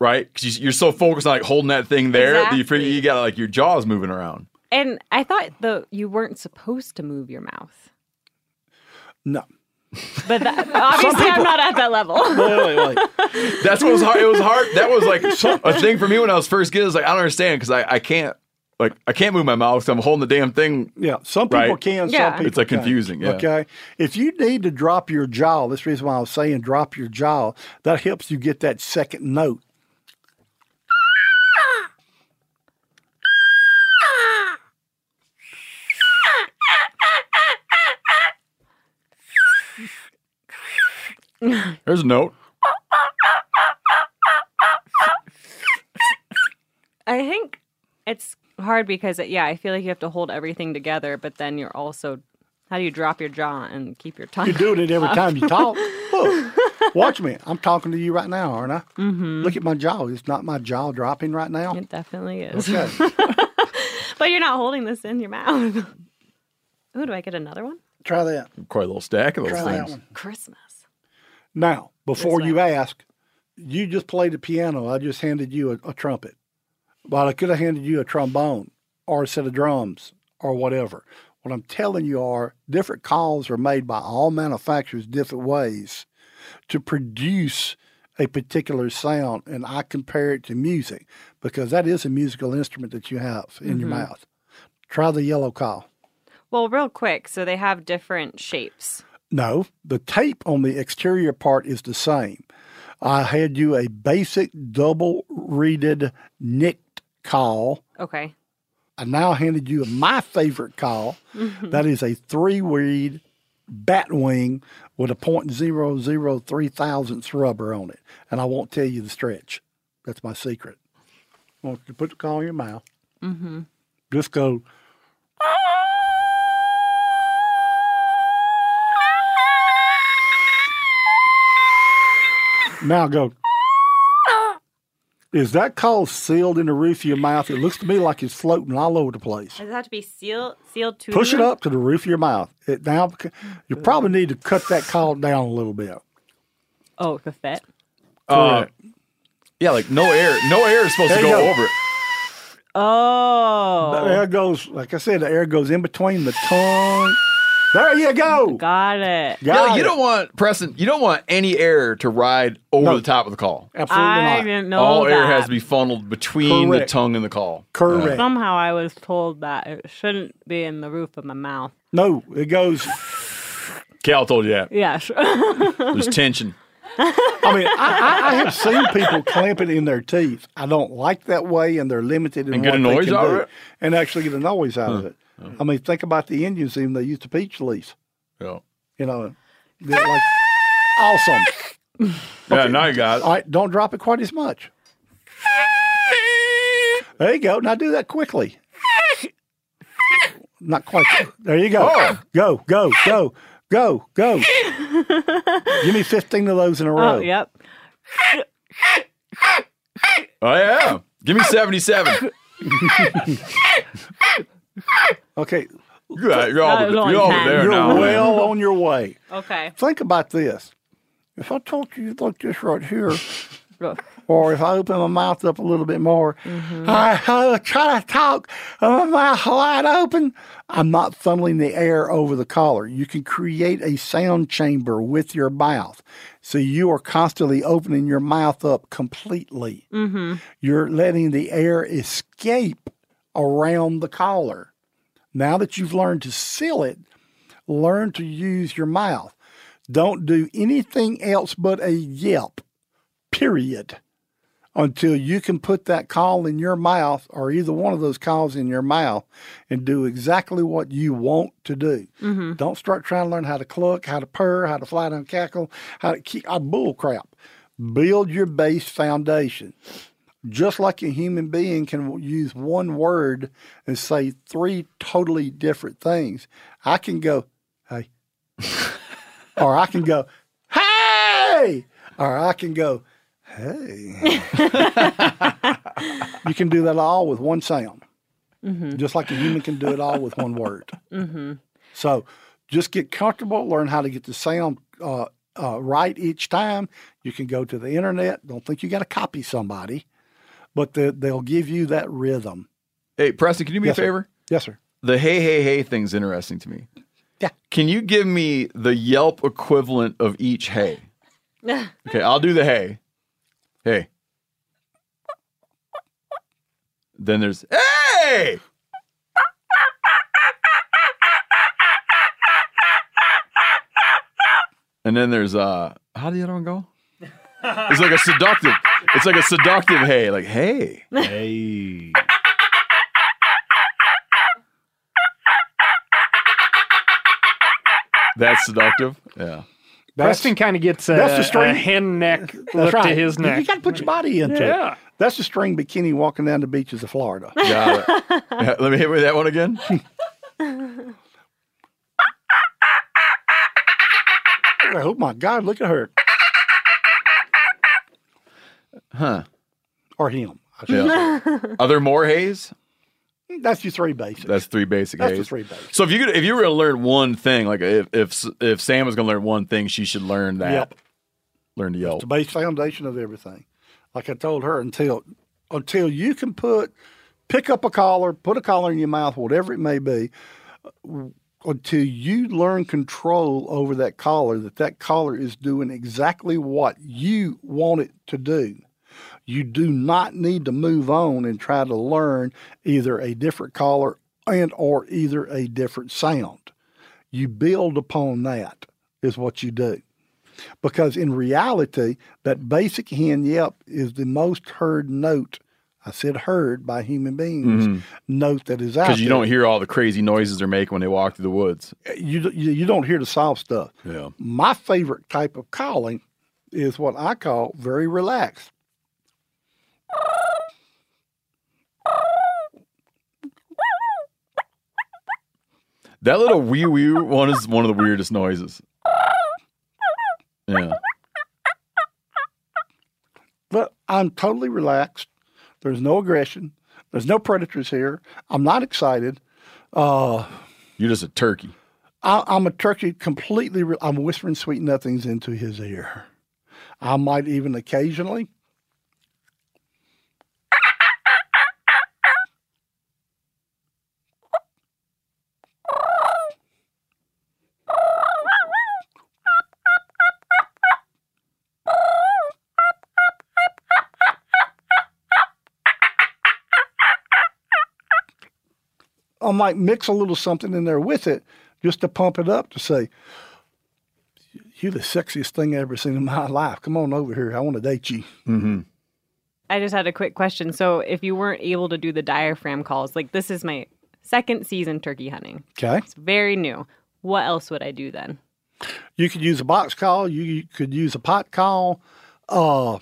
Speaker 2: right? Because you're so focused on like holding that thing there that you figure
Speaker 8: Exactly.
Speaker 2: you got like your jaws moving around.
Speaker 8: And I thought the you weren't supposed to move your mouth.
Speaker 6: No,
Speaker 8: But that, obviously I'm not at that level.
Speaker 6: wait, wait, wait.
Speaker 2: That's what was hard. It was hard. That was like a thing for me when I was first getting. It's like I don't understand because I, I can't like I can't move my mouth 'cause I'm holding the damn thing.
Speaker 6: Yeah, some people
Speaker 2: Right.
Speaker 6: can,
Speaker 8: Yeah.
Speaker 6: some people
Speaker 2: It's, like,
Speaker 6: can't.
Speaker 2: confusing, yeah.
Speaker 6: Okay, if you need to drop your jaw, that's the reason why I was saying drop your jaw. That helps you get that second note.
Speaker 2: There's a note.
Speaker 8: I think it's hard because it, yeah, I feel like you have to hold everything together, but then you're also how do you drop your jaw and keep your tongue?
Speaker 6: You're doing it every time you talk. Look, watch me. I'm talking to you right now, aren't I? Mm-hmm. Look at my jaw. It's not my jaw dropping right now.
Speaker 8: It definitely is.
Speaker 6: Okay.
Speaker 8: But you're not holding this in your mouth. Ooh, do I get another one?
Speaker 6: Try that.
Speaker 2: Quite a little stack of those
Speaker 6: Try that
Speaker 2: things.
Speaker 6: one.
Speaker 8: Christmas.
Speaker 6: Now, before
Speaker 8: way.
Speaker 6: you ask, you just played the piano. I just handed you a, a trumpet. But I could have handed you a trombone or a set of drums or whatever. What I'm telling you are different calls are made by all manufacturers different ways to produce a particular sound. And I compare it to music because that is a musical instrument that you have in your mouth. Try the yellow call.
Speaker 8: Well, real quick, so they have different shapes.
Speaker 6: No, the tape on the exterior part is the same. I had you a basic double reeded nicked call.
Speaker 8: Okay.
Speaker 6: I now handed you my favorite call. That is a three reed bat wing with a point zero zero three thousandths rubber on it. And I won't tell you the stretch. That's my secret. I want you to put the call in your mouth. Mm-hmm. Just go. Now go. Is that call sealed in the roof of your mouth? It looks to me like it's floating all over the place.
Speaker 8: Does it have to be sealed sealed to
Speaker 6: Push
Speaker 8: the
Speaker 6: it up to the roof of your mouth. It now bec- you probably need to cut that call down a little bit.
Speaker 8: Oh, the fit.
Speaker 2: Uh, yeah, like no air. No air is supposed
Speaker 6: There
Speaker 2: to
Speaker 6: you
Speaker 2: go
Speaker 6: go.
Speaker 2: over it.
Speaker 8: Oh.
Speaker 6: The
Speaker 2: Oh.
Speaker 6: air goes, like I said, the air goes in between the tongue. There you
Speaker 2: Oh
Speaker 6: go.
Speaker 8: Got it.
Speaker 2: Yeah,
Speaker 6: Got
Speaker 2: like, you
Speaker 6: it.
Speaker 2: don't want Preston. You don't want any air to ride over
Speaker 6: No.
Speaker 2: the top of the call.
Speaker 6: Absolutely
Speaker 8: I
Speaker 6: not.
Speaker 8: didn't know
Speaker 2: All
Speaker 8: that.
Speaker 2: air has to be funneled between
Speaker 6: Correct.
Speaker 2: the tongue and the call.
Speaker 6: Correct.
Speaker 8: Somehow I was told that it shouldn't be in the roof of my mouth.
Speaker 6: No, it goes.
Speaker 2: Cal told you that.
Speaker 8: Yes.
Speaker 2: There's tension.
Speaker 6: I mean, I, I, I have seen people clamp it in their teeth. I don't like that way, and they're limited in
Speaker 2: And get
Speaker 6: what
Speaker 2: a
Speaker 6: they
Speaker 2: noise
Speaker 6: can
Speaker 2: out
Speaker 6: do,
Speaker 2: of it?
Speaker 6: and actually get a noise out of it. I mean, think about the Indians even they used to peach leaf.
Speaker 2: Yeah.
Speaker 6: You know, they're like awesome.
Speaker 2: Yeah, now you got it.
Speaker 6: All right, don't drop it quite as much. There you go. Now do that quickly. Not quite. There you go. Go, go, go, go, go. Give me 15 of those in a row.
Speaker 8: oh, yep.
Speaker 2: Oh yeah. Give me seventy-seven.
Speaker 6: Okay,
Speaker 2: You're, all- you're all,
Speaker 8: That was only
Speaker 2: you're all
Speaker 8: 10.
Speaker 2: there
Speaker 6: you're
Speaker 2: now. man.
Speaker 6: well on your way.
Speaker 8: Okay.
Speaker 6: Think about this. If I talk to you like this right here,
Speaker 8: Look.
Speaker 6: or if I open my mouth up a little bit more, I, I try to talk with my mouth wide open. I'm not funneling the air over the collar. You can create a sound chamber with your mouth. So you are constantly opening your mouth up completely. You're letting the air escape around the collar. Now that you've learned to seal it, learn to use your mouth. Don't do anything else but a yelp, period, until you can put that call in your mouth or either one of those calls in your mouth and do exactly what you want to do. Don't start trying to learn how to cluck, how to purr, how to fly down cackle, how to keep uh, bull crap. Build your base foundation. Just like a human being can use one word and say three totally different things, I can go, hey. or I can go, hey. Or I can go, hey. you can do that all with one sound, just like a human can do it all with one word. So just get comfortable, learn how to get the sound uh, uh, right each time. You can go to the internet. Don't think you got to copy somebody, but they, they'll give you that rhythm.
Speaker 2: Hey, Preston, can you do me
Speaker 6: Yes,
Speaker 2: a
Speaker 6: sir.
Speaker 2: favor?
Speaker 6: Yes, sir.
Speaker 2: The hey hey hey thing's interesting to me.
Speaker 6: Yeah.
Speaker 2: Can you give me the Yelp equivalent of each hey? Okay, I'll do the hey. Hey. Then there's hey. Hey! And then there's uh how do you don't go? It's like a seductive. It's like a seductive hey, like hey.
Speaker 13: Hey.
Speaker 2: That's seductive. Yeah.
Speaker 5: Preston kind of gets a,
Speaker 6: that's the string.
Speaker 5: a hen neck
Speaker 6: That's
Speaker 5: look
Speaker 6: right.
Speaker 5: to his
Speaker 6: You-
Speaker 5: neck.
Speaker 6: You got to put your body into it.
Speaker 5: yeah.
Speaker 6: That's the string bikini walking down the beaches of Florida.
Speaker 2: Got it. Yeah, Let me hit with that one again.
Speaker 6: oh my God, look at her.
Speaker 2: Huh.
Speaker 6: Or him. I should-
Speaker 2: Yeah. Are there more hays?
Speaker 6: That's your three basics.
Speaker 2: That's three basic
Speaker 6: That's
Speaker 2: hays.
Speaker 6: the three basics.
Speaker 2: So if you could, if you were gonna learn one thing, like if if if Sam was gonna learn one thing, she should learn that.
Speaker 6: Yep.
Speaker 2: Learn to yell.
Speaker 6: It's the base foundation of everything. Like I told her, until until you can put pick up a collar, put a collar in your mouth, whatever it may be, uh, until you learn control over that collar, that that collar is doing exactly what you want it to do. You do not need to move on and try to learn either a different collar and or either a different sound. You build upon that is what you do because in reality, that basic hen yelp is the most heard note. I said heard by human beings. Note that is out
Speaker 2: Because Mm-hmm. you
Speaker 6: there.
Speaker 2: don't hear all the crazy noises they're making when they walk through the woods.
Speaker 6: you you you don't hear the soft stuff.
Speaker 2: Yeah.
Speaker 6: My favorite type of calling is what I call very relaxed.
Speaker 2: That little wee wee one is one of the weirdest noises. Yeah.
Speaker 6: But I'm totally relaxed. There's no aggression. There's no predators here. I'm not excited. Uh,
Speaker 2: You're just a turkey.
Speaker 6: I, I'm a turkey completely. Re- I'm whispering sweet nothings into his ear. I might even occasionally. I might mix a little something in there with it just to pump it up to say, You're the sexiest thing I ever seen in my life. Come on over here. I want to date you.
Speaker 8: I just had a quick question. So, if you weren't able to do the diaphragm calls, like this is my second season turkey hunting,
Speaker 6: Okay.
Speaker 8: it's very new. What else would I do then?
Speaker 6: You could use a box call. You you could use a pot call. Uh,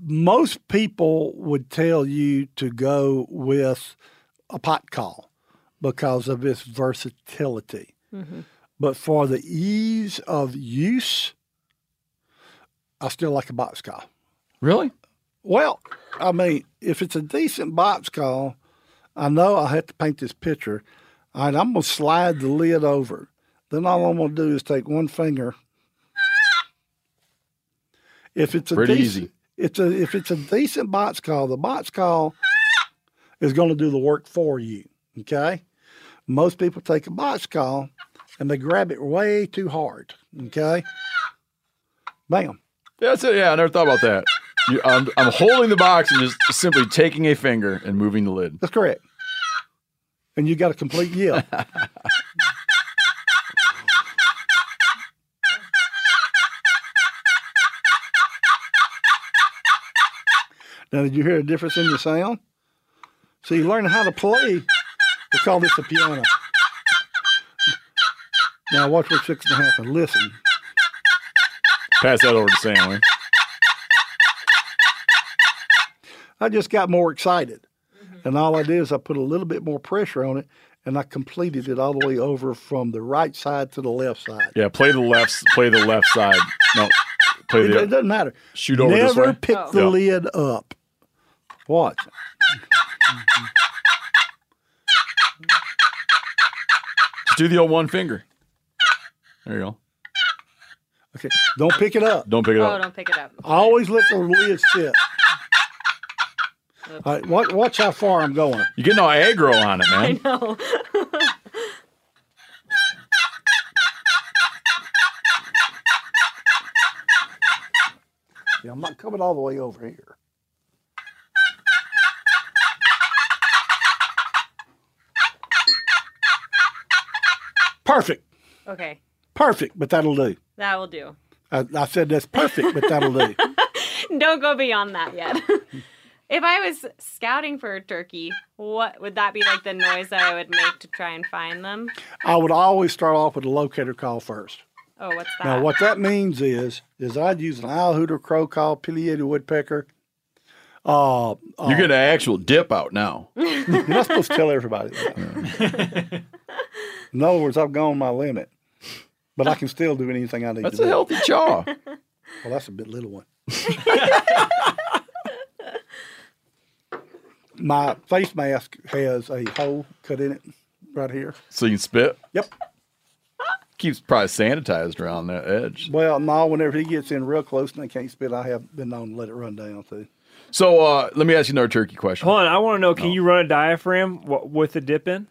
Speaker 6: most people would tell you to go with a pot call because of its versatility. But for the ease of use, I still like a box call.
Speaker 1: Really?
Speaker 6: Well, I mean, if it's a decent box call, I know I have to paint this picture. All right, I'm gonna slide the lid over. Then all I'm gonna do is take one finger. If it's a
Speaker 2: Pretty
Speaker 6: dec-
Speaker 2: easy.
Speaker 6: it's a if it's a decent box call, the box call is gonna do the work for you. Okay. Most people take a box call and they grab it way too hard. Okay. Bam.
Speaker 2: That's it. Yeah, I never thought about that. You, I'm, I'm holding the box and just simply taking a finger and moving the lid.
Speaker 6: That's correct. And you got a complete yell. now, did you hear a difference in the sound? So you learn how to play. We call this the piano. Now watch what's fixing to happen. Listen.
Speaker 2: Pass that over to Sam. will
Speaker 6: I just got more excited. And all I did is I put a little bit more pressure on it and I completed it all the way over from the right side to the left side.
Speaker 2: you? Yeah, play the left. Play the left side. No, play
Speaker 6: It, it
Speaker 2: the
Speaker 6: doesn't matter.
Speaker 2: shoot over this
Speaker 6: Never
Speaker 2: way.
Speaker 6: pick the
Speaker 2: Yeah.
Speaker 6: lid up. Watch.
Speaker 2: Do the old one finger. There you go.
Speaker 6: Okay. Don't pick it up.
Speaker 2: Don't pick it
Speaker 8: Oh,
Speaker 2: up.
Speaker 8: don't pick it up.
Speaker 6: Always let the lid sit. All right, watch, watch how far I'm going.
Speaker 2: You're getting all aggro on it, man.
Speaker 8: No.
Speaker 6: Yeah, I'm not coming all the way over here. Perfect.
Speaker 8: Okay,
Speaker 6: Perfect, but that'll do.
Speaker 8: that will do.
Speaker 6: I, I said that's perfect, but that'll do.
Speaker 8: Don't go beyond that yet. if I was scouting for a turkey, what would that be like the noise that I would make to try and find them?
Speaker 6: I would always start off with a locator call first.
Speaker 8: Oh, what's that?
Speaker 6: Now, what that means is, is I'd use an owl hooter, crow call, pileated woodpecker. Uh, uh,
Speaker 2: You're getting an actual dip out now.
Speaker 6: You're not supposed to tell everybody that. In other words, I've gone my limit, but I can still do anything I need
Speaker 2: That's
Speaker 6: to
Speaker 2: a
Speaker 6: do.
Speaker 2: healthy jaw.
Speaker 6: Well, that's a bit little one. my face mask has a hole cut in it right here.
Speaker 2: So you can spit.
Speaker 6: Yep.
Speaker 2: Keeps probably sanitized around that edge.
Speaker 6: Well, no, whenever he gets in real close and I can't spit, I have been known to let it run down too.
Speaker 2: So uh, let me ask you another turkey question.
Speaker 4: Hold on, I want to know: Can you run a diaphragm w- with a dip in?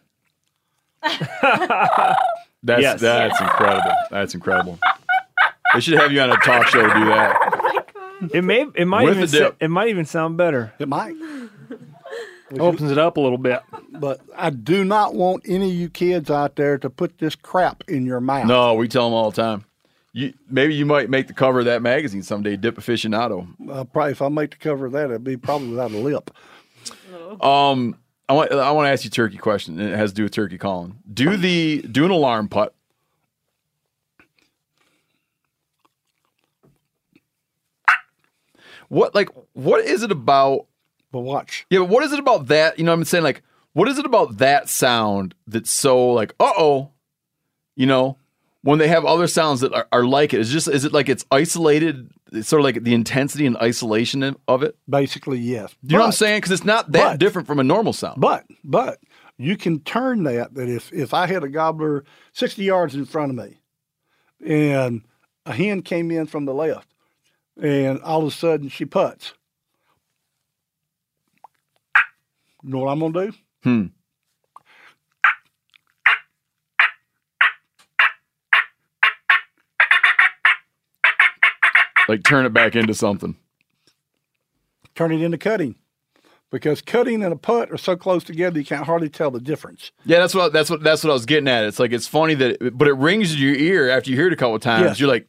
Speaker 2: That's
Speaker 4: Yes.
Speaker 2: that's incredible. That's incredible. They should have you on a talk show to do that.
Speaker 4: It may, it might
Speaker 2: With
Speaker 4: even,
Speaker 2: a dip.
Speaker 4: sa- it might even sound better.
Speaker 6: It might,
Speaker 5: Opens it up a little bit.
Speaker 6: but I do not want any of you kids out there to put this crap in your mouth.
Speaker 2: No, we tell them all the time. You, maybe you might make the cover of that magazine someday, Dip Aficionado.
Speaker 6: Uh, probably if I make the cover of that, it'd be probably without a lip.
Speaker 2: Um, I want I want to ask you a turkey question. and It has to do with turkey calling. Do the do an alarm putt. What like what is it about?
Speaker 6: But watch,
Speaker 2: Yeah, but what is it about that? You know, what I'm saying like, what is it about that sound that's so like, uh oh, you know, when they have other sounds that are, are like it? Is just is it like it's isolated? It's sort of like the intensity and isolation of- of it.
Speaker 6: basically, yes.
Speaker 2: Do you know what I'm
Speaker 6: But-
Speaker 2: saying? Because it's not that
Speaker 6: but-
Speaker 2: different from a normal sound.
Speaker 6: But but you can turn that. That if if I had a gobbler sixty yards in front of me, and a hen came in from the left, and all of a sudden she puts. You know what I'm gonna do?
Speaker 2: Hmm. like turn it back into something.
Speaker 6: Turn it into cutting, because cutting and a putt are so close together you can't hardly tell the difference.
Speaker 2: Yeah, that's what that's what that's what I was getting at. It's like it's funny that, it, but it rings in your ear after you hear it a couple times.
Speaker 6: Yes.
Speaker 2: You're like,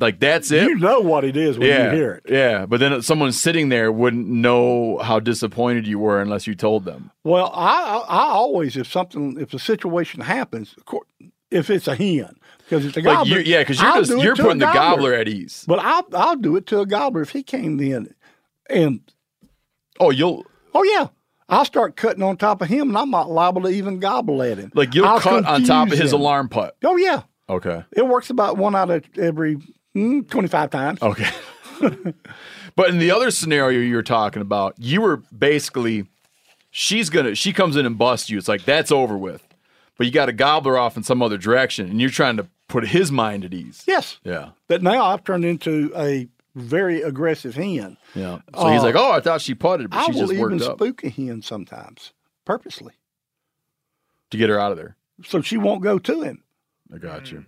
Speaker 2: like that's it.
Speaker 6: You know what it is when
Speaker 2: yeah,
Speaker 6: you hear it.
Speaker 2: yeah. But then someone sitting there wouldn't know how disappointed you were unless you told them.
Speaker 6: Well, I, I I always if something if a situation happens, of course, if it's a hen because it's a
Speaker 2: Like
Speaker 6: gobbler.
Speaker 2: you, yeah, because you're
Speaker 6: I'll
Speaker 2: just
Speaker 6: do it
Speaker 2: you're
Speaker 6: to a
Speaker 2: putting the gobbler at ease.
Speaker 6: But I'll I'll do it to a gobbler if he came in, and
Speaker 2: Oh, you'll
Speaker 6: oh yeah, I'll start cutting on top of him, and I'm not liable to even gobble at him.
Speaker 2: like you'll
Speaker 6: I'll
Speaker 2: cut on top of
Speaker 6: confuse
Speaker 2: his
Speaker 6: him.
Speaker 2: alarm putt.
Speaker 6: Oh yeah,
Speaker 2: Okay.
Speaker 6: it works about one out of every mm, twenty five times.
Speaker 2: Okay. but in the other scenario you were talking about, you were basically she's gonna she comes in and busts you. It's like that's over with. But you got a gobbler off in some other direction and you're trying to put his mind at ease.
Speaker 6: Yes,
Speaker 2: Yeah.
Speaker 6: but now I've turned into a very aggressive hen.
Speaker 2: Yeah. So he's
Speaker 6: Uh,
Speaker 2: like, Oh, I thought she putted, but
Speaker 6: I
Speaker 2: she
Speaker 6: will
Speaker 2: just
Speaker 6: even
Speaker 2: worked up
Speaker 6: spook a hen sometimes purposely,
Speaker 2: to get her out of there.
Speaker 6: so she won't go to him.
Speaker 2: I got you.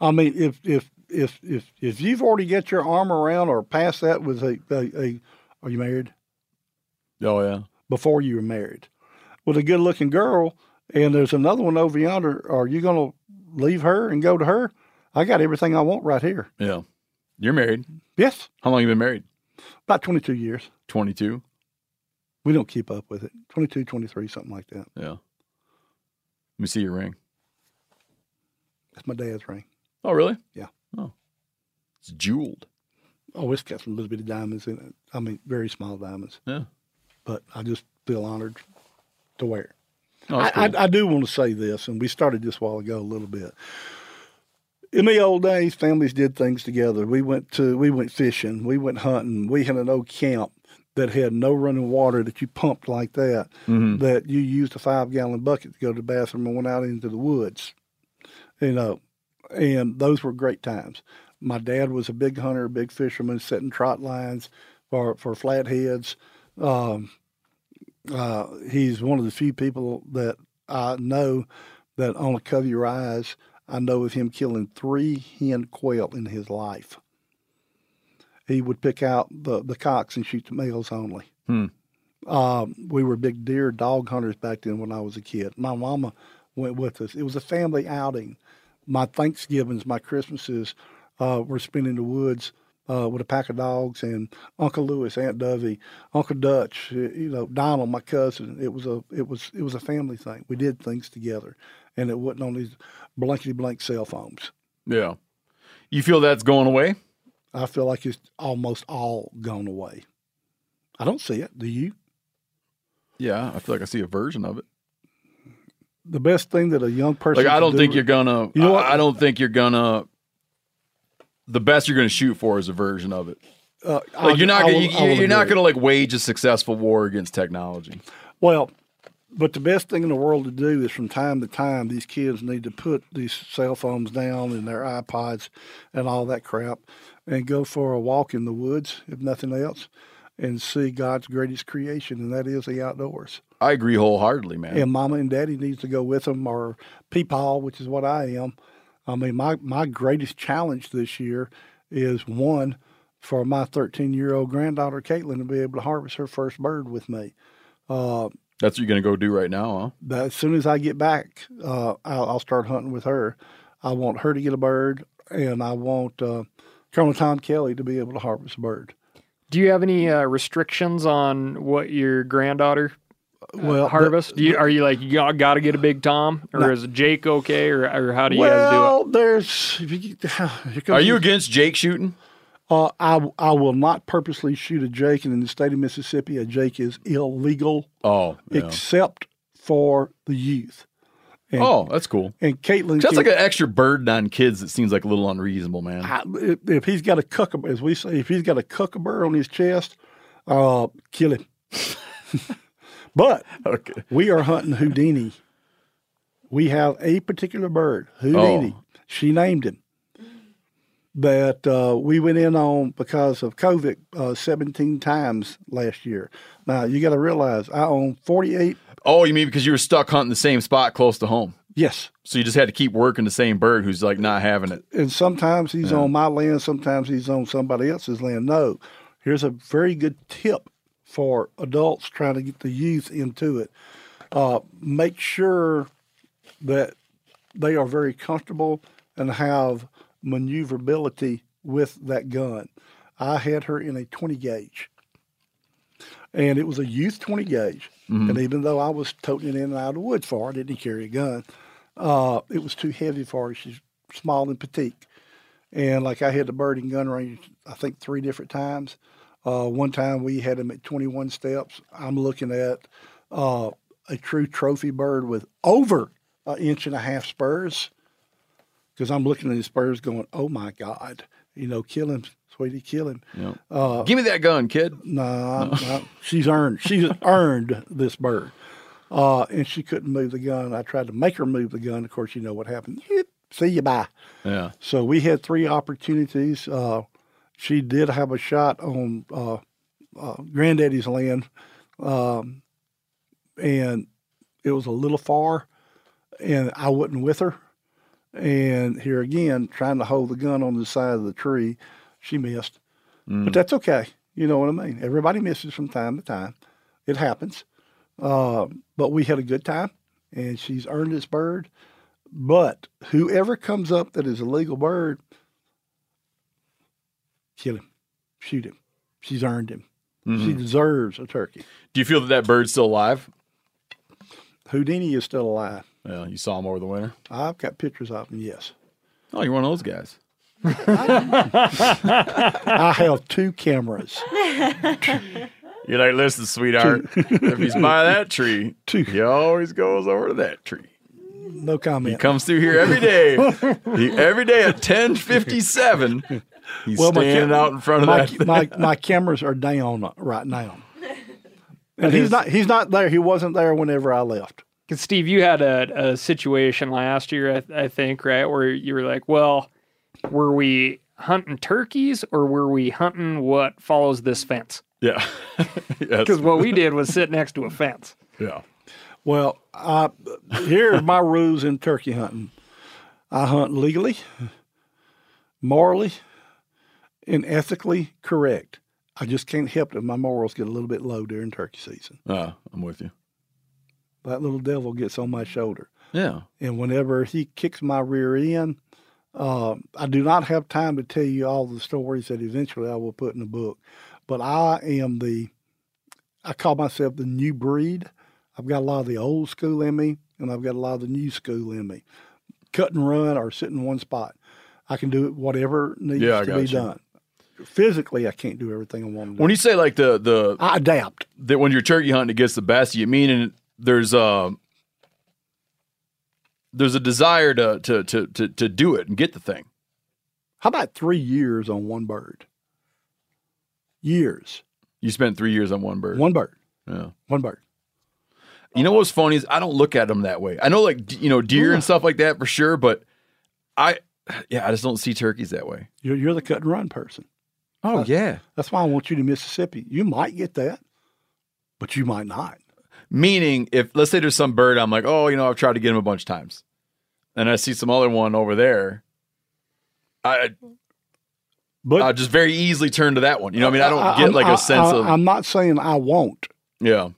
Speaker 6: I mean, if if if if if you've already got your arm around or past that with a, a, a are you married?
Speaker 2: Oh yeah.
Speaker 6: before you were married with a good looking girl and there's another one over yonder are you going to leave her and go to her i got everything i want right here
Speaker 2: Yeah. You're married.
Speaker 6: yes
Speaker 2: How long you been married?
Speaker 6: about 22 years
Speaker 2: Twenty two?
Speaker 6: we don't keep up with it 22 23 something like that
Speaker 2: Yeah. Let me see your ring.
Speaker 6: that's my dad's ring
Speaker 2: Oh really?
Speaker 6: Yeah.
Speaker 2: Oh. It's jeweled.
Speaker 6: oh it's got some little bitty diamonds in it i mean very small diamonds
Speaker 2: Yeah.
Speaker 6: but i just feel honored to wear it
Speaker 2: Oh, that's
Speaker 6: I,
Speaker 2: cool.
Speaker 6: I, I do want to say this, and we started this a while ago a little bit. In the old days, families did things together. We went to we went fishing, we went hunting, we had an old camp that had no running water that you pumped like that,
Speaker 2: Mm-hmm.
Speaker 6: that you used a five gallon bucket to go to the bathroom and went out into the woods. You know, and those were great times. My dad was a big hunter, a big fisherman, setting trot lines for for flatheads. Um, uh, he's one of the few people that I know that on a cover your eyes, I know of him killing three hen quail in his life. He would pick out the, the cocks and shoot the males only. Um, we were big deer dog hunters back then when I was a kid. My mama went with us. It was a family outing. My Thanksgivings, my Christmases uh, were spent in the woods uh, with a pack of dogs and Uncle Lewis, Aunt Dovey, Uncle Dutch, y- you know, Donald, my cousin. It was a it was it was a family thing. We did things together, and it wasn't on these blankety blank cell phones.
Speaker 2: Yeah. You feel that's going away?
Speaker 6: I feel like it's almost all gone away. I don't see it. Do you?
Speaker 2: Yeah, I feel like I see a version of it.
Speaker 6: The best thing that a young person
Speaker 2: Like I
Speaker 6: can
Speaker 2: don't
Speaker 6: do-
Speaker 2: think you're gonna.
Speaker 6: You know what?
Speaker 2: I, I don't think you're gonna. The best you're gonna shoot for is a version of it.
Speaker 6: uh, I-
Speaker 2: Like you're not
Speaker 6: I
Speaker 2: gonna,
Speaker 6: will-
Speaker 2: you,
Speaker 6: I will
Speaker 2: you're not
Speaker 6: agree.
Speaker 2: gonna like wage a successful war against technology.
Speaker 6: Well, but the best thing in the world to do is from time to time, these kids need to put these cell phones down and their iPods and all that crap and go for a walk in the woods, if nothing else, and see God's greatest creation, and that is the outdoors.
Speaker 2: I agree wholeheartedly, man.
Speaker 6: And mama and daddy needs to go with them or peepaw, which is what I am. I mean, my, my greatest challenge this year is one for my 13 year old granddaughter, Caitlin, to be able to harvest her first bird with me.
Speaker 2: That's what you're gonna go do right now, huh?
Speaker 6: But as soon as I get back, uh, I'll, I'll start hunting with her. I want her to get a bird, and I want uh, Colonel Tom Kelly to be able to harvest a bird.
Speaker 5: Do you have any uh, restrictions on what your granddaughter
Speaker 6: Well, the-
Speaker 5: Uh, harvest? Do you, are you like you got to get a big tom, or is Jake okay, or, or how do you guys do it?
Speaker 6: well, there's. If you, get- here comes
Speaker 2: Are you against Jake shooting?
Speaker 6: Uh, I I will not purposely shoot a jake, and in the state of Mississippi, a jake is illegal
Speaker 2: Oh, yeah.
Speaker 6: except for the youth. And,
Speaker 2: oh, that's cool.
Speaker 6: and Caitlin,
Speaker 2: That's
Speaker 6: can-
Speaker 2: like an extra burden on kids that seems like a little unreasonable, man.
Speaker 6: I, if, if he's got a cucumber, as we say, if he's got a cucumber on his chest, uh, kill him. but
Speaker 2: Okay.
Speaker 6: we are hunting Houdini. We have a particular bird, Houdini. She named him. That uh, we went in on because of COVID uh, 17 times last year. Now, you got to realize I own 48.
Speaker 2: Oh, you mean because you were stuck hunting the same spot close to home,
Speaker 6: Yes.
Speaker 2: so you just had to keep working the same bird who's like not having it.
Speaker 6: and sometimes he's on my land, sometimes he's on somebody else's land. No, here's a very good tip for adults trying to get the youth into it. Uh, make sure that they are very comfortable and have maneuverability with that gun. I had her in a 20 gauge, and it was a youth 20 gauge. And even though I was toting it in and out of the woods for her, I didn't carry a gun. Uh, it was too heavy for her. She's small and petite. And like I had the bird and gun range, I think three different times. Uh, one time we had him at 21 steps. I'm looking at uh, a true trophy bird with over an inch and a half spurs because I'm looking at his spurs going, oh my God, you know, kill him, sweetie, kill him.
Speaker 2: Give me that gun, kid.
Speaker 6: Nah, nah, she's earned. She's earned this bird. Uh, and she couldn't move the gun. I tried to make her move the gun. Of course, you know what happened. Yip, see you, bye.
Speaker 2: Yeah.
Speaker 6: So we had three opportunities. Uh, she did have a shot on uh, uh, Granddaddy's land, um, and it was a little far, and I wasn't with her. And here again, trying to hold the gun on the side of the tree, she missed. But that's okay. You know what I mean? Everybody misses from time to time. It happens. Uh, but we had a good time, and she's earned this bird. But whoever comes up that is a legal bird, kill him, shoot him. She's earned him. She
Speaker 2: Mm-hmm.
Speaker 6: deserves a turkey.
Speaker 2: Do you feel that that bird's still alive?
Speaker 6: Houdini is still alive.
Speaker 2: Yeah, you saw him over the winter.
Speaker 6: I've got pictures of him. Yes,
Speaker 2: Oh, you're one of those guys.
Speaker 6: I have two cameras.
Speaker 2: You're like, listen, sweetheart, if he's by that tree, he always goes over to that tree.
Speaker 6: No
Speaker 2: He
Speaker 6: comment.
Speaker 2: comes through here every day. He- every day at 10:57, he's
Speaker 6: Well, my kid-
Speaker 2: standing out in front of
Speaker 6: My,
Speaker 2: that.
Speaker 6: my my cameras are down right now. And he's not he's not there. He wasn't there whenever I left.
Speaker 5: Because Steve, you had a, a situation last year, I, I think, right, where you were like, "Well, were we hunting turkeys or were we hunting what follows this fence?"
Speaker 2: yeah. Yes.
Speaker 5: Because what we did was sit next to a fence.
Speaker 2: Yeah.
Speaker 6: Well, I, here are my rules in turkey hunting. I hunt legally, morally, and ethically correct. I just can't help it. My morals get a little bit low during turkey season.
Speaker 2: Uh, I'm with you.
Speaker 6: that little devil gets on my shoulder.
Speaker 2: Yeah.
Speaker 6: And whenever he kicks my rear end, um, I do not have time to tell you all the stories that eventually I will put in the book. But I am the, I call myself the new breed. I've got a lot of the old school in me, and I've got a lot of the new school in me. Cut and run or sit in one spot. I can do whatever needs
Speaker 2: Yeah, I
Speaker 6: to be
Speaker 2: got you.
Speaker 6: done. Physically, I can't do everything I want to do.
Speaker 2: When you say like the the
Speaker 6: I adapt.
Speaker 2: that when you're turkey hunting, it gets the best of you. Meaning there's a there's a desire to to to to, to do it and get the thing.
Speaker 6: How about three years on one bird? Years.
Speaker 2: You spent three years on one bird.
Speaker 6: One bird.
Speaker 2: Yeah.
Speaker 6: One bird.
Speaker 2: You know what's funny is I don't look at them that way. I know like d- you know deer and stuff like that for sure, but I yeah I just don't see turkeys that way.
Speaker 6: You're, you're the cut and run person.
Speaker 2: Oh yeah.
Speaker 6: That's why I want you to Mississippi. You might get that, but you might not.
Speaker 2: Meaning if let's say there's some bird I'm like oh you know I've tried to get him a bunch of times, and I see some other one over there. I
Speaker 6: But
Speaker 2: I just very easily turn to that one. You know, what I mean, I don't get
Speaker 6: I'm-
Speaker 2: like
Speaker 6: I-
Speaker 2: a sense
Speaker 6: I-
Speaker 2: of
Speaker 6: I'm not saying I won't,
Speaker 2: yeah.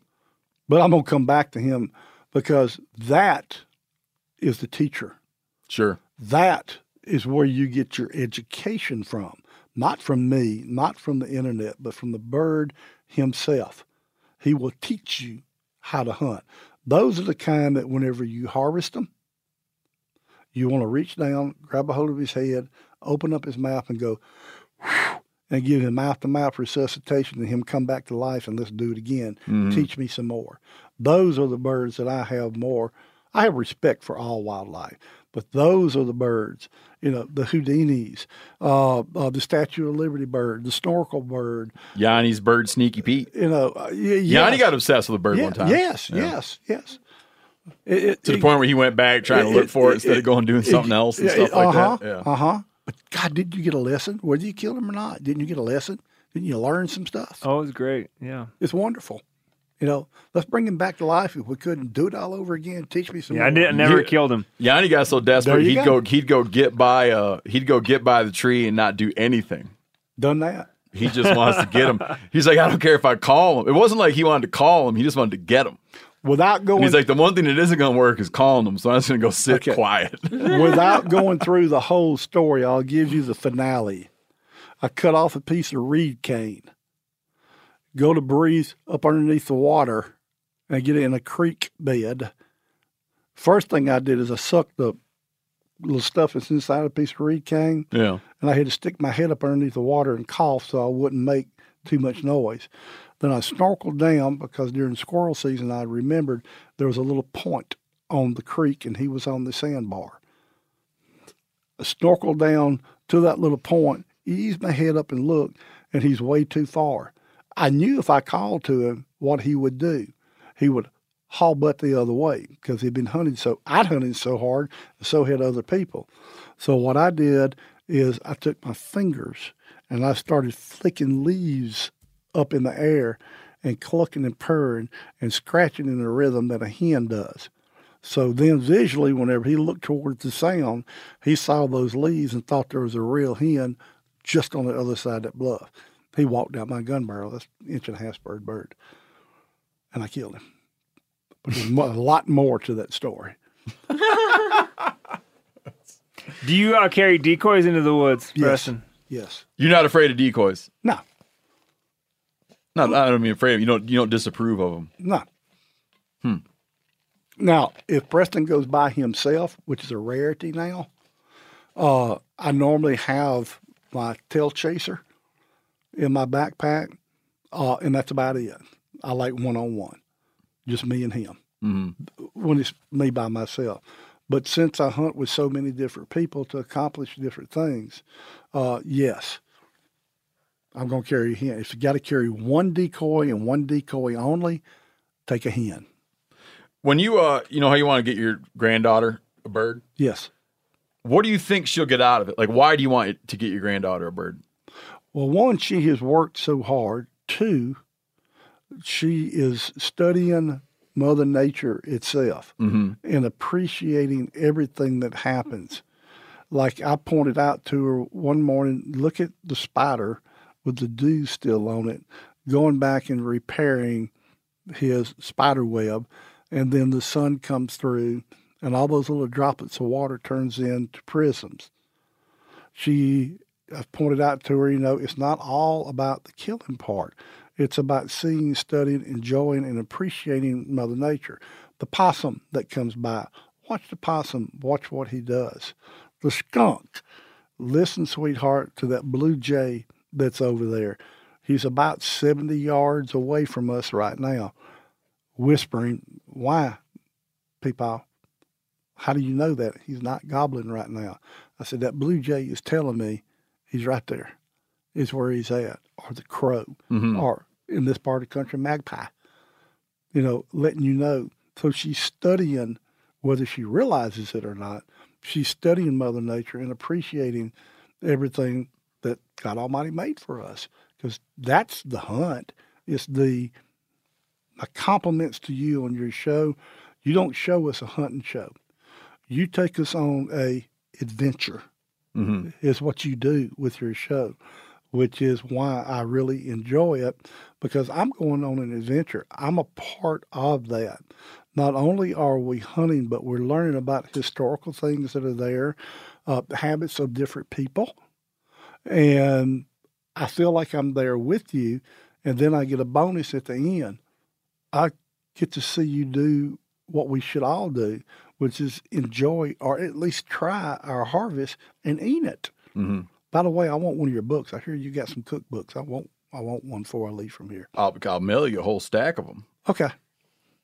Speaker 6: but I'm going to come back to him because that is the teacher.
Speaker 2: Sure.
Speaker 6: That is where you get your education from, not from me, not from the internet, but from the bird himself. He will teach you how to hunt. Those are the kind that whenever you harvest them, you want to reach down, grab a hold of his head, open up his mouth, and go, and give him mouth to mouth resuscitation and him come back to life and let's do it again.
Speaker 2: Mm-hmm.
Speaker 6: Teach me some more. Those are the birds that I have more. I have respect for all wildlife, but those are the birds, you know, the Houdinis, uh, uh, the Statue of Liberty bird, the snorkel bird,
Speaker 2: Yanni's bird sneaky Pete.
Speaker 6: you know. Uh, y-
Speaker 2: Yanni
Speaker 6: yes.
Speaker 2: got obsessed with a bird
Speaker 6: Yeah,
Speaker 2: one time.
Speaker 6: Yes,
Speaker 2: Yeah.
Speaker 6: yes, yes. It- it-
Speaker 2: To the
Speaker 6: it-
Speaker 2: point where he went back trying to look for it instead of going and doing something else and stuff like
Speaker 6: uh-huh,
Speaker 2: that. Yeah.
Speaker 6: Uh huh. But God, did you get a lesson? Whether you killed him or not, didn't you get a lesson? Didn't you learn some stuff?
Speaker 4: Oh, it was great. Yeah.
Speaker 6: It's wonderful. You know, let's bring him back to life if we could and do it all over again. Teach me some.
Speaker 4: Yeah, I,
Speaker 6: more.
Speaker 4: did, I never
Speaker 2: Yeah.
Speaker 4: killed him.
Speaker 2: Yanni got so desperate
Speaker 6: There you
Speaker 2: he'd go.
Speaker 6: go.
Speaker 2: he'd go get by uh he'd go get by the tree and not do anything.
Speaker 6: Done that.
Speaker 2: He just wants to get him. He's like, I don't care if I call him. It wasn't like he wanted to call him. He just wanted to get him.
Speaker 6: Without
Speaker 2: And
Speaker 6: going
Speaker 2: he's like, the one thing that isn't going to work is calling him. So I'm just going to go sit
Speaker 6: Okay.
Speaker 2: quiet.
Speaker 6: without going through the whole story, I'll give you the finale. I cut off a piece of reed cane, go to breathe up underneath the water, and I get in a creek bed. First thing I did is I sucked the little stuff that's inside a piece of reed cane,
Speaker 2: yeah.
Speaker 6: and I had to stick my head up underneath the water and cough so I wouldn't make too much noise. Then I snorkeled down because during squirrel season I remembered there was a little point on the creek and he was on the sandbar. I snorkeled down to that little point, eased my head up and looked, and he's way too far. I knew if I called to him what he would do. He would haul butt the other way because he'd been hunting so I'd hunted so hard, and so had other people. So what I did is I took my fingers and I started flicking leaves up in the air and clucking and purring and scratching in the rhythm that a hen does. So then visually, whenever he looked towards the sound, he saw those leaves and thought there was a real hen just on the other side of that bluff. He walked out my gun barrel, that's an inch and a half bird bird, and I killed him. But there's mo- a lot more to that story.
Speaker 4: Do you uh, carry decoys into the woods, Preston?
Speaker 6: Yes.
Speaker 2: You're not afraid of decoys.
Speaker 6: No,
Speaker 2: Not, I don't mean afraid of 'em. You don't, you don't disapprove of them.
Speaker 6: no. Now, if Preston goes by himself, which is a rarity now, uh, I normally have my tail chaser in my backpack, uh, and that's about it. I like one on one, just me and him. When it's me by myself, but since I hunt with so many different people to accomplish different things, uh, yes, I'm going to carry a hen. If you got to carry one decoy and one decoy only, take a hen.
Speaker 2: When you, uh, you know how you want to get your granddaughter a bird?
Speaker 6: Yes.
Speaker 2: What do you think she'll get out of it? Like, why do you want it to get your granddaughter a bird?
Speaker 6: Well, one, she has worked so hard. Two, she is studying Mother Nature itself and appreciating everything that happens. Like I pointed out to her one morning, look at the spider with the dew still on it, going back and repairing his spider web and then the sun comes through, and all those little droplets of water turns into prisms. She I've pointed out to her, you know, it's not all about the killing part. It's about seeing, studying, enjoying, and appreciating Mother Nature. The possum that comes by, watch the possum, watch what he does. The skunk, listen, sweetheart, to that blue jay that's over there. He's about 70 yards away from us right now, whispering, Why, people? How do you know that? He's not gobbling right now. I said, That blue jay is telling me he's right there, is where he's at, or the crow, or in this part of the country, magpie, you know, letting you know. So she's studying, whether she realizes it or not, she's studying Mother Nature and appreciating everything that God Almighty made for us, because that's the hunt. It's the my compliments to you on your show. You don't show us a hunting show. You take us on a adventure is what you do with your show, which is why I really enjoy it because I'm going on an adventure. I'm a part of that. Not only are we hunting, but we're learning about historical things that are there, uh, the habits of different people. And I feel like I'm there with you. And then I get a bonus at the end. I get to see you do what we should all do, which is enjoy or at least try our harvest and eat it. By the way, I want one of your books. I hear you got some cookbooks. I want I want one before I leave from here.
Speaker 2: I'll, I'll mail you a whole stack of them.
Speaker 6: Okay.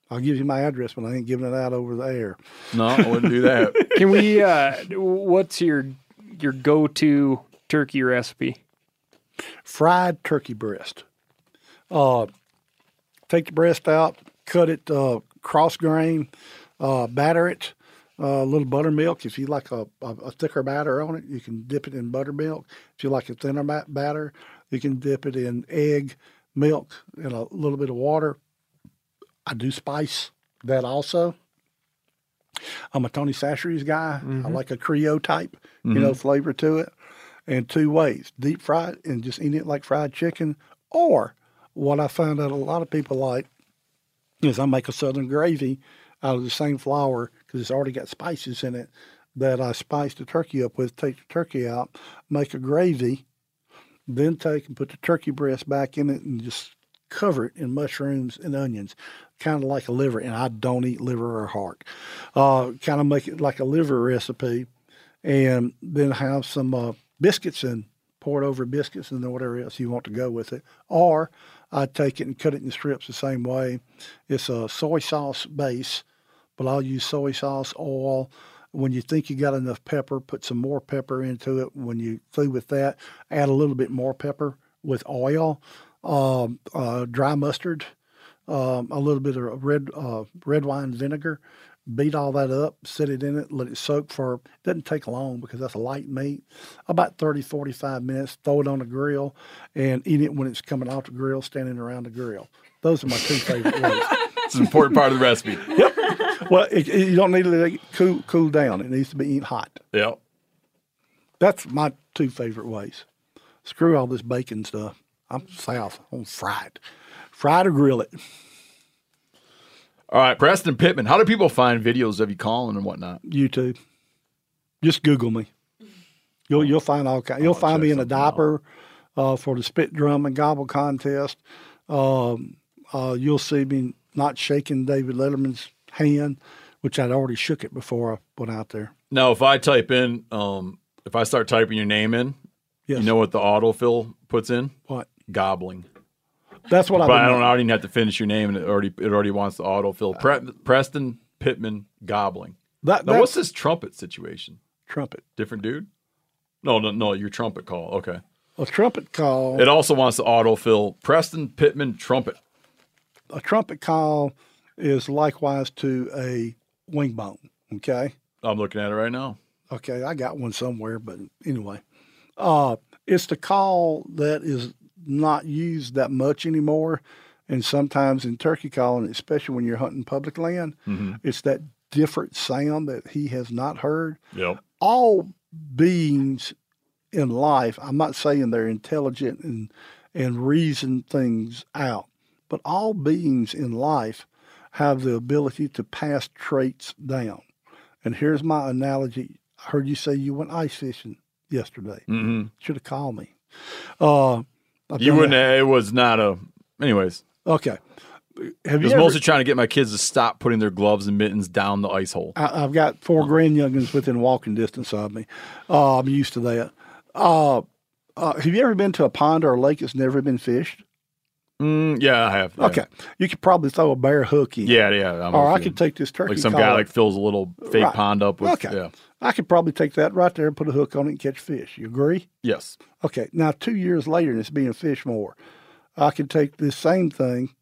Speaker 6: I'll give you my address, but I ain't giving it out over the air.
Speaker 2: No, I wouldn't do that.
Speaker 5: Can we? Uh, what's your your go to turkey recipe?
Speaker 6: fried turkey breast. Uh, take the breast out, cut it uh, cross grain, uh, batter it, uh, a little buttermilk. If you like a, a, a thicker batter on it, you can dip it in buttermilk. If you like a thinner ba- batter, you can dip it in egg, milk, and a little bit of water. I do spice that also. I'm a Tony Sachery's guy. I like a Creole type, you know, flavor to it. And two ways deep fry it and just eat it like fried chicken. Or what I find out a lot of people like is I make a Southern gravy out of the same flour because it's already got spices in it that I spice the turkey up with, take the turkey out, make a gravy, then take and put the turkey breast back in it and just cover it in mushrooms and onions, kind of like a liver. And I don't eat liver or heart. Uh, kind of make it like a liver recipe, and then have some uh, biscuits and pour it over biscuits and then whatever else you want to go with it. Or I take it and cut it in strips the same way. It's a soy sauce base, but I'll use soy sauce, oil. When you think you got enough pepper, put some more pepper into it. When you through with that, add a little bit more pepper with oil, um, uh, dry mustard, um, a little bit of red uh, red wine vinegar. Beat all that up, set it in it, let it soak for, it doesn't take long because that's a light meat, about 30, 45 minutes. Throw it on the grill and eat it when it's coming off the grill, standing around the grill. Those are my two favorite ways.
Speaker 2: It's an important part of the recipe.
Speaker 6: Well, it, it- you don't need to let it cool, cool down. It needs to be eaten hot.
Speaker 2: Yep.
Speaker 6: That's my two favorite ways. Screw all this bacon stuff. I'm south on fried. Fried or grill it.
Speaker 2: All right, Preston Pittman. How do people find videos of you calling and whatnot?
Speaker 6: YouTube. Just Google me. You'll you'll find all kind. You'll find me in a diaper uh, for the spit drum and gobble contest. Um, uh, you'll see me not shaking David Letterman's hand, which I'd already shook it before I went out there.
Speaker 2: Now, if I type in, um, if I start typing your name in,
Speaker 6: Yes.
Speaker 2: you know what the autofill puts in?
Speaker 6: what?
Speaker 2: Gobbling.
Speaker 6: That's what
Speaker 2: But I
Speaker 6: I
Speaker 2: don't,
Speaker 6: would
Speaker 2: I don't even have to finish your name, and it already it already wants the autofill. Pre- Preston Pittman gobbling.
Speaker 6: That,
Speaker 2: Now,
Speaker 6: that's
Speaker 2: what's this trumpet situation?
Speaker 6: trumpet.
Speaker 2: Different dude? No, no, no. Your trumpet call. Okay.
Speaker 6: A trumpet call.
Speaker 2: It also wants to autofill Preston Pittman trumpet.
Speaker 6: a trumpet call is likewise to a wing bone. Okay.
Speaker 2: I'm looking at it right now.
Speaker 6: Okay. I got one somewhere, but anyway, uh, it's the call that is not used that much anymore. And sometimes in turkey calling, especially when you're hunting public land, it's that different sound that he has not heard.
Speaker 2: Yep.
Speaker 6: all beings in life, I'm not saying they're intelligent and and reason things out, but all beings in life have the ability to pass traits down. And here's my analogy. I heard you say you went ice fishing yesterday.
Speaker 2: Mhm.
Speaker 6: Should have called me. Uh, I've
Speaker 2: You
Speaker 6: done
Speaker 2: wouldn't.
Speaker 6: that.
Speaker 2: It was not a. Anyways,
Speaker 6: Okay. Have
Speaker 2: it
Speaker 6: you
Speaker 2: was
Speaker 6: ever,
Speaker 2: mostly trying to get my kids to stop putting their gloves and mittens down the ice hole.
Speaker 6: I, I've got four grand youngins within walking distance of me. Uh, I'm used to that. Uh, uh, have you ever been to a pond or a lake that's never been fished?
Speaker 2: Mm, yeah, I have. yeah.
Speaker 6: Okay. You could probably throw a bare hook in.
Speaker 2: Yeah, yeah. I'm
Speaker 6: Or
Speaker 2: with
Speaker 6: I
Speaker 2: you.
Speaker 6: could take this turkey
Speaker 2: like some guy
Speaker 6: collar.
Speaker 2: like fills a little fake
Speaker 6: Right.
Speaker 2: pond up with.
Speaker 6: Okay.
Speaker 2: Yeah.
Speaker 6: I could probably take that right there and put a hook on it and catch fish. You agree?
Speaker 2: Yes.
Speaker 6: Okay. Now, two years later, and it's being a fish more, I could take this same thing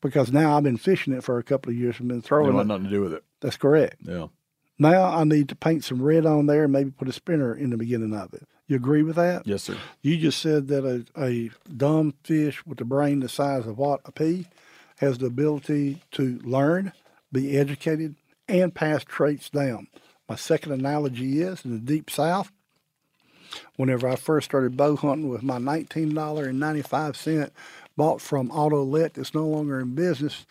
Speaker 6: because now I've been fishing it for a couple of years and been
Speaker 2: They
Speaker 6: throwing
Speaker 2: want
Speaker 6: it.
Speaker 2: nothing to do with it.
Speaker 6: That's correct.
Speaker 2: Yeah.
Speaker 6: Now I need to paint some red on there and maybe put a spinner in the beginning of it. You agree with that?
Speaker 2: Yes, sir.
Speaker 6: You just said that a, a dumb fish with a brain the size of what, a pea, has the ability to learn, be educated, and pass traits down. My second analogy is in the deep south, whenever I first started bow hunting with my $19.95 bought from Autolet that's no longer in business,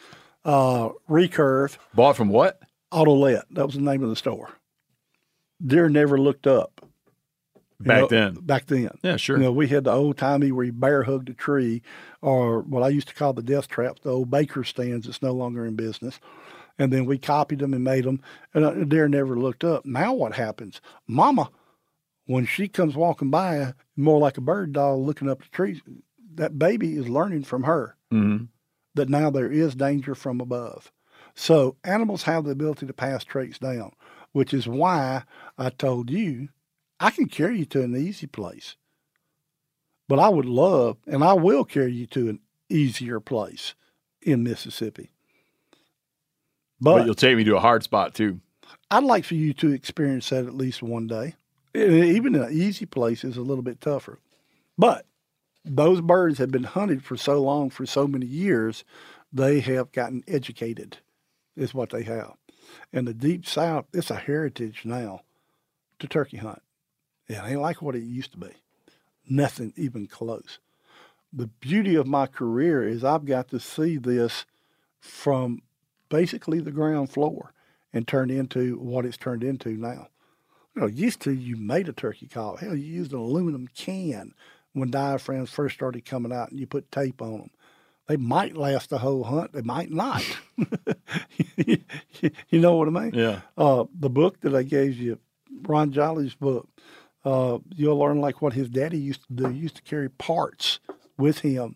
Speaker 6: uh, Recurve,
Speaker 2: Bought from what?
Speaker 6: Autolet, that was the name of the store. Deer never looked up. you
Speaker 2: Back
Speaker 6: know,
Speaker 2: then.
Speaker 6: Back then.
Speaker 2: Yeah, sure.
Speaker 6: You know, we had the old timey where you bear hugged a tree, or what I used to call the death trap, the old baker stands that's no longer in business. And then we copied them and made them, and a deer never looked up. Now what happens? Mama, when she comes walking by, more like a bird dog looking up the trees, that baby is learning from her
Speaker 2: Mm-hmm.
Speaker 6: that now there is danger from above. So animals have the ability to pass traits down, which is why I told you I can carry you to an easy place. But I would love, and I will carry you to an easier place in Mississippi.
Speaker 2: But,
Speaker 6: But,
Speaker 2: you'll take me to a hard spot too.
Speaker 6: I'd like for you to experience that at least one day. And even an easy place is a little bit tougher. But those birds have been hunted for so long, for so many years, they have gotten educated, is what they have. And the deep south, it's a heritage now to turkey hunt. It ain't like what it used to be. Nothing even close. The beauty of my career is I've got to see this from basically the ground floor and turned into what it's turned into now. You know, used to you made a turkey collar. Hell, you used an aluminum can when diaphragms first started coming out, and you put tape on them. They might last the whole hunt. They might not. you know what I mean?
Speaker 2: Yeah.
Speaker 6: Uh, the book that I gave you, Ron Jolly's book, uh, you'll learn like what his daddy used to do. He used to carry parts with him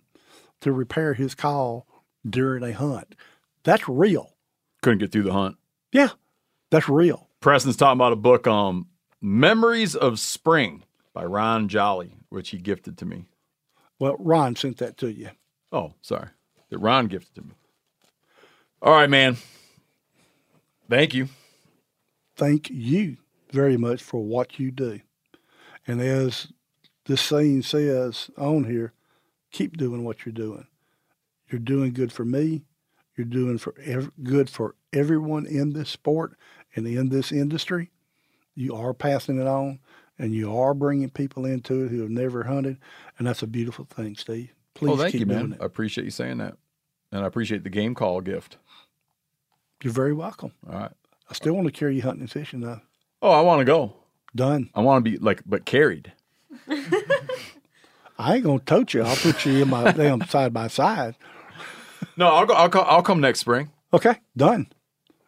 Speaker 6: to repair his call during a hunt. That's real.
Speaker 2: Couldn't get through the hunt.
Speaker 6: Yeah, that's real.
Speaker 2: Preston's talking about a book, um, Memories of Spring by Ron Jolly, which he gifted to me.
Speaker 6: Well, Ron sent that to you.
Speaker 2: Oh, sorry. That Ron gifted to me. All right, man. Thank you.
Speaker 6: Thank you very much for what you do. And as this saying says on here, keep doing what you're doing. You're doing good for me. You're doing for ev- good for everyone in this sport and in this industry. You are passing it on, and you are bringing people into it who have never hunted, and that's a beautiful thing, Steve. Please
Speaker 2: oh, thank
Speaker 6: keep
Speaker 2: you,
Speaker 6: doing
Speaker 2: man. I
Speaker 6: it.
Speaker 2: appreciate you saying that. And I appreciate the game call gift.
Speaker 6: You're very welcome.
Speaker 2: All right.
Speaker 6: I still want to carry you hunting and fishing though.
Speaker 2: Oh, I want to go.
Speaker 6: Done.
Speaker 2: I want to be like, but carried.
Speaker 6: I ain't gonna tote you. I'll put you in my damn side by side.
Speaker 2: No, I'll go. I'll, co- I'll come next spring.
Speaker 6: Okay, done.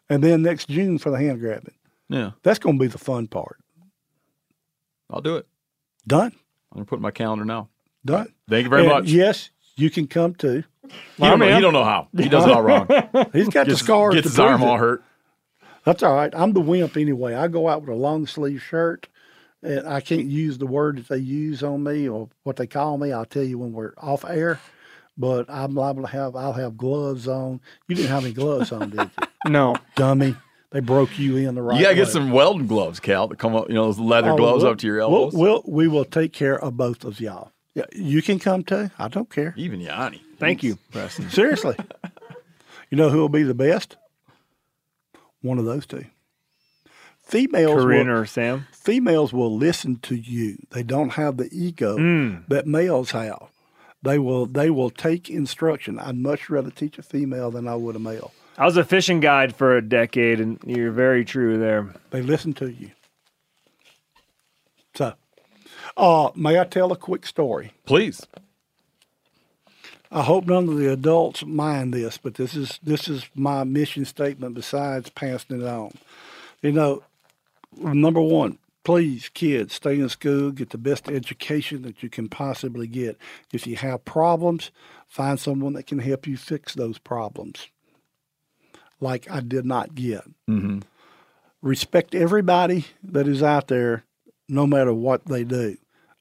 Speaker 6: And then next June for the hand grabbing.
Speaker 2: Yeah,
Speaker 6: That's gonna be the fun part.
Speaker 2: I'll do it.
Speaker 6: Done.
Speaker 2: I'm gonna put it in my calendar now.
Speaker 6: Done.
Speaker 2: Thank you very
Speaker 6: And
Speaker 2: much.
Speaker 6: Yes, you can come too.
Speaker 2: He, don't know, he don't know how. He does it all wrong.
Speaker 6: He's got
Speaker 2: Gets,
Speaker 6: the scars.
Speaker 2: gets
Speaker 6: to
Speaker 2: his arm
Speaker 6: prove it.
Speaker 2: all hurt.
Speaker 6: That's all right. I'm the wimp anyway. I go out with a long sleeve shirt, and I can't use the word that they use on me or what they call me. I'll tell you when we're off air. But I'm liable to have. I'll have gloves on. You didn't have any gloves on, did you,
Speaker 5: No,
Speaker 6: dummy? They broke you in the right.
Speaker 2: You gotta get
Speaker 6: way.
Speaker 2: some welding gloves, Cal. That come up, you know, those leather
Speaker 6: Oh,
Speaker 2: gloves
Speaker 6: we'll-
Speaker 2: up to your elbows.
Speaker 6: We'll, we'll we will take care of both of y'all. Yeah, you can come too. I don't care.
Speaker 2: Even Yanni.
Speaker 5: thank you.
Speaker 6: Seriously. you know who will be the best? One of those two. Females
Speaker 4: Corinne
Speaker 6: will,
Speaker 4: or Sam.
Speaker 6: females will listen to you. They don't have the ego that males have. They will they will take instruction. I'd much rather teach a female than I would a male.
Speaker 4: I was a fishing guide for a decade, and you're very true there.
Speaker 6: They listen to you. So, uh, may I tell a quick story?
Speaker 2: Please.
Speaker 6: I hope none of the adults mind this, but this is this is my mission statement. Besides passing it on, you know, number one, please, kids, stay in school, get the best education that you can possibly get. If you have problems, find someone that can help you fix those problems. Like I did not get. Respect everybody that is out there, no matter what they do.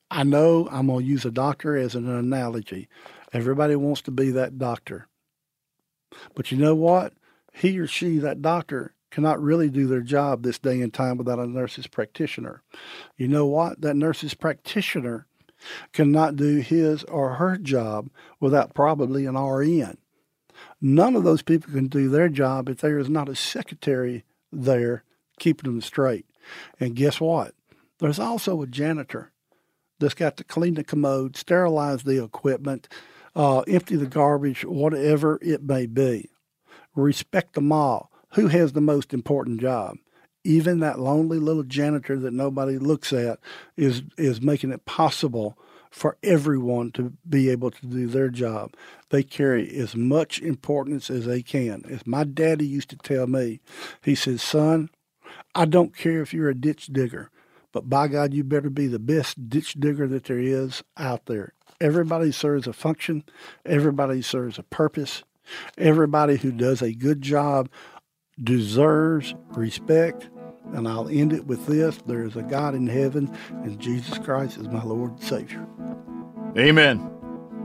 Speaker 6: I know I'm going to use a doctor as an analogy. Everybody wants to be that doctor. But you know what? He or she, that doctor, cannot really do their job this day and time without a nurse's practitioner. You know what? That nurse's practitioner cannot do his or her job without probably an RN. None of those people can do their job if there is not a secretary there keeping them straight. And guess what? There's also a janitor that's got to clean the commode, sterilize the equipment, uh, empty the garbage, whatever it may be. Respect them all. Who has the most important job? Even that lonely little janitor that nobody looks at is is making it possible for everyone to be able to do their job. They carry as much importance as they can. As my daddy used to tell me, he says, "Son, I don't care if you're a ditch digger, but by God, you better be the best ditch digger that there is out there. Everybody serves a function, everybody serves a purpose. Everybody who does a good job deserves respect. And I'll end it with this there is a God in heaven, and Jesus Christ is my Lord and Savior.
Speaker 2: Amen.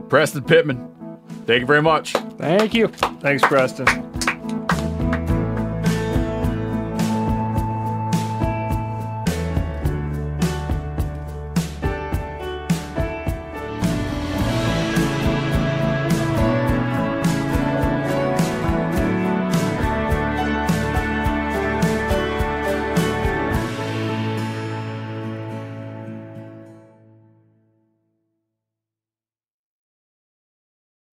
Speaker 2: Preston Pittman, thank you very much.
Speaker 5: Thank you.
Speaker 4: Thanks, Preston.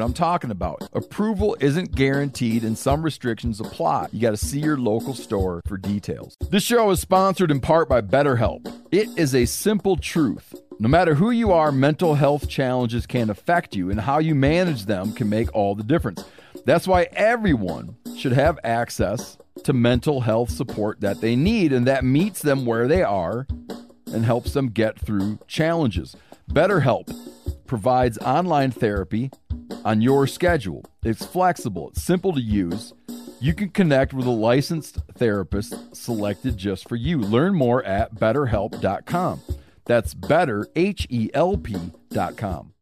Speaker 1: I'm talking about. Approval isn't guaranteed and some restrictions apply. You got to see your local store for details. This show is sponsored in part by BetterHelp. It is a simple truth. No matter who you are, mental health challenges can affect you, and how you manage them can make all the difference. That's why everyone should have access to mental health support that they need and that meets them where they are and helps them get through challenges. BetterHelp provides online therapy on your schedule. It's flexible, it's simple to use. You can connect with a licensed therapist selected just for you. Learn more at betterhelp.com. That's better, H E L P.com.